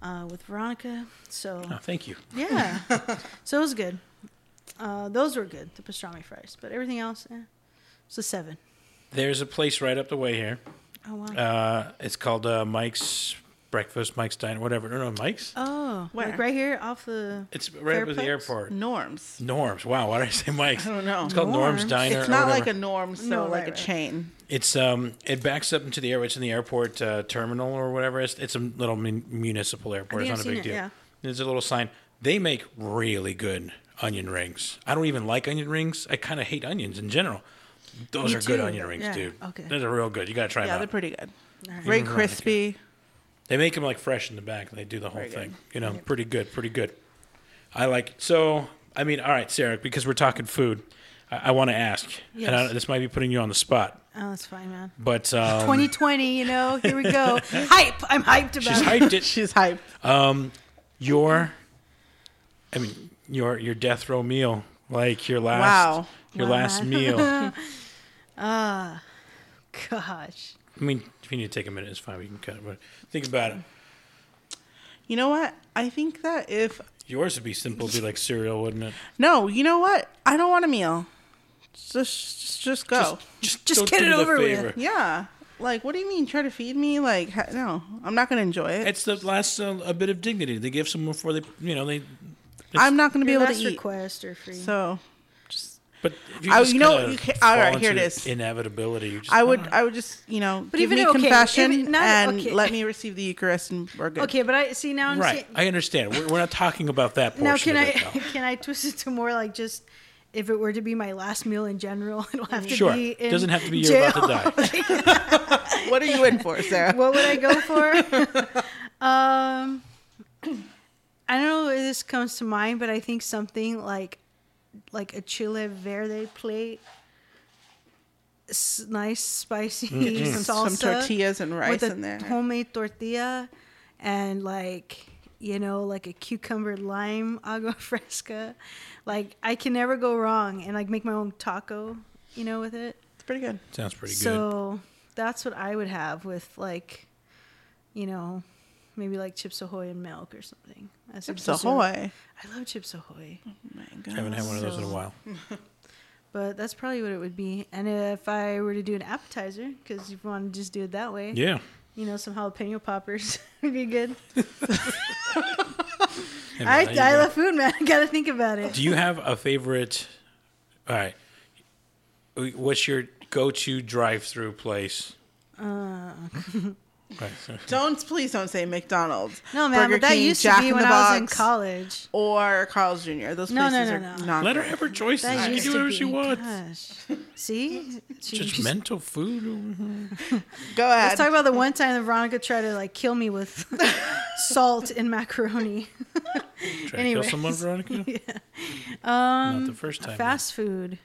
[SPEAKER 3] uh, with Veronica. So
[SPEAKER 1] Oh, thank you.
[SPEAKER 2] [laughs]
[SPEAKER 3] Yeah. so it was good. Uh, those were good, the pastrami fries. But everything else, eh. It's a seven.
[SPEAKER 1] There's a place right up the way here.
[SPEAKER 3] Oh, wow.
[SPEAKER 1] Uh, it's called uh, Mike's Breakfast, Mike's Diner, whatever. No, no, Mike's.
[SPEAKER 2] Uh,
[SPEAKER 3] oh,
[SPEAKER 2] where?
[SPEAKER 3] like right here off the.
[SPEAKER 1] It's right up at the
[SPEAKER 3] Fairplex?
[SPEAKER 1] airport.
[SPEAKER 2] Norms.
[SPEAKER 1] Norms. Wow, why did I say Mike's?
[SPEAKER 2] I don't know.
[SPEAKER 1] It's called Norm's,
[SPEAKER 3] Norm's.
[SPEAKER 1] Diner.
[SPEAKER 2] It's
[SPEAKER 1] or
[SPEAKER 2] not
[SPEAKER 1] whatever.
[SPEAKER 2] like a norm, so
[SPEAKER 3] No, right,
[SPEAKER 2] like a
[SPEAKER 3] right.
[SPEAKER 2] chain.
[SPEAKER 1] It's um, it backs up into the air. It's in the airport uh, terminal or whatever. It's, it's a little mun- municipal airport.
[SPEAKER 3] I
[SPEAKER 1] It's
[SPEAKER 3] think
[SPEAKER 1] not
[SPEAKER 3] I've
[SPEAKER 1] a big
[SPEAKER 3] seen it,
[SPEAKER 1] deal.
[SPEAKER 3] yeah.
[SPEAKER 1] There's a little sign. They make really good onion rings. I don't even like onion rings. I kind of hate onions in general. Those
[SPEAKER 3] Me
[SPEAKER 1] are good
[SPEAKER 3] too.
[SPEAKER 1] onion rings,
[SPEAKER 3] Yeah.
[SPEAKER 1] dude.
[SPEAKER 3] Okay.
[SPEAKER 1] Those are real good. You gotta try them
[SPEAKER 2] Yeah, they're
[SPEAKER 1] out.
[SPEAKER 2] pretty good.
[SPEAKER 3] All right.
[SPEAKER 2] Very
[SPEAKER 1] Veronica.
[SPEAKER 2] crispy.
[SPEAKER 1] They make them like fresh in the back. They do the whole
[SPEAKER 2] Very good.
[SPEAKER 1] thing. You know, pretty good, pretty good. I like so. I mean, all right, Sarah, because we're talking food, I, I want to ask, and I,
[SPEAKER 3] Yes.
[SPEAKER 1] this might be putting you on the spot,
[SPEAKER 3] Oh, that's fine, man.
[SPEAKER 1] but um,
[SPEAKER 3] 2020, you know, here
[SPEAKER 1] [laughs]
[SPEAKER 3] we go. [laughs] Hype. I'm hyped
[SPEAKER 1] she's
[SPEAKER 3] about it.
[SPEAKER 1] hyped it. Um,
[SPEAKER 2] [laughs] She's hyped.
[SPEAKER 1] Your, I mean, your your death row meal, like your last,
[SPEAKER 2] Wow.
[SPEAKER 1] your
[SPEAKER 3] Wow.
[SPEAKER 1] last
[SPEAKER 2] [laughs]
[SPEAKER 1] meal. I
[SPEAKER 3] Gosh.
[SPEAKER 1] mean, if you need to take a minute, it's fine. We can cut it. But think about it.
[SPEAKER 2] You know what? I think that if
[SPEAKER 1] Yours would be simple, it'd be like cereal, wouldn't it?
[SPEAKER 2] no, you know what? I don't want a meal. Just, just, just go.
[SPEAKER 3] Just
[SPEAKER 1] don't
[SPEAKER 3] get
[SPEAKER 1] do
[SPEAKER 3] it
[SPEAKER 1] the
[SPEAKER 3] over with.
[SPEAKER 1] favor.
[SPEAKER 2] yeah. Like, what do you mean? Try to feed me? Like, ha- no, I'm not gonna enjoy it.
[SPEAKER 1] It's the last uh, a bit of dignity they give someone before they, you know, they.
[SPEAKER 2] I'm not gonna be
[SPEAKER 3] Your
[SPEAKER 2] able to
[SPEAKER 3] last
[SPEAKER 2] eat.
[SPEAKER 3] request or free.
[SPEAKER 2] So,
[SPEAKER 1] But if
[SPEAKER 2] I-
[SPEAKER 1] just
[SPEAKER 2] Oh, you know,
[SPEAKER 1] kinda
[SPEAKER 2] you ca-
[SPEAKER 1] fall
[SPEAKER 2] all right, here it
[SPEAKER 1] into
[SPEAKER 2] is.
[SPEAKER 1] Inevitability. you just-
[SPEAKER 2] I would, I would just, you know, give
[SPEAKER 3] even-
[SPEAKER 2] me
[SPEAKER 3] okay,
[SPEAKER 2] confession
[SPEAKER 3] even- not-
[SPEAKER 2] and
[SPEAKER 3] okay.
[SPEAKER 2] let me receive the Eucharist, and we're good.
[SPEAKER 3] okay, but I see now I'm
[SPEAKER 1] Right,
[SPEAKER 3] saying.
[SPEAKER 2] [laughs]
[SPEAKER 1] I understand. We're, we're not talking about that portion
[SPEAKER 3] Now [laughs] can
[SPEAKER 1] of
[SPEAKER 3] I
[SPEAKER 1] it, though.
[SPEAKER 3] can I twist it to more like just if it were to be my last meal in general, [laughs] it'll have to
[SPEAKER 1] Sure.
[SPEAKER 3] be. In
[SPEAKER 1] Doesn't have to be you're
[SPEAKER 3] jail.
[SPEAKER 1] about to die.
[SPEAKER 3] [laughs]
[SPEAKER 1] [laughs]
[SPEAKER 2] What are you in for, Sarah?
[SPEAKER 3] what would
[SPEAKER 2] [laughs]
[SPEAKER 3] I go for? [laughs] um, [clears throat] I don't know if this comes to mind, but I think something like like a chile verde plate, S- nice spicy [laughs]
[SPEAKER 2] Some
[SPEAKER 3] salsa,
[SPEAKER 2] tortillas and rice
[SPEAKER 3] with a
[SPEAKER 2] in there.
[SPEAKER 3] homemade tortilla, and like you know like a cucumber lime agua [laughs] fresca. Like I can never go wrong, and like make my own taco, you know, with it.
[SPEAKER 2] It's pretty good.
[SPEAKER 1] Sounds pretty
[SPEAKER 2] [laughs]
[SPEAKER 1] good.
[SPEAKER 3] So that's what I would have with like, you know, maybe like Chips Ahoy and milk or something. as a
[SPEAKER 2] Chips
[SPEAKER 3] dessert.
[SPEAKER 2] Ahoy.
[SPEAKER 3] I love Chips Ahoy,
[SPEAKER 1] I haven't had one of those in a
[SPEAKER 3] So-
[SPEAKER 1] while.
[SPEAKER 3] but that's probably what it would be. And if I were to do an appetizer, because you want to just do it that way,
[SPEAKER 1] Yeah.
[SPEAKER 3] you know, some jalapeno poppers [laughs] would be good.
[SPEAKER 1] Hey, man, [laughs]
[SPEAKER 3] I,
[SPEAKER 1] there you
[SPEAKER 3] I
[SPEAKER 1] go.
[SPEAKER 3] love food, man. [laughs] I gotta think about it.
[SPEAKER 1] Do you have a favorite? All right. What's your go-to drive-through place? Uh. right. so-
[SPEAKER 2] Don't please don't say McDonald's.
[SPEAKER 3] No, man,
[SPEAKER 2] Burger
[SPEAKER 3] but that
[SPEAKER 2] King,
[SPEAKER 3] used
[SPEAKER 2] Jack
[SPEAKER 3] to be
[SPEAKER 2] in
[SPEAKER 3] when
[SPEAKER 2] the
[SPEAKER 3] I was in
[SPEAKER 2] Box,
[SPEAKER 3] college.
[SPEAKER 2] Or Carl's Jr. Those
[SPEAKER 3] No, no,
[SPEAKER 2] places
[SPEAKER 3] no,
[SPEAKER 2] are
[SPEAKER 3] no.
[SPEAKER 1] [laughs]
[SPEAKER 2] not.
[SPEAKER 1] Let her
[SPEAKER 2] great.
[SPEAKER 1] have her choices.
[SPEAKER 3] That
[SPEAKER 1] She can
[SPEAKER 3] used
[SPEAKER 1] do
[SPEAKER 3] to
[SPEAKER 1] whatever
[SPEAKER 3] be,
[SPEAKER 1] she wants.
[SPEAKER 3] Gosh.
[SPEAKER 1] [laughs]
[SPEAKER 3] See, She-
[SPEAKER 1] Judgmental food.
[SPEAKER 2] Go ahead.
[SPEAKER 3] Let's talk about the one time that Veronica tried to like kill me with [laughs] salt and macaroni.
[SPEAKER 1] Try to kill
[SPEAKER 3] Anyways.
[SPEAKER 1] someone,
[SPEAKER 3] [laughs]
[SPEAKER 1] Veronica. Not the first time.
[SPEAKER 3] Um, fast food.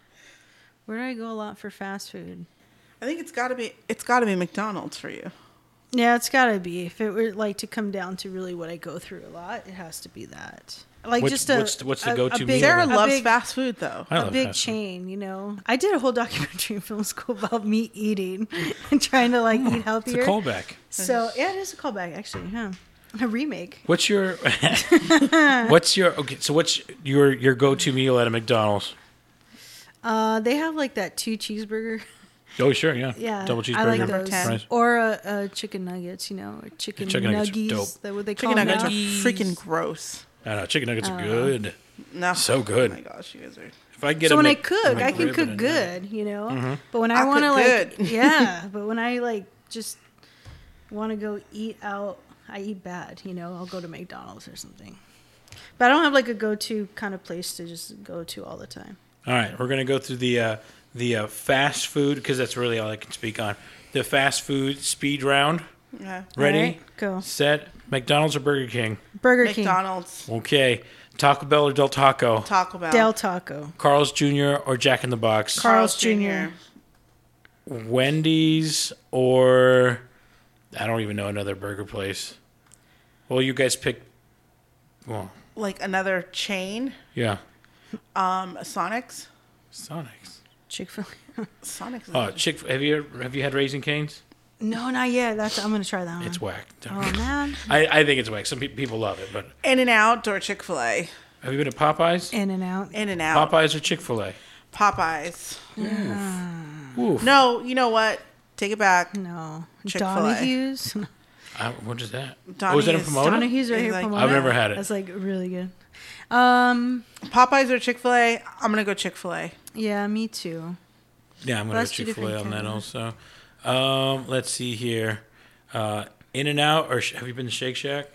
[SPEAKER 3] Where do I go a lot for fast food?
[SPEAKER 2] I think it's got to be it's got to be McDonald's for you.
[SPEAKER 3] Yeah, it's gotta be. If it were like to come down to really what I go through a lot, it has to be that. Like
[SPEAKER 1] What's-
[SPEAKER 3] just a
[SPEAKER 1] what's the- what's the
[SPEAKER 3] a- a
[SPEAKER 1] go-to
[SPEAKER 3] big-
[SPEAKER 1] meal
[SPEAKER 2] Sarah
[SPEAKER 3] a
[SPEAKER 1] then?
[SPEAKER 2] loves
[SPEAKER 3] big-
[SPEAKER 2] fast food though.
[SPEAKER 1] I
[SPEAKER 3] a
[SPEAKER 1] love
[SPEAKER 3] big
[SPEAKER 1] fast food.
[SPEAKER 3] chain, you know. I did a whole [laughs] documentary in film school about me eating [laughs] and trying to like eat
[SPEAKER 1] It's
[SPEAKER 3] healthier.
[SPEAKER 1] a callback.
[SPEAKER 3] So yeah, it is a callback actually, huh? A remake.
[SPEAKER 1] What's
[SPEAKER 3] [laughs]
[SPEAKER 1] your What's your okay? So what's your your go-to meal at a McDonald's?
[SPEAKER 3] Uh, they have like that two cheeseburger.
[SPEAKER 1] Oh sure, yeah,
[SPEAKER 3] Yeah,
[SPEAKER 1] double cheeseburger,
[SPEAKER 3] I like
[SPEAKER 2] Number
[SPEAKER 3] those.
[SPEAKER 2] 10.
[SPEAKER 1] fries.
[SPEAKER 3] Or uh, uh, chicken nuggets, you know, or chicken,
[SPEAKER 1] Chicken nuggets are
[SPEAKER 3] nuggies.
[SPEAKER 1] dope.
[SPEAKER 3] That what they
[SPEAKER 2] Chicken
[SPEAKER 3] call
[SPEAKER 2] nuggets are
[SPEAKER 3] them.
[SPEAKER 2] freaking gross.
[SPEAKER 1] I know chicken nuggets
[SPEAKER 3] Uh,
[SPEAKER 1] are good.
[SPEAKER 2] No,
[SPEAKER 1] So good.
[SPEAKER 2] Oh my gosh, you guys are.
[SPEAKER 1] If I get
[SPEAKER 3] So
[SPEAKER 1] a
[SPEAKER 3] when I
[SPEAKER 1] Mc-
[SPEAKER 3] cook, I can
[SPEAKER 1] McRib
[SPEAKER 3] cook
[SPEAKER 1] and a nugget. Mm-hmm.
[SPEAKER 3] good, you know. But when
[SPEAKER 2] I
[SPEAKER 3] I,
[SPEAKER 2] cook
[SPEAKER 3] want to
[SPEAKER 2] good.
[SPEAKER 3] like, [laughs] yeah. But when I like just want to go eat out, I eat bad, you know. I'll go to McDonald's or something. But I don't have like a go-to kind of place to just go to all the time.
[SPEAKER 1] All right, we're gonna go through the uh, the uh, fast food because that's really all I can speak on. The fast food speed round.
[SPEAKER 2] Yeah.
[SPEAKER 1] Ready,
[SPEAKER 3] All right, go.
[SPEAKER 1] set, McDonald's or Burger King.
[SPEAKER 3] Burger King,
[SPEAKER 2] McDonald's,
[SPEAKER 1] Okay, Taco Bell or Del Taco,
[SPEAKER 2] Taco Bell,
[SPEAKER 3] Del Taco,
[SPEAKER 1] Carl's Jr. or Jack in the Box,
[SPEAKER 3] Carl's Jr.
[SPEAKER 1] Wendy's or I don't even know another burger place. Well, you guys pick. Well,
[SPEAKER 2] Like another chain,
[SPEAKER 1] yeah,
[SPEAKER 2] um, Sonics.
[SPEAKER 1] Sonic's.
[SPEAKER 3] Chick Fil. [laughs] A.
[SPEAKER 2] Sonics. Is
[SPEAKER 1] Oh, Chick. Have you have you had Raising Canes?
[SPEAKER 3] No, not yet. That's I'm gonna try that one.
[SPEAKER 1] It's whack.
[SPEAKER 3] Oh man.
[SPEAKER 1] I, I think it's whack. Some pe- people love it, but
[SPEAKER 2] In and out or Chick Fil A.
[SPEAKER 1] have you been to Popeyes?
[SPEAKER 3] In and out.
[SPEAKER 2] In and out.
[SPEAKER 1] Popeyes or Chick Fil A?
[SPEAKER 2] Popeyes.
[SPEAKER 1] Oof.
[SPEAKER 2] No, you know what? Take it back.
[SPEAKER 3] No.
[SPEAKER 2] Chick-fil-A.
[SPEAKER 3] Donahue's.
[SPEAKER 1] I, what is that? Oh, is that in
[SPEAKER 2] Donnie's.
[SPEAKER 1] Pomona?
[SPEAKER 2] [laughs]
[SPEAKER 3] Donahue's right
[SPEAKER 2] He's
[SPEAKER 3] here.
[SPEAKER 2] like-
[SPEAKER 3] Pomona.
[SPEAKER 1] I've never had it.
[SPEAKER 3] That's like really good. Um.
[SPEAKER 2] Popeyes or Chick Fil A. I'm gonna go Chick Fil A.
[SPEAKER 3] Yeah, me too.
[SPEAKER 1] Yeah, I'm gonna go
[SPEAKER 3] That's two
[SPEAKER 1] Chick Fil A on
[SPEAKER 3] different
[SPEAKER 1] that
[SPEAKER 3] kinds.
[SPEAKER 1] also. Um, let's see here. Uh, In and Out or sh- have you been to Shake Shack?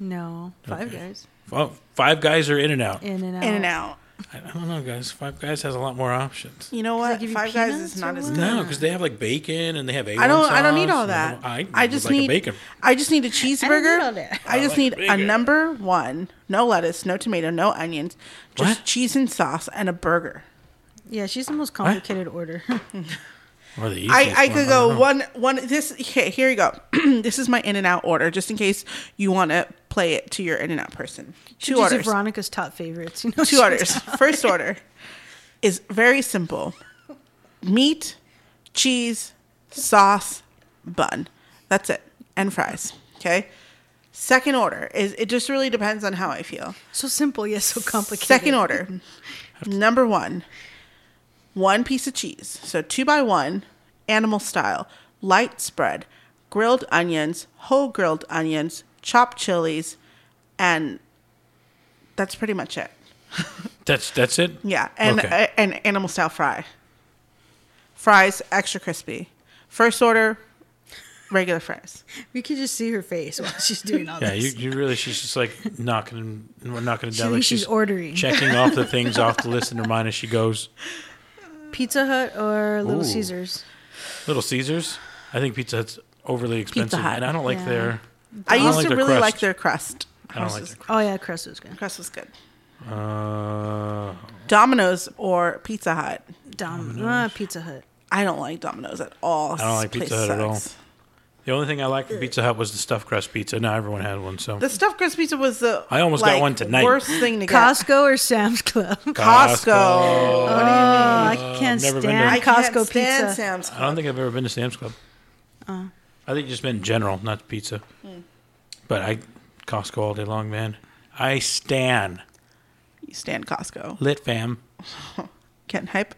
[SPEAKER 3] No. Five
[SPEAKER 1] Okay.
[SPEAKER 3] Guys.
[SPEAKER 1] Well, Five Guys or In and Out.
[SPEAKER 3] In and out.
[SPEAKER 2] In and out.
[SPEAKER 1] I I don't know, guys. Five Guys has a lot more options.
[SPEAKER 2] You know
[SPEAKER 3] they
[SPEAKER 2] what?
[SPEAKER 3] give you
[SPEAKER 2] Five Guys
[SPEAKER 3] peanuts
[SPEAKER 2] is not
[SPEAKER 3] or
[SPEAKER 2] as
[SPEAKER 3] what?
[SPEAKER 2] good.
[SPEAKER 1] No, because they have like bacon and they have.
[SPEAKER 2] I don't.
[SPEAKER 1] A1
[SPEAKER 2] I don't need
[SPEAKER 1] sauce
[SPEAKER 2] all
[SPEAKER 1] and
[SPEAKER 2] that.
[SPEAKER 1] I,
[SPEAKER 2] I,
[SPEAKER 1] would
[SPEAKER 2] just
[SPEAKER 1] like
[SPEAKER 2] need.
[SPEAKER 1] a bacon.
[SPEAKER 2] I just need a
[SPEAKER 3] need
[SPEAKER 2] cheeseburger.
[SPEAKER 3] all that.
[SPEAKER 2] I just
[SPEAKER 1] like
[SPEAKER 2] need a
[SPEAKER 1] bacon.
[SPEAKER 2] number one. No lettuce, no tomato, no onions, just
[SPEAKER 1] What?
[SPEAKER 2] cheese and sauce and a burger.
[SPEAKER 3] Yeah, she's the most complicated order.
[SPEAKER 1] Or the
[SPEAKER 2] I,
[SPEAKER 1] easiest one,
[SPEAKER 2] I
[SPEAKER 1] don't
[SPEAKER 2] could go
[SPEAKER 1] know.
[SPEAKER 2] one one. This okay, here you go. [clears throat] this is my in and out order, just in case you want to play it to your in and out person.
[SPEAKER 3] [laughs] She's
[SPEAKER 2] Two orders.
[SPEAKER 3] Veronica's top favorites. You know,
[SPEAKER 2] Two
[SPEAKER 3] [laughs]
[SPEAKER 2] orders. First order is very simple: meat, cheese, sauce, bun. That's it, and fries. Okay. Second order is it just really depends on how I feel.
[SPEAKER 3] So simple yet so complicated.
[SPEAKER 2] Second order. Number one, one piece of cheese. So two by one, animal style, light spread, grilled onions, whole grilled onions, chopped chilies, and that's pretty much it.
[SPEAKER 1] That's that's it.
[SPEAKER 2] Yeah, and
[SPEAKER 1] Okay.
[SPEAKER 2] a- an animal style fry. Fries extra crispy. First order, regular fries.
[SPEAKER 3] We could just see her face while [laughs] she's doing all
[SPEAKER 1] Yeah, you,
[SPEAKER 3] this.
[SPEAKER 1] you really, she's just like knocking, we're knocking
[SPEAKER 2] [laughs]
[SPEAKER 1] it
[SPEAKER 3] She
[SPEAKER 1] down. like
[SPEAKER 3] thinks she's ordering.
[SPEAKER 1] Checking off the things off the list in her mind as she goes.
[SPEAKER 3] Pizza Hut or Little
[SPEAKER 1] Ooh.
[SPEAKER 3] Caesars?
[SPEAKER 1] Little Caesars. I think Pizza Hut's overly expensive,
[SPEAKER 2] Hut.
[SPEAKER 1] and I don't like
[SPEAKER 3] Yeah.
[SPEAKER 1] their.
[SPEAKER 2] I,
[SPEAKER 1] don't
[SPEAKER 2] used
[SPEAKER 1] like
[SPEAKER 2] to
[SPEAKER 1] their
[SPEAKER 2] really
[SPEAKER 1] crust.
[SPEAKER 2] like their crust.
[SPEAKER 1] I don't
[SPEAKER 2] Ours
[SPEAKER 1] like
[SPEAKER 2] was-
[SPEAKER 1] their.
[SPEAKER 3] Oh yeah, crust was good.
[SPEAKER 2] crust was good.
[SPEAKER 1] Uh,
[SPEAKER 2] Domino's or Pizza Hut.
[SPEAKER 3] Dom-
[SPEAKER 1] Mm-hmm.
[SPEAKER 3] uh, Pizza Hut.
[SPEAKER 2] I don't like Domino's at all. I
[SPEAKER 1] don't like Pizza Hut at all. the only thing I liked from Pizza Hut was the stuffed crust pizza. Now everyone had one, so
[SPEAKER 2] The stuffed crust pizza was the
[SPEAKER 1] I almost got one tonight.
[SPEAKER 2] Worst thing to get.
[SPEAKER 3] Costco or Sam's Club? [laughs]
[SPEAKER 2] Costco.
[SPEAKER 3] Oh, I can't
[SPEAKER 1] Uh, never been
[SPEAKER 3] stand
[SPEAKER 1] there.
[SPEAKER 2] I
[SPEAKER 3] Costco
[SPEAKER 2] can't stand
[SPEAKER 3] pizza.
[SPEAKER 2] Sam's
[SPEAKER 1] I don't think I've ever been to Sam's Club.
[SPEAKER 2] Uh.
[SPEAKER 1] I think just been in general, not pizza.
[SPEAKER 2] Hmm.
[SPEAKER 1] But I Costco all day long, man. I stan
[SPEAKER 2] You stand Costco.
[SPEAKER 1] lit fam.
[SPEAKER 2] Can't hype.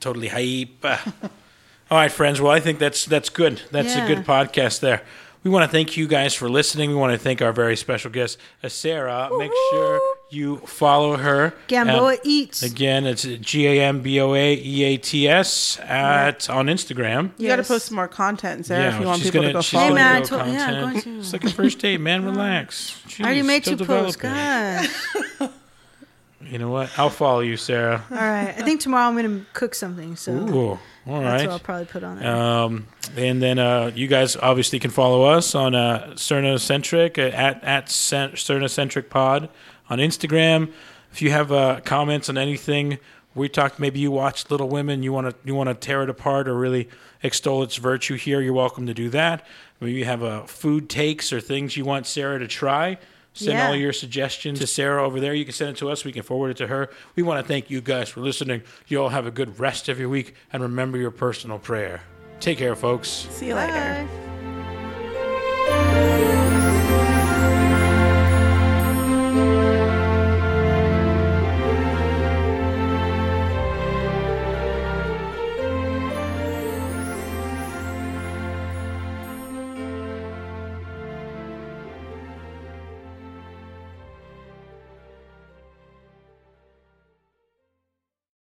[SPEAKER 1] Totally hype. Ah. [laughs] all right, friends. Well, I think that's that's good. That's a
[SPEAKER 3] Yeah.
[SPEAKER 1] good podcast there. We want to thank you guys for listening. We want to thank our very special guest, uh, Sarah. Make sure you follow her.
[SPEAKER 3] Gamboa
[SPEAKER 1] Um,
[SPEAKER 3] eats.
[SPEAKER 1] Again, it's G A M B O A E A T S at on Instagram.
[SPEAKER 2] You got
[SPEAKER 3] Yes.
[SPEAKER 2] to post more content, Sarah, if you want
[SPEAKER 1] she's
[SPEAKER 2] people
[SPEAKER 1] gonna,
[SPEAKER 2] to go
[SPEAKER 1] she's
[SPEAKER 2] follow.
[SPEAKER 1] gonna
[SPEAKER 3] Hey, man,
[SPEAKER 1] go
[SPEAKER 3] I told- yeah, I'm
[SPEAKER 1] content.
[SPEAKER 3] going to.
[SPEAKER 1] It's like a first date, man. Relax.
[SPEAKER 3] I already
[SPEAKER 1] Jeez,
[SPEAKER 3] made two
[SPEAKER 1] still
[SPEAKER 3] posts.
[SPEAKER 1] developing.
[SPEAKER 3] God.
[SPEAKER 1] You know what? I'll follow you, Sarah.
[SPEAKER 3] All right. I think tomorrow I'm gonna cook something. So
[SPEAKER 1] Ooh, all
[SPEAKER 3] that's what I'll
[SPEAKER 1] right.
[SPEAKER 3] probably put on there.
[SPEAKER 1] Um, and then uh, you guys obviously can follow us on uh, Cernocentric uh, at at Cen- Cernocentric Pod on Instagram. If you have uh, comments on anything we talked, maybe you watched Little Women, you want to you want to tear it apart or really extol its virtue here, you're welcome to do that. Maybe you have uh, food takes or things you want Sarah to try. Send all
[SPEAKER 3] Yeah.
[SPEAKER 1] your suggestions to Sarah over there. You can send it to us. We can forward it to her. We want to thank you guys for listening. You all have a good rest of your week and remember your personal prayer. Take care, folks.
[SPEAKER 2] See you later.
[SPEAKER 3] Bye.